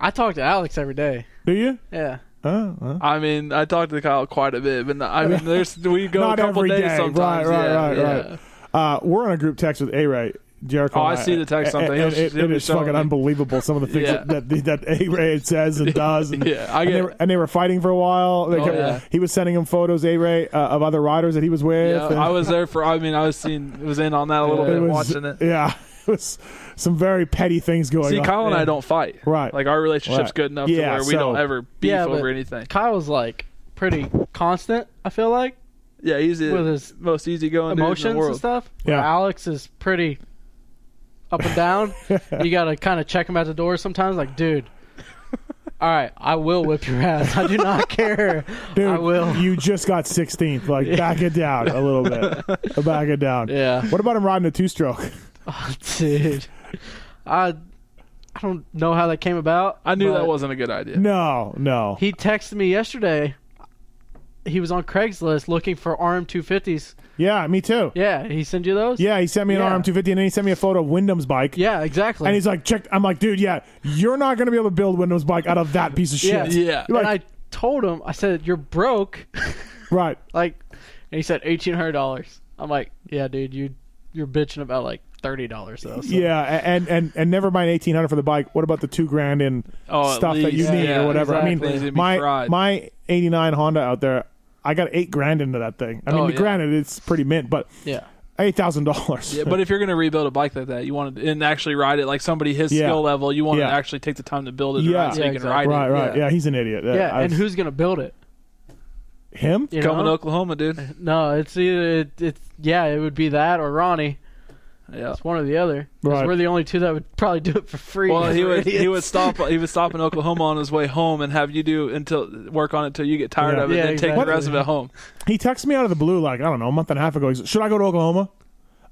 Speaker 3: I talk to Alex every day.
Speaker 2: Do you?
Speaker 3: Yeah.
Speaker 2: Uh, uh.
Speaker 4: I mean, I talked to Kyle quite a bit, but no- I mean, there's we go
Speaker 2: Not
Speaker 4: a couple
Speaker 2: every
Speaker 4: days
Speaker 2: day. Right,
Speaker 4: sometimes.
Speaker 2: right,
Speaker 4: yeah,
Speaker 2: right,
Speaker 4: yeah.
Speaker 2: right. Uh, we're on a group text with A Ray. Jericho.
Speaker 4: Oh,
Speaker 2: and
Speaker 4: I see the text
Speaker 2: and-
Speaker 4: something.
Speaker 2: and
Speaker 4: He'll-
Speaker 2: it-
Speaker 4: he'll
Speaker 2: it
Speaker 4: be
Speaker 2: is fucking
Speaker 4: showing me.
Speaker 2: unbelievable. Some of the things
Speaker 4: <laughs> Yeah.
Speaker 2: that that A Ray says and does. And,
Speaker 4: <laughs> Yeah, I
Speaker 2: and they
Speaker 4: get-
Speaker 2: were, and they were fighting for a while. They
Speaker 4: Oh,
Speaker 2: kept-
Speaker 4: yeah.
Speaker 2: He was sending him photos, A Ray, uh, of other riders that he was with.
Speaker 4: Yeah,
Speaker 2: and-
Speaker 4: I was there for. I mean, I was seeing, was in on that a little
Speaker 2: it
Speaker 4: bit,
Speaker 2: was-
Speaker 4: watching it.
Speaker 2: Yeah, <laughs> it was some very petty things going
Speaker 4: See,
Speaker 2: on.
Speaker 4: Kyle and
Speaker 2: Yeah.
Speaker 4: I don't fight.
Speaker 2: Right.
Speaker 4: Like our relationship's
Speaker 2: Right.
Speaker 4: good enough
Speaker 2: Yeah,
Speaker 4: to where we
Speaker 2: so-
Speaker 4: don't ever beef
Speaker 3: Yeah,
Speaker 4: over
Speaker 3: but-
Speaker 4: anything.
Speaker 3: Kyle's like pretty constant. I feel like
Speaker 4: Yeah, he's the
Speaker 3: With his
Speaker 4: most easygoing dude in the
Speaker 3: emotions
Speaker 4: world.
Speaker 3: and stuff.
Speaker 2: Yeah.
Speaker 3: Where Alex is pretty up
Speaker 2: <laughs>
Speaker 3: and down. you gotta kind of check him at the door sometimes. Like, dude, all right, I will whip your ass. I
Speaker 2: <laughs>
Speaker 3: do not care.
Speaker 2: Dude,
Speaker 3: I will. <laughs>
Speaker 2: You just got 16th. Like, back it down a little
Speaker 4: <laughs>
Speaker 2: bit. back it down.
Speaker 3: Yeah.
Speaker 2: What about him riding a two stroke?
Speaker 3: dude, I I don't know how that came about.
Speaker 4: I knew
Speaker 3: but
Speaker 4: that wasn't a good idea.
Speaker 2: <laughs> No, no.
Speaker 3: He texted me yesterday. He was on Craigslist looking for RM two fifties.
Speaker 2: yeah, me too.
Speaker 3: Yeah, he sent you those.
Speaker 2: Yeah, he sent me an
Speaker 3: Yeah.
Speaker 2: RM250 and then he sent me a photo of Wyndham's bike.
Speaker 3: Yeah, exactly.
Speaker 2: And he's like, check. I'm like, dude, yeah, you're not going to be able to build Windows bike out of that piece of
Speaker 3: Yeah.
Speaker 2: shit.
Speaker 4: Yeah.
Speaker 2: You're
Speaker 3: and
Speaker 2: like-
Speaker 3: I told him, I said, "You're broke."
Speaker 2: Right.
Speaker 3: like, and he said eighteen hundred dollars. I'm like, "Yeah, dude, you you're bitching about like thirty dollars though." So.
Speaker 2: Yeah. a- And, and, and never mind 1800 for the bike. What about the two grand in
Speaker 4: Oh, at
Speaker 2: stuff that you
Speaker 4: least.
Speaker 2: need
Speaker 4: Yeah,
Speaker 2: or whatever?
Speaker 4: exactly.
Speaker 2: I
Speaker 4: It'd
Speaker 2: mean,
Speaker 4: be
Speaker 2: my,
Speaker 4: fried.
Speaker 2: my 89 Honda out there, I got eight grand into that thing. I mean,
Speaker 4: Oh, yeah.
Speaker 2: granted, it's pretty mint, but
Speaker 3: yeah,
Speaker 2: $8,000. <laughs>
Speaker 4: Yeah, but if you're going to rebuild a bike like that, you want to and actually ride it like somebody his
Speaker 2: Yeah.
Speaker 4: skill level. You want
Speaker 2: Yeah.
Speaker 4: to actually take the time to build it, and
Speaker 2: Yeah.
Speaker 4: ride it so
Speaker 3: Yeah,
Speaker 4: you can
Speaker 3: exactly.
Speaker 2: Right,
Speaker 4: ride it.
Speaker 2: right. Yeah, he's an idiot.
Speaker 3: yeah.
Speaker 2: I
Speaker 3: and
Speaker 2: was-
Speaker 3: who's gonna build it?
Speaker 2: Him?
Speaker 3: You
Speaker 4: Coming to
Speaker 3: know?
Speaker 4: Oklahoma, dude.
Speaker 2: <laughs>
Speaker 3: No, it's either it, it's yeah, it would be that or Ronnie.
Speaker 4: Yeah.
Speaker 3: It's one or the other. 'Cause
Speaker 2: Right.
Speaker 3: We're the only two that would probably do it for free. <laughs>
Speaker 4: Well, he
Speaker 3: We're
Speaker 4: would he
Speaker 3: idiots.
Speaker 4: would stop he would stop in Oklahoma on his way home and have you do until work on it until you get tired
Speaker 2: Yeah.
Speaker 4: of it,
Speaker 3: Yeah,
Speaker 4: then take the
Speaker 3: exactly.
Speaker 4: rest of it home.
Speaker 2: He texted me out of the blue, like I don't know, a month and a half ago. He said, "Should I go to Oklahoma?"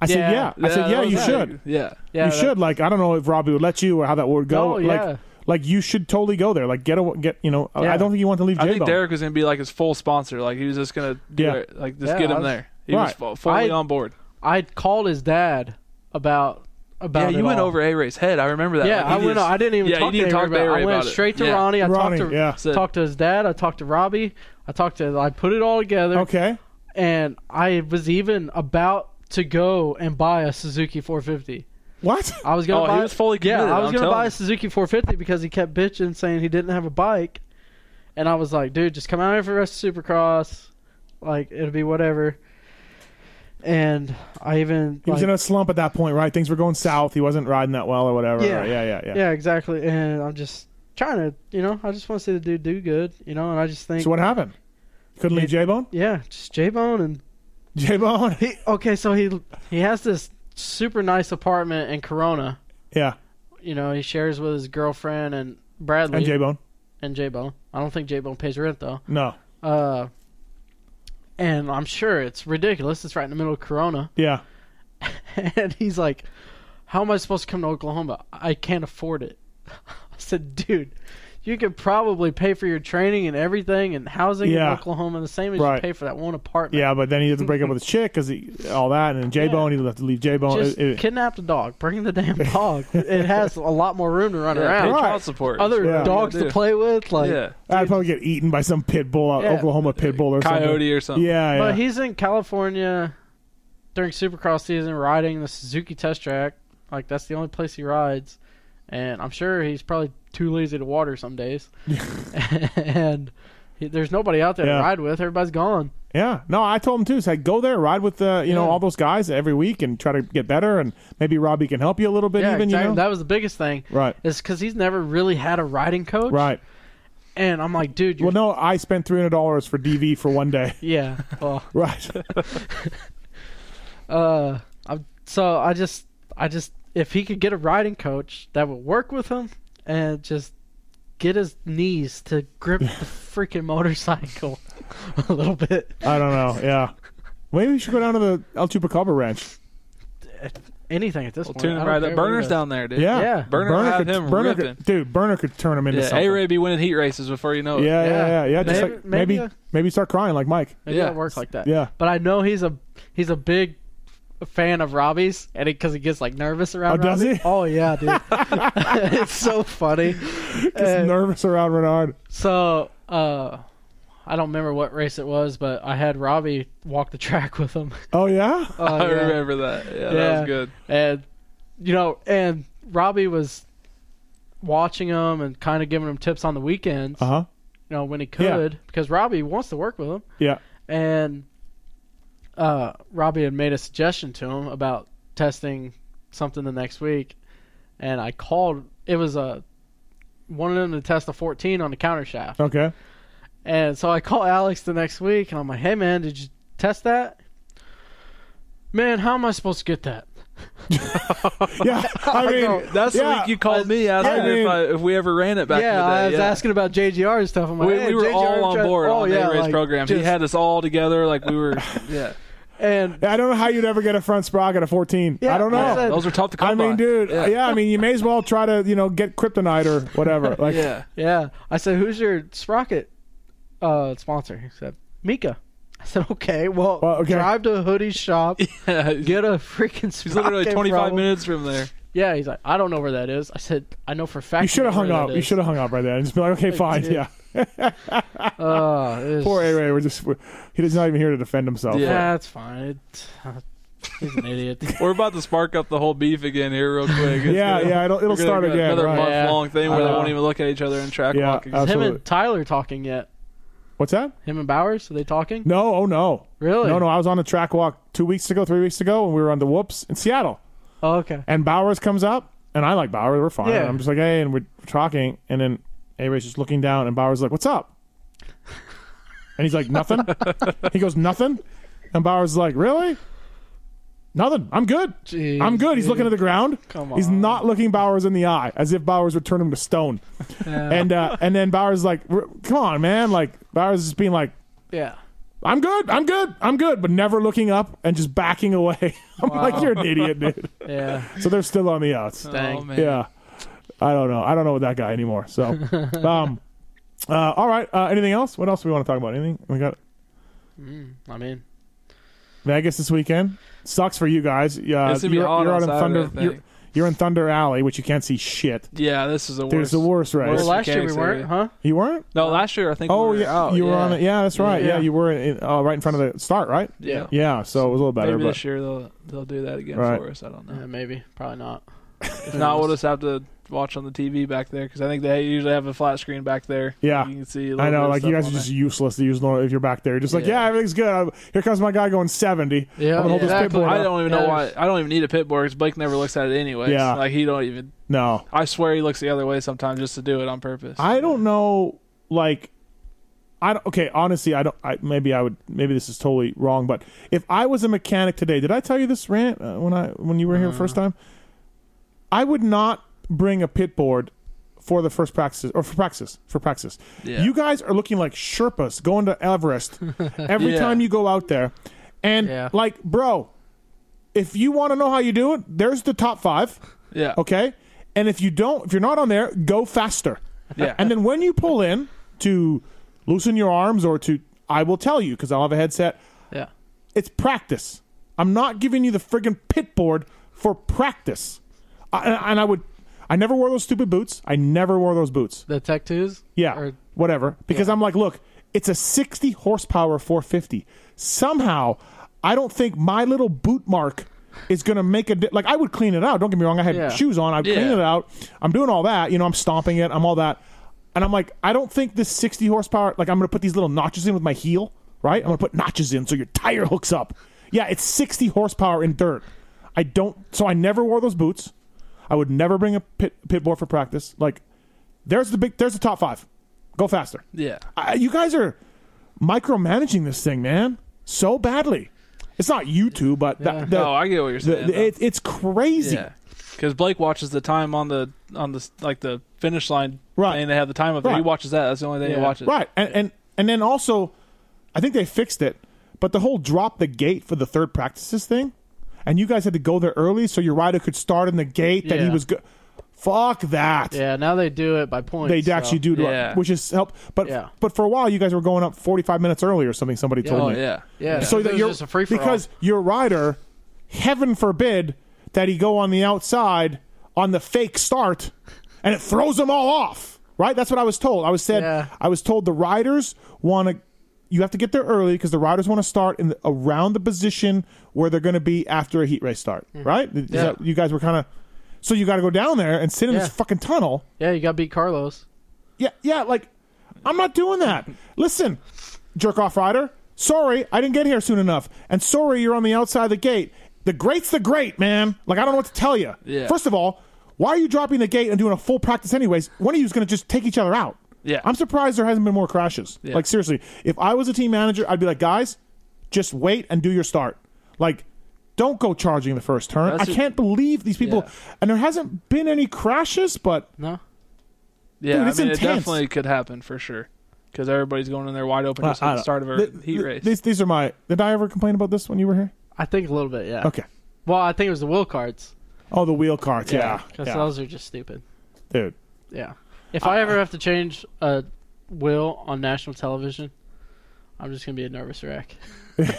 Speaker 2: I said, "Yeah."
Speaker 3: Yeah.
Speaker 2: I said, "Yeah,
Speaker 4: that
Speaker 2: you
Speaker 4: was
Speaker 2: should.
Speaker 4: big. Yeah,
Speaker 3: Yeah,
Speaker 2: you
Speaker 3: that-
Speaker 2: should." Like I don't know if Robbie would let you or how that would go.
Speaker 3: Oh,
Speaker 2: like,
Speaker 3: yeah.
Speaker 2: like you should totally go there. Like get a, get you know. I- I
Speaker 3: Yeah.
Speaker 2: don't think you want to leave.
Speaker 4: I
Speaker 2: J-Bone.
Speaker 4: think Derek was gonna be like his full sponsor. Like he was just gonna do
Speaker 2: Yeah.
Speaker 4: it, like just
Speaker 3: Yeah,
Speaker 4: get
Speaker 3: I
Speaker 4: him
Speaker 3: was-
Speaker 4: there. He was
Speaker 2: Right.
Speaker 4: fu- fully
Speaker 3: I-
Speaker 4: on board.
Speaker 3: I called his dad about
Speaker 4: Yeah,
Speaker 3: about.
Speaker 4: you
Speaker 3: it
Speaker 4: went
Speaker 3: all.
Speaker 4: over A Ray's head. I remember that.
Speaker 3: Yeah,
Speaker 4: Like, he
Speaker 3: I went.
Speaker 4: just-
Speaker 3: I didn't even
Speaker 4: yeah,
Speaker 3: talk
Speaker 4: you
Speaker 3: to
Speaker 4: didn't
Speaker 3: Aaron
Speaker 4: talk to A
Speaker 3: about it.
Speaker 4: Ray
Speaker 3: I
Speaker 4: about
Speaker 3: went
Speaker 4: it.
Speaker 3: straight to
Speaker 4: Yeah.
Speaker 3: Ronnie. I
Speaker 2: Ronnie,
Speaker 3: talked to
Speaker 2: yeah.
Speaker 4: So-
Speaker 3: talked to his dad. I talked to Robbie. I talked to. I put it all together.
Speaker 2: Okay.
Speaker 3: And I was even about to go and buy a Suzuki 450.
Speaker 2: What?
Speaker 3: I was gonna.
Speaker 4: Oh, he
Speaker 3: buy,
Speaker 4: was fully committed,
Speaker 3: Yeah, I
Speaker 4: I'm
Speaker 3: was gonna
Speaker 4: telling
Speaker 3: buy
Speaker 4: you.
Speaker 3: a Suzuki 450 because he kept bitching saying he didn't have a bike, and I was like, dude, just come out here for the rest of Supercross, like it'll be whatever. And I even
Speaker 2: He was
Speaker 3: like-
Speaker 2: in a slump at that point, right? Things were going south. He wasn't riding that well or whatever.
Speaker 3: Yeah.
Speaker 2: Right, yeah, yeah, yeah.
Speaker 3: yeah, exactly. And I'm just trying to, you know, I just want to see the dude do good, you know, and I just think,
Speaker 2: So what happened? Couldn't leave J Bone.
Speaker 3: yeah, just J Bone and
Speaker 2: J Bone.
Speaker 3: he. Okay, so he he has this super nice apartment in Corona.
Speaker 2: <laughs> Yeah,
Speaker 3: You know, he shares with his girlfriend and Bradley
Speaker 2: and J Bone.
Speaker 3: and J Bone. I don't think J Bone pays rent though.
Speaker 2: No.
Speaker 3: Uh, and I'm sure it's ridiculous. It's right in the middle of Corona, <laughs>
Speaker 2: Yeah.
Speaker 3: and he's like, "How am I supposed to come to Oklahoma? I can't afford it." <laughs> I said, "Dude, you could probably pay for your training and everything and housing
Speaker 2: Yeah.
Speaker 3: in Oklahoma the same as
Speaker 2: Right.
Speaker 3: you pay for that one apartment."
Speaker 2: Yeah, but then he had to break up with his chick because all that, and then J Bone. He left to leave J Bone.
Speaker 3: Just kidnap the dog. Bring the
Speaker 2: <laughs>
Speaker 3: damn dog. it has a lot more room to run
Speaker 4: Yeah,
Speaker 3: around.
Speaker 4: pay
Speaker 2: Right.
Speaker 4: child support.
Speaker 3: Other
Speaker 2: Yeah.
Speaker 3: dogs
Speaker 4: Yeah,
Speaker 3: to
Speaker 4: dude.
Speaker 3: play with, like.
Speaker 4: yeah,
Speaker 2: I'd probably get eaten by some pit bull out
Speaker 3: Yeah.
Speaker 2: Oklahoma pit bull or something.
Speaker 4: coyote or something.
Speaker 2: Yeah, yeah.
Speaker 3: But he's in California during Supercross season riding the Suzuki Test Track. Like that's the only place he rides, and I'm sure he's probably too lazy to water
Speaker 2: <laughs>
Speaker 3: some days. <laughs> and he, there's nobody out there
Speaker 2: Yeah.
Speaker 3: to ride with. Everybody's gone.
Speaker 2: yeah. No, I told him too. So I go there, ride with the you know
Speaker 3: Yeah.
Speaker 2: all those guys every week, and try to get better, and maybe Robbie can help you a little bit,
Speaker 3: yeah,
Speaker 2: even
Speaker 3: exactly.
Speaker 2: you know.
Speaker 3: That was the biggest thing.
Speaker 2: Right.
Speaker 3: Is because he's never really had a riding coach.
Speaker 2: Right.
Speaker 3: And I'm like, dude, you're,
Speaker 2: Well, no, I spent three hundred dollars for DV for one day.
Speaker 3: <laughs>
Speaker 2: <laughs>
Speaker 3: yeah. Well,
Speaker 2: right.
Speaker 3: uh, I'm, so I just, I just, if he could get a riding coach that would work with him and just get his knees to
Speaker 2: <laughs>
Speaker 3: grip the freaking motorcycle <laughs> a little bit,
Speaker 2: I don't know. Yeah. Maybe we should go down to the El Chupacabra Ranch.
Speaker 3: anything at this
Speaker 4: We'll
Speaker 3: point. I
Speaker 4: tune him
Speaker 3: don't
Speaker 4: right
Speaker 3: care what
Speaker 4: up.
Speaker 3: he
Speaker 4: Burner's
Speaker 3: does.
Speaker 4: down there, dude.
Speaker 2: Yeah.
Speaker 3: Yeah.
Speaker 4: Burner had
Speaker 2: could,
Speaker 4: him
Speaker 2: Burner
Speaker 4: ripping.
Speaker 2: could, dude. Burner could turn him into
Speaker 4: Yeah,
Speaker 2: something.
Speaker 4: A Ray be winning heat races before you know it.
Speaker 2: Yeah, yeah, yeah,
Speaker 3: Yeah.
Speaker 2: yeah. Just
Speaker 3: Maybe-
Speaker 2: like maybe,
Speaker 3: maybe
Speaker 2: maybe,
Speaker 3: a-
Speaker 2: start crying like Mike.
Speaker 3: Maybe
Speaker 4: Yeah.
Speaker 3: that works like that.
Speaker 2: Yeah.
Speaker 3: But I know he's a, he's a big fan of Robbie's, and because he gets like nervous around.
Speaker 2: Oh, does
Speaker 3: Robbie.
Speaker 2: he?
Speaker 3: Oh
Speaker 2: <laughs>
Speaker 3: yeah, dude. <laughs> it's so funny.
Speaker 2: Just
Speaker 3: Uh,
Speaker 2: nervous around Renard.
Speaker 3: So, uh, I don't remember what race it was, but I had Robbie walk the track with him.
Speaker 2: Oh yeah.
Speaker 3: Oh,
Speaker 4: <laughs> I
Speaker 3: yeah.
Speaker 4: remember that. Yeah, that
Speaker 3: Yeah.
Speaker 4: was good.
Speaker 3: And, you know, and Robbie was watching him and kind of giving him tips on the weekends,
Speaker 2: Uh huh.
Speaker 3: you know, when he could, because Robbie wants to work with him.
Speaker 2: Yeah.
Speaker 3: And uh, Robbie had made a suggestion to him about testing something the next week. And I called, it was a, wanted him to test a 14 on the counter shaft.
Speaker 2: Okay.
Speaker 3: And so I call Alex the next week and I'm like, hey man, did you test that? Man, how am I supposed to get that?
Speaker 2: Yeah. I mean,
Speaker 3: don't-
Speaker 4: That's
Speaker 2: yeah.
Speaker 4: the week you called me asking
Speaker 2: I mean-
Speaker 4: if, I, if we ever ran it back
Speaker 3: yeah,
Speaker 4: in the day.
Speaker 3: I was
Speaker 4: yeah.
Speaker 3: asking about JGR and stuff. I'm like,
Speaker 4: We,
Speaker 3: hey,
Speaker 4: we were
Speaker 3: JGR
Speaker 4: all on
Speaker 3: tried-
Speaker 4: board
Speaker 3: oh,
Speaker 4: on
Speaker 3: yeah,
Speaker 4: the race
Speaker 3: like,
Speaker 4: program. he
Speaker 3: just-
Speaker 4: had us all together. Like we
Speaker 2: <laughs>
Speaker 4: were, yeah.
Speaker 3: and
Speaker 2: I don't know how you'd ever get a front sprog at a 14.
Speaker 3: Yeah,
Speaker 2: I don't know.
Speaker 3: I said-
Speaker 4: Those were tough to come
Speaker 2: I mean,
Speaker 4: by.
Speaker 2: dude. Yeah.
Speaker 4: Yeah.
Speaker 2: I mean, you may as well try to, you know, get kryptonite or whatever. Like,
Speaker 4: <laughs> Yeah.
Speaker 3: yeah, I said, who's your sprocket uh, sponsor? He said, Mika. I said, okay, well,
Speaker 2: Well, okay.
Speaker 3: drive to Hoodie's
Speaker 4: <laughs>
Speaker 3: shop, get a freaking
Speaker 4: He's literally
Speaker 3: sprocket
Speaker 4: 25
Speaker 3: from him."
Speaker 4: minutes from there.
Speaker 3: Yeah, he's like, I don't know where that is. I said, I know for a fact.
Speaker 2: you should have hung up.
Speaker 3: up.
Speaker 2: You should have hung up right there and just be like, okay, fine.
Speaker 3: dude.
Speaker 2: Yeah.
Speaker 3: Uh, it was-
Speaker 2: Poor A Ray. We're just, we're, he does not even here to defend himself.
Speaker 4: Yeah.
Speaker 3: <laughs> Yeah, it's fine. It, he's
Speaker 2: <laughs>
Speaker 3: an idiot.
Speaker 4: We're about to spark up the whole beef again here, real quick. It's
Speaker 2: Yeah,
Speaker 4: gonna-
Speaker 2: yeah, it'll- it'll
Speaker 4: we're gonna
Speaker 2: start
Speaker 4: get
Speaker 2: again,
Speaker 4: Another
Speaker 2: right.
Speaker 4: month long thing where
Speaker 3: Yeah.
Speaker 4: they won't even look at each other in track
Speaker 2: Yeah,
Speaker 4: walking.
Speaker 2: uh,
Speaker 3: Him
Speaker 2: Absolutely.
Speaker 3: and Tyler talking yet?
Speaker 2: What's that?
Speaker 3: Him and Bowers? Are they talking?
Speaker 2: No, oh no.
Speaker 3: Really?
Speaker 2: No, no. I was on a track walk two weeks ago, three weeks ago, and we were on the whoops in Seattle.
Speaker 3: Oh, okay.
Speaker 2: And Bowers comes up, and I like Bowers. We're fine.
Speaker 3: Yeah.
Speaker 2: I'm just like, hey, and we're talking, and then A Ray's just looking down, and Bowers is like, what's up? And he's like,
Speaker 3: <laughs>
Speaker 2: nothing. he goes, nothing. And Bauer's like, really? Nothing. I'm good.
Speaker 3: Jeez,
Speaker 2: I'm good. He's
Speaker 3: dude.
Speaker 2: looking at the ground.
Speaker 3: Come
Speaker 2: He's
Speaker 3: on.
Speaker 2: not looking Bowers in the eye, as if Bowers would turn him to
Speaker 3: <laughs>
Speaker 2: stone. And uh, and then Bowers is like, "R- come on, man. Like Bowers is being like,
Speaker 3: Yeah.
Speaker 2: I'm good, I'm good, I'm good, but never looking up and just backing away. <laughs> I'm like, you're an idiot,
Speaker 3: <laughs>
Speaker 2: dude.
Speaker 3: Yeah.
Speaker 2: So they're still on the outs.
Speaker 3: Dang.
Speaker 4: <laughs> Oh, man.
Speaker 2: Yeah. I don't know. I don't know that guy anymore.
Speaker 4: <laughs>
Speaker 2: So, um, uh, all right. Uh, anything else? What else do we want to talk about? Anything? We got
Speaker 3: I mean,
Speaker 2: Vegas this weekend. Sucks for you guys. Yeah,
Speaker 4: It's gonna be hot on
Speaker 2: in
Speaker 4: Saturday,
Speaker 2: Thunder.
Speaker 4: I
Speaker 2: You're,
Speaker 4: think.
Speaker 2: you're in Thunder Alley, which you can't see shit.
Speaker 4: Yeah, this is the worst.
Speaker 2: There's the worst race.
Speaker 4: Worst
Speaker 3: well, last year we
Speaker 4: mechanics
Speaker 3: weren't,
Speaker 4: area.
Speaker 3: huh?
Speaker 2: You weren't?
Speaker 4: No, last year I think.
Speaker 2: Oh
Speaker 4: we were
Speaker 2: yeah,
Speaker 4: out.
Speaker 2: you were on it.
Speaker 4: Yeah,
Speaker 2: Yeah, that's right. Yeah,
Speaker 4: Yeah.
Speaker 2: you were in, uh, right in front of the start, right?
Speaker 4: yeah.
Speaker 2: Yeah, so it was a little better,
Speaker 4: Maybe
Speaker 2: but
Speaker 4: this year they'll they'll do that again
Speaker 2: Right.
Speaker 4: for us. I don't know.
Speaker 3: Yeah, maybe. Probably not.
Speaker 4: If not, we'll just have to watch on the TV back there because I think they usually have a flat screen back there.
Speaker 2: Yeah.
Speaker 4: you can see. a little
Speaker 2: I
Speaker 4: bit
Speaker 2: know,
Speaker 4: of
Speaker 2: like you
Speaker 4: stuff
Speaker 2: guys are
Speaker 4: on
Speaker 2: just useless to use normal if you're back there. You're just like, yeah,
Speaker 4: Yeah.
Speaker 2: everything's good. i here comes my guy going seventy. I'm
Speaker 3: Yeah,
Speaker 2: gonna hold this
Speaker 3: exactly.
Speaker 4: there.
Speaker 2: paperwork.
Speaker 4: I don't even
Speaker 3: Yeah,
Speaker 4: know why.
Speaker 3: there's-
Speaker 4: I don't even need a pit board because Blake never looks at it anyway.
Speaker 2: Yeah.
Speaker 4: like he don't even.
Speaker 2: No,
Speaker 4: I swear he looks the other way sometimes just to do it on purpose.
Speaker 2: I don't know. Like, I don't. Okay, honestly, I don't. I maybe I would. Maybe this is totally wrong, but if I was a mechanic today, did I tell you this rant uh, when I when you were here first time? I would not bring a pit board for the first practices or for praxis for praxis.
Speaker 4: Yeah.
Speaker 2: You guys are looking like Sherpas going to
Speaker 4: <laughs>
Speaker 2: Everest every
Speaker 4: Yeah.
Speaker 2: time you go out there, and
Speaker 3: Yeah.
Speaker 2: like, bro, if you want to know how you do it, there's the top five.
Speaker 4: Yeah.
Speaker 2: Okay. And if you don't, if you're not on there, go faster.
Speaker 4: Yeah.
Speaker 2: And then when you pull in to loosen your arms or to, I will tell you because I'll have a headset.
Speaker 3: Yeah.
Speaker 2: It's practice. I'm not giving you the friggin' pit board for practice. I, and, and I would, I never wore those stupid boots. I never wore those boots.
Speaker 3: The Tech 2s?
Speaker 2: Yeah.
Speaker 3: Or-
Speaker 2: whatever. Because I'm like, look, it's a 60 horsepower 450. Somehow, I don't think my little boot mark is going to make a di- like I would clean it out. Don't get me wrong, I had
Speaker 3: Yeah.
Speaker 2: shoes on. I would clean
Speaker 4: Yeah.
Speaker 2: it out. I'm doing all that, you know, I'm stomping it, I'm all that. And I'm like, I don't think this 60 horsepower like I'm going to put these little notches in with my heel, right? I'm going to put notches in so your tire <laughs> hooks up. Yeah, it's 60 horsepower in dirt. I don't so I never wore those boots. I would never bring a pit, pit board for practice. Like there's the big there's the top 5. Go faster.
Speaker 4: yeah.
Speaker 2: I, you guys are micromanaging this thing, man, so badly. It's not you two, but the, the,
Speaker 4: no, Oh, I get what you're
Speaker 2: the,
Speaker 4: saying.
Speaker 2: the-
Speaker 4: though.
Speaker 2: it, it's crazy.
Speaker 4: yeah. Because Blake watches the time on the on the like the finish line,
Speaker 2: Right.
Speaker 4: And they have the time up there. He
Speaker 2: Right.
Speaker 4: watches that. That's the only thing
Speaker 3: Yeah.
Speaker 4: he watches.
Speaker 2: Right. And, and and then also I think they fixed it, but the whole drop the gate for the third practices thing, and you guys had to go there early so your rider could start in the gate that he
Speaker 3: Yeah.
Speaker 2: was good. Fuck that.
Speaker 3: Yeah, now they do it by points.
Speaker 2: They
Speaker 3: so-
Speaker 2: actually do,
Speaker 4: Yeah.
Speaker 2: which is help. But
Speaker 3: Yeah.
Speaker 2: but for a while, you guys were going up forty five minutes early or something. Somebody told
Speaker 4: Oh
Speaker 2: me.
Speaker 4: yeah.
Speaker 3: Yeah.
Speaker 2: so that
Speaker 3: it was
Speaker 2: you're
Speaker 3: just a free for
Speaker 2: because your rider, heaven forbid that he go on the outside on the fake start, and it throws them all off. Right? That's what I was told. I was said
Speaker 3: Yeah.
Speaker 2: I was told the riders want to. You have to get there early because the riders want to start in the, around the position where they're going to be after a heat race start. Right? Is
Speaker 3: Mm. Yeah.
Speaker 2: that- you guys were kind of. So you got to go down there and sit in
Speaker 3: Yeah.
Speaker 2: this fucking tunnel.
Speaker 3: Yeah, you got to beat Carlos.
Speaker 2: Yeah, yeah, like I'm not doing that. Listen, jerk off rider. Sorry, I didn't get here soon enough. And sorry you're on the outside of the gate. The great's the great, man. Like I don't know what to tell you.
Speaker 4: Yeah.
Speaker 2: First of all, why are you dropping the gate and doing a full practice anyways? One of you's going to just take each other out.
Speaker 4: Yeah.
Speaker 2: I'm surprised there hasn't been more crashes.
Speaker 4: Yeah.
Speaker 2: Like seriously, if I was a team manager, I'd be like, "Guys, just wait and do your start." Like don't go charging the first turn.
Speaker 4: That's
Speaker 2: I
Speaker 4: a-
Speaker 2: can't believe these people.
Speaker 4: Yeah.
Speaker 2: And there hasn't been any crashes, but
Speaker 3: No?
Speaker 4: Yeah,
Speaker 2: Dude,
Speaker 4: I
Speaker 2: it's
Speaker 4: mean, it
Speaker 2: intense.
Speaker 4: definitely could happen for sure because everybody's going in there wide open just
Speaker 2: I
Speaker 4: at the
Speaker 2: don't-
Speaker 4: start of a
Speaker 2: th-
Speaker 4: heat
Speaker 2: th-
Speaker 4: race.
Speaker 2: These, these are my. Did I ever complain about this when you were here?
Speaker 3: I think a little bit, yeah.
Speaker 2: Okay.
Speaker 3: Well, I think it was the wheel cards.
Speaker 2: Oh, the wheel carts. Yeah,
Speaker 3: Because
Speaker 2: yeah,
Speaker 3: those are just stupid.
Speaker 2: dude.
Speaker 3: Yeah. If I ever have to change a wheel on national television, I'm just going to be a nervous wreck.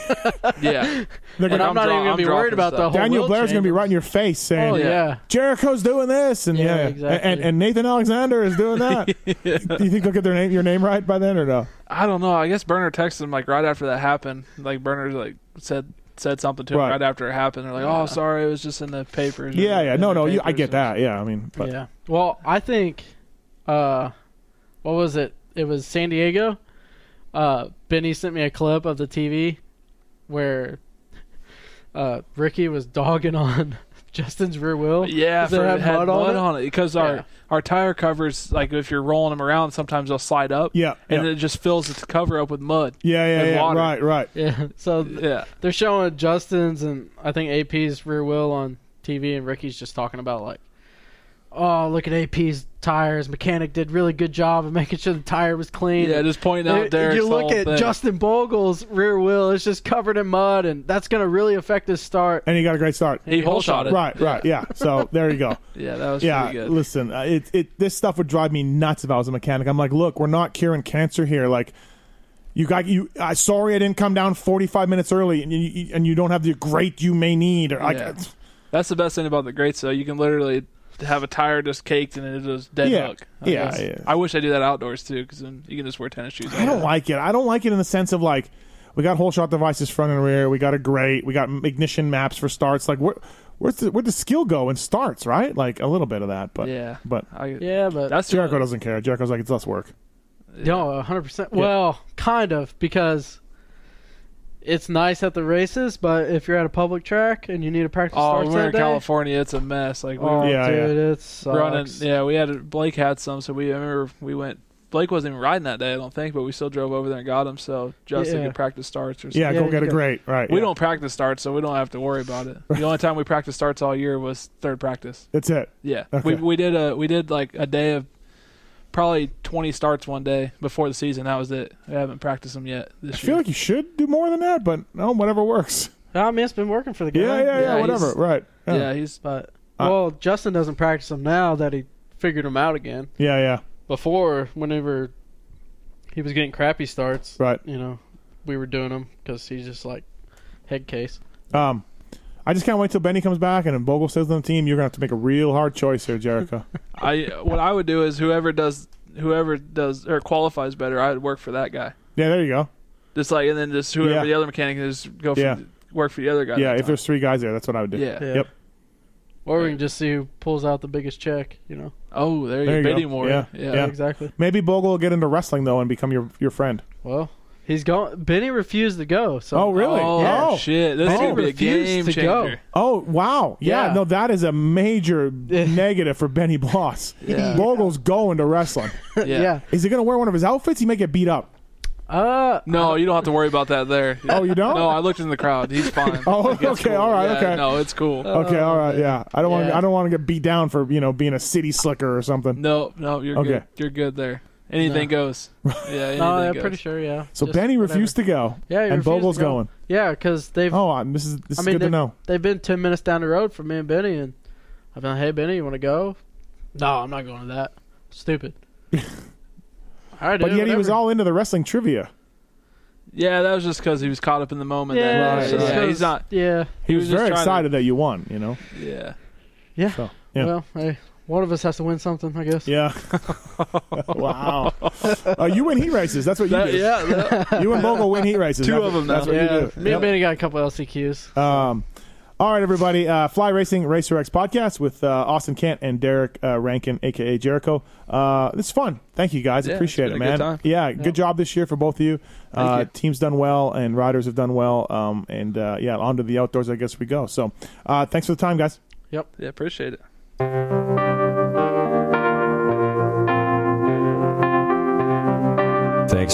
Speaker 4: yeah,
Speaker 2: They're
Speaker 3: And
Speaker 2: gonna,
Speaker 3: I'm, not
Speaker 4: I'm dro-
Speaker 3: even going to
Speaker 4: I'm
Speaker 3: be worried
Speaker 4: dropping
Speaker 3: about the
Speaker 4: stuff.
Speaker 3: whole
Speaker 2: Daniel
Speaker 3: wheel
Speaker 2: Blair's gonna be
Speaker 3: change.
Speaker 2: right in your face saying,
Speaker 3: Oh, yeah.
Speaker 2: "Jericho's doing this," and yeah,
Speaker 3: Yeah,
Speaker 2: yeah.
Speaker 3: exactly.
Speaker 2: and, and Nathan Alexander is doing that. Do you think they'll get their name your name right by then or no?
Speaker 4: <laughs> I don't know. I guess Burner texted him like right after that happened. Like Burner like said said something to him
Speaker 2: Right.
Speaker 4: right, after it happened. They're like, "Oh, sorry, it was just in the papers."
Speaker 2: Yeah,
Speaker 4: In
Speaker 2: yeah.
Speaker 4: the
Speaker 2: No, no. You, I
Speaker 4: papers."
Speaker 2: get that. Yeah, I mean, but
Speaker 3: Yeah. Well, I think, uh, what was it? It was San Diego. Uh, Benny sent me a clip of the TV where uh, Ricky was dogging on <laughs> Justin's rear wheel.
Speaker 4: Yeah,
Speaker 3: Does it
Speaker 4: for-
Speaker 3: have
Speaker 4: had
Speaker 3: mud on it?
Speaker 4: because
Speaker 3: Yeah.
Speaker 4: our our tire covers, like if you're rolling them around, sometimes they'll slide up.
Speaker 2: Yeah,
Speaker 4: and
Speaker 2: yeah.
Speaker 4: it just fills the cover up with mud.
Speaker 2: Yeah, yeah,
Speaker 4: and
Speaker 2: yeah.
Speaker 4: water.
Speaker 2: Right, right.
Speaker 3: Yeah. So th-
Speaker 4: Yeah,
Speaker 3: they're showing Justin's and I think AP's rear wheel on TV, and Ricky's just talking about like, oh, look at AP's tires. Mechanic did really good job of <laughs> making sure the tire was clean.
Speaker 4: yeah. Just pointing
Speaker 3: And
Speaker 4: out there.
Speaker 3: You look at
Speaker 4: thing.
Speaker 3: Justin Bogle's rear wheel; it's just covered in mud, and that's going to really affect his start.
Speaker 2: And he got a great start.
Speaker 4: he hole shot it.
Speaker 2: Right, right. Yeah. So there you go.
Speaker 4: Yeah, that was
Speaker 2: Yeah,
Speaker 4: pretty good.
Speaker 2: listen, uh, it it this stuff would drive me nuts if I was a mechanic. I'm like, look, we're not curing cancer here. Like, you got you. I sorry I didn't come down 45 minutes early, and you- you and you don't have the great you may need. Or like,
Speaker 4: Yeah.
Speaker 2: it's-
Speaker 4: That's the best thing about the greats, though. You can literally have a tire just caked and it just dead
Speaker 2: Yeah.
Speaker 4: hook.
Speaker 2: Yeah,
Speaker 4: That's-
Speaker 2: yeah.
Speaker 4: I wish I do that outdoors too, because then you can just wear tennis shoes.
Speaker 2: I don't like it. I don't like it in the sense of like, we got whole shot devices front and rear. We got a great. We got ignition maps for starts. Like, where where's the where the skill go in starts? Right, like a little bit of that, but
Speaker 4: Yeah, Uh,
Speaker 2: but.
Speaker 4: I,
Speaker 3: Yeah, but
Speaker 4: that's
Speaker 2: Jericho doesn't care. Jericho's like, it's less work.
Speaker 3: No, 100%. Well, kind of, because it's nice at the races, but if you're at a public track and you need a practice
Speaker 4: Oh,
Speaker 3: start
Speaker 4: when we're
Speaker 3: that
Speaker 4: in
Speaker 3: day,
Speaker 4: California. It's a mess. Like we
Speaker 3: oh,
Speaker 4: were
Speaker 2: Yeah,
Speaker 3: dude, it sucks.
Speaker 4: running. Yeah, we had Blake had some, so we I remember we went. Blake wasn't even riding that day, I don't think, but we still drove over there and got him. So Justin
Speaker 3: Yeah.
Speaker 4: could practice starts or something.
Speaker 2: Yeah,
Speaker 3: Yeah,
Speaker 2: go
Speaker 3: you
Speaker 2: get a
Speaker 3: got-
Speaker 2: great. Right.
Speaker 4: We
Speaker 2: yeah.
Speaker 4: don't practice starts, so we don't have to worry about it. The only time we practiced starts all year was third practice.
Speaker 2: That's it.
Speaker 4: Yeah,
Speaker 2: Okay.
Speaker 4: we we did a we did like a day of probably twenty starts one day before the season. That was it. I haven't practiced them yet
Speaker 2: I
Speaker 4: this
Speaker 2: feel
Speaker 4: year.
Speaker 2: like you should do more than that, but no, whatever works.
Speaker 3: I mean, it's been working for the guy.
Speaker 2: Yeah, yeah, yeah,
Speaker 4: Yeah, he's-
Speaker 2: whatever. Right. Yeah.
Speaker 4: yeah, he's
Speaker 3: But,
Speaker 2: Uh,
Speaker 3: well, Justin doesn't practice them now that he figured them out again.
Speaker 2: yeah, yeah,
Speaker 3: Before, whenever he was getting crappy starts,
Speaker 2: right.
Speaker 3: you know, we were doing them because he's just like head case.
Speaker 2: Um, I just can't wait till Benny comes back and then Bogle says to the team, "You're gonna have to make a real hard choice here,
Speaker 4: <laughs>
Speaker 2: Jericho."
Speaker 4: I what I would do is whoever does whoever does or qualifies better, I would work for that guy.
Speaker 2: yeah, there you go.
Speaker 4: Just like and then just whoever
Speaker 2: Yeah.
Speaker 4: the other mechanic is, go for,
Speaker 2: Yeah.
Speaker 4: work for the other guy.
Speaker 2: Yeah,
Speaker 4: that
Speaker 2: if there's three guys there, that's what I would do.
Speaker 4: time. yeah.
Speaker 3: Yeah.
Speaker 2: Yep.
Speaker 3: Or we can just see who pulls out the biggest check, you know?
Speaker 4: Oh,
Speaker 2: There
Speaker 4: there,
Speaker 2: you
Speaker 4: you
Speaker 2: go.
Speaker 4: go. Bidding war.
Speaker 2: Yeah.
Speaker 4: Yeah.
Speaker 2: Yeah.
Speaker 3: Exactly.
Speaker 2: Maybe Bogle will get into wrestling though and become your your friend.
Speaker 3: Well, he's going. Benny refused to go. So
Speaker 2: Oh, really?
Speaker 4: Oh
Speaker 2: Yeah.
Speaker 4: shit! This is
Speaker 3: Bidding
Speaker 4: gonna be a
Speaker 3: refused
Speaker 4: game
Speaker 3: to
Speaker 4: changer.
Speaker 3: go.
Speaker 2: Oh wow! Yeah,
Speaker 3: Yeah.
Speaker 2: no, that is a major negative for Benny Bloss.
Speaker 4: <laughs> Yeah.
Speaker 2: Bogle's going to
Speaker 4: <laughs>
Speaker 2: wrestling.
Speaker 4: Yeah.
Speaker 3: uh, Yeah.
Speaker 2: is he gonna wear one of his outfits? He may get beat up.
Speaker 3: Uh,
Speaker 4: No, you don't have to worry about that there.
Speaker 2: <laughs> Oh, you don't?
Speaker 4: No, I looked in the crowd.
Speaker 2: <laughs>
Speaker 4: He's fine.
Speaker 2: Oh,
Speaker 4: Like, it's
Speaker 2: okay, all right,
Speaker 4: Yeah,
Speaker 2: okay.
Speaker 4: No, it's cool.
Speaker 3: Oh.
Speaker 2: Okay, all right, yeah. I don't want. to
Speaker 3: Yeah.
Speaker 2: I don't want to get beat down for you know being a city slicker or something.
Speaker 4: No, no, you're
Speaker 2: Okay.
Speaker 4: good. You're good there.
Speaker 2: <laughs>
Speaker 4: Anything goes. Yeah, anything
Speaker 3: no, uh, I'm
Speaker 4: goes.
Speaker 3: pretty sure. Yeah.
Speaker 2: So
Speaker 3: Just
Speaker 2: Benny
Speaker 3: whatever.
Speaker 2: refused to go.
Speaker 3: Yeah, he
Speaker 2: and
Speaker 3: refused to
Speaker 2: Bogle's
Speaker 3: go.
Speaker 2: going.
Speaker 3: Yeah, because they've
Speaker 2: Oh, I- this is this
Speaker 3: I
Speaker 2: is
Speaker 3: mean,
Speaker 2: good to
Speaker 3: they-
Speaker 2: know.
Speaker 3: they've been ten minutes down the road for me and Benny, and I've been like, "Hey, Benny, you want to go?" No, I'm not going to that.
Speaker 2: <laughs>
Speaker 3: Stupid. all right,
Speaker 2: But
Speaker 3: dude,
Speaker 2: yet he was
Speaker 3: whatever.
Speaker 2: all into the wrestling trivia.
Speaker 4: Yeah, that was just because he was caught up in the moment.
Speaker 3: Yeah,
Speaker 4: there.
Speaker 2: Right,
Speaker 3: it's
Speaker 4: yeah,
Speaker 3: just
Speaker 4: yeah,
Speaker 3: 'cause-
Speaker 4: he's not.
Speaker 3: Yeah,
Speaker 2: He was,
Speaker 4: was just
Speaker 2: very
Speaker 4: trying to-
Speaker 2: excited that you won. You know.
Speaker 4: Yeah,
Speaker 3: yeah.
Speaker 2: So, yeah.
Speaker 3: Well, hey, one of us has to win something, I guess.
Speaker 2: Yeah.
Speaker 3: <laughs>
Speaker 2: wow. Uh, you win heat races. That's what you
Speaker 4: That-
Speaker 2: do.
Speaker 4: yeah.
Speaker 3: <laughs>
Speaker 4: that-
Speaker 2: You and Bogle win heat races.
Speaker 4: Two
Speaker 2: That's-
Speaker 4: of 'em now.
Speaker 2: That's what
Speaker 3: Yeah,
Speaker 2: you do.
Speaker 3: me
Speaker 2: Yep.
Speaker 3: and Benny got a couple LCQs.
Speaker 2: Um, all right, everybody. Uh, Fly Racing Racer X podcast with uh, Austin Kent and Derek uh, Rankin, aka Jericho. Uh, this is fun. Thank you guys.
Speaker 4: Yeah,
Speaker 2: Appreciate
Speaker 4: it's
Speaker 2: it,
Speaker 4: been a
Speaker 2: man.
Speaker 4: good time.
Speaker 2: Yeah, good job this year for both of you. Uh,
Speaker 4: you.
Speaker 2: Team's done well, and riders have done well. Um, and uh, yeah, on to the outdoors, I guess we go. So, uh, thanks for the time, guys.
Speaker 3: Yep.
Speaker 4: yeah, appreciate it.
Speaker 5: Thanks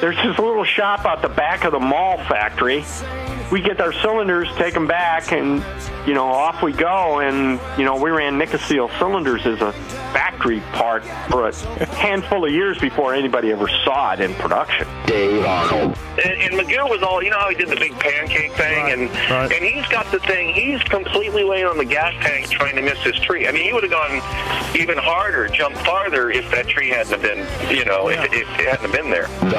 Speaker 6: There's this little shop out the back of the mall factory. We get our cylinders, take them back, and you know, off we go. And you know, we ran Nicosil cylinders as a factory part for a handful of years before anybody ever saw it in production.
Speaker 1: Dave Arnold.
Speaker 7: and, and Magoo was all you know how he did the big pancake thing and
Speaker 2: Right.
Speaker 7: and he's got the thing he's completely laying on the gas tank trying to miss his tree. I mean he would have gone even harder, jumped farther if that tree hadn't have been you know if, if it hadn't have been there.
Speaker 1: The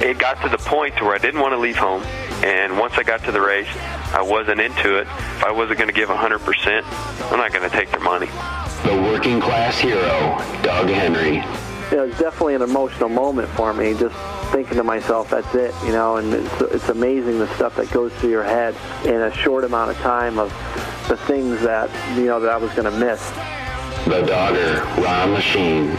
Speaker 8: It got to the point to where I didn't want to leave home, and once I got to the race, I wasn't into it. If I wasn't going to give 100%, I'm not going to take their money.
Speaker 1: The working class hero, Doug Henry.
Speaker 9: you know, it's definitely an emotional moment for me. Just thinking to myself, that's it, you know. And it's, it's amazing the stuff that goes through your head in a short amount of time of the things that you know that I was going to miss.
Speaker 1: The daughter, Ron Machine.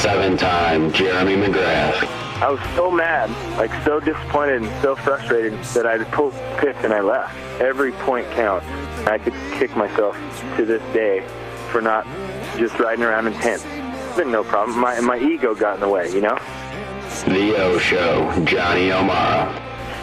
Speaker 1: Seven time, Jeremy McGrath.
Speaker 10: I was so mad, like so disappointed and so frustrated that I pulled fifth and I left. Every point counts. I could kick myself to this day for not just riding around in tenth. It's been no problem. My, my ego got in the way, you know?
Speaker 1: The O Show, Johnny O'Mara.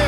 Speaker 11: years.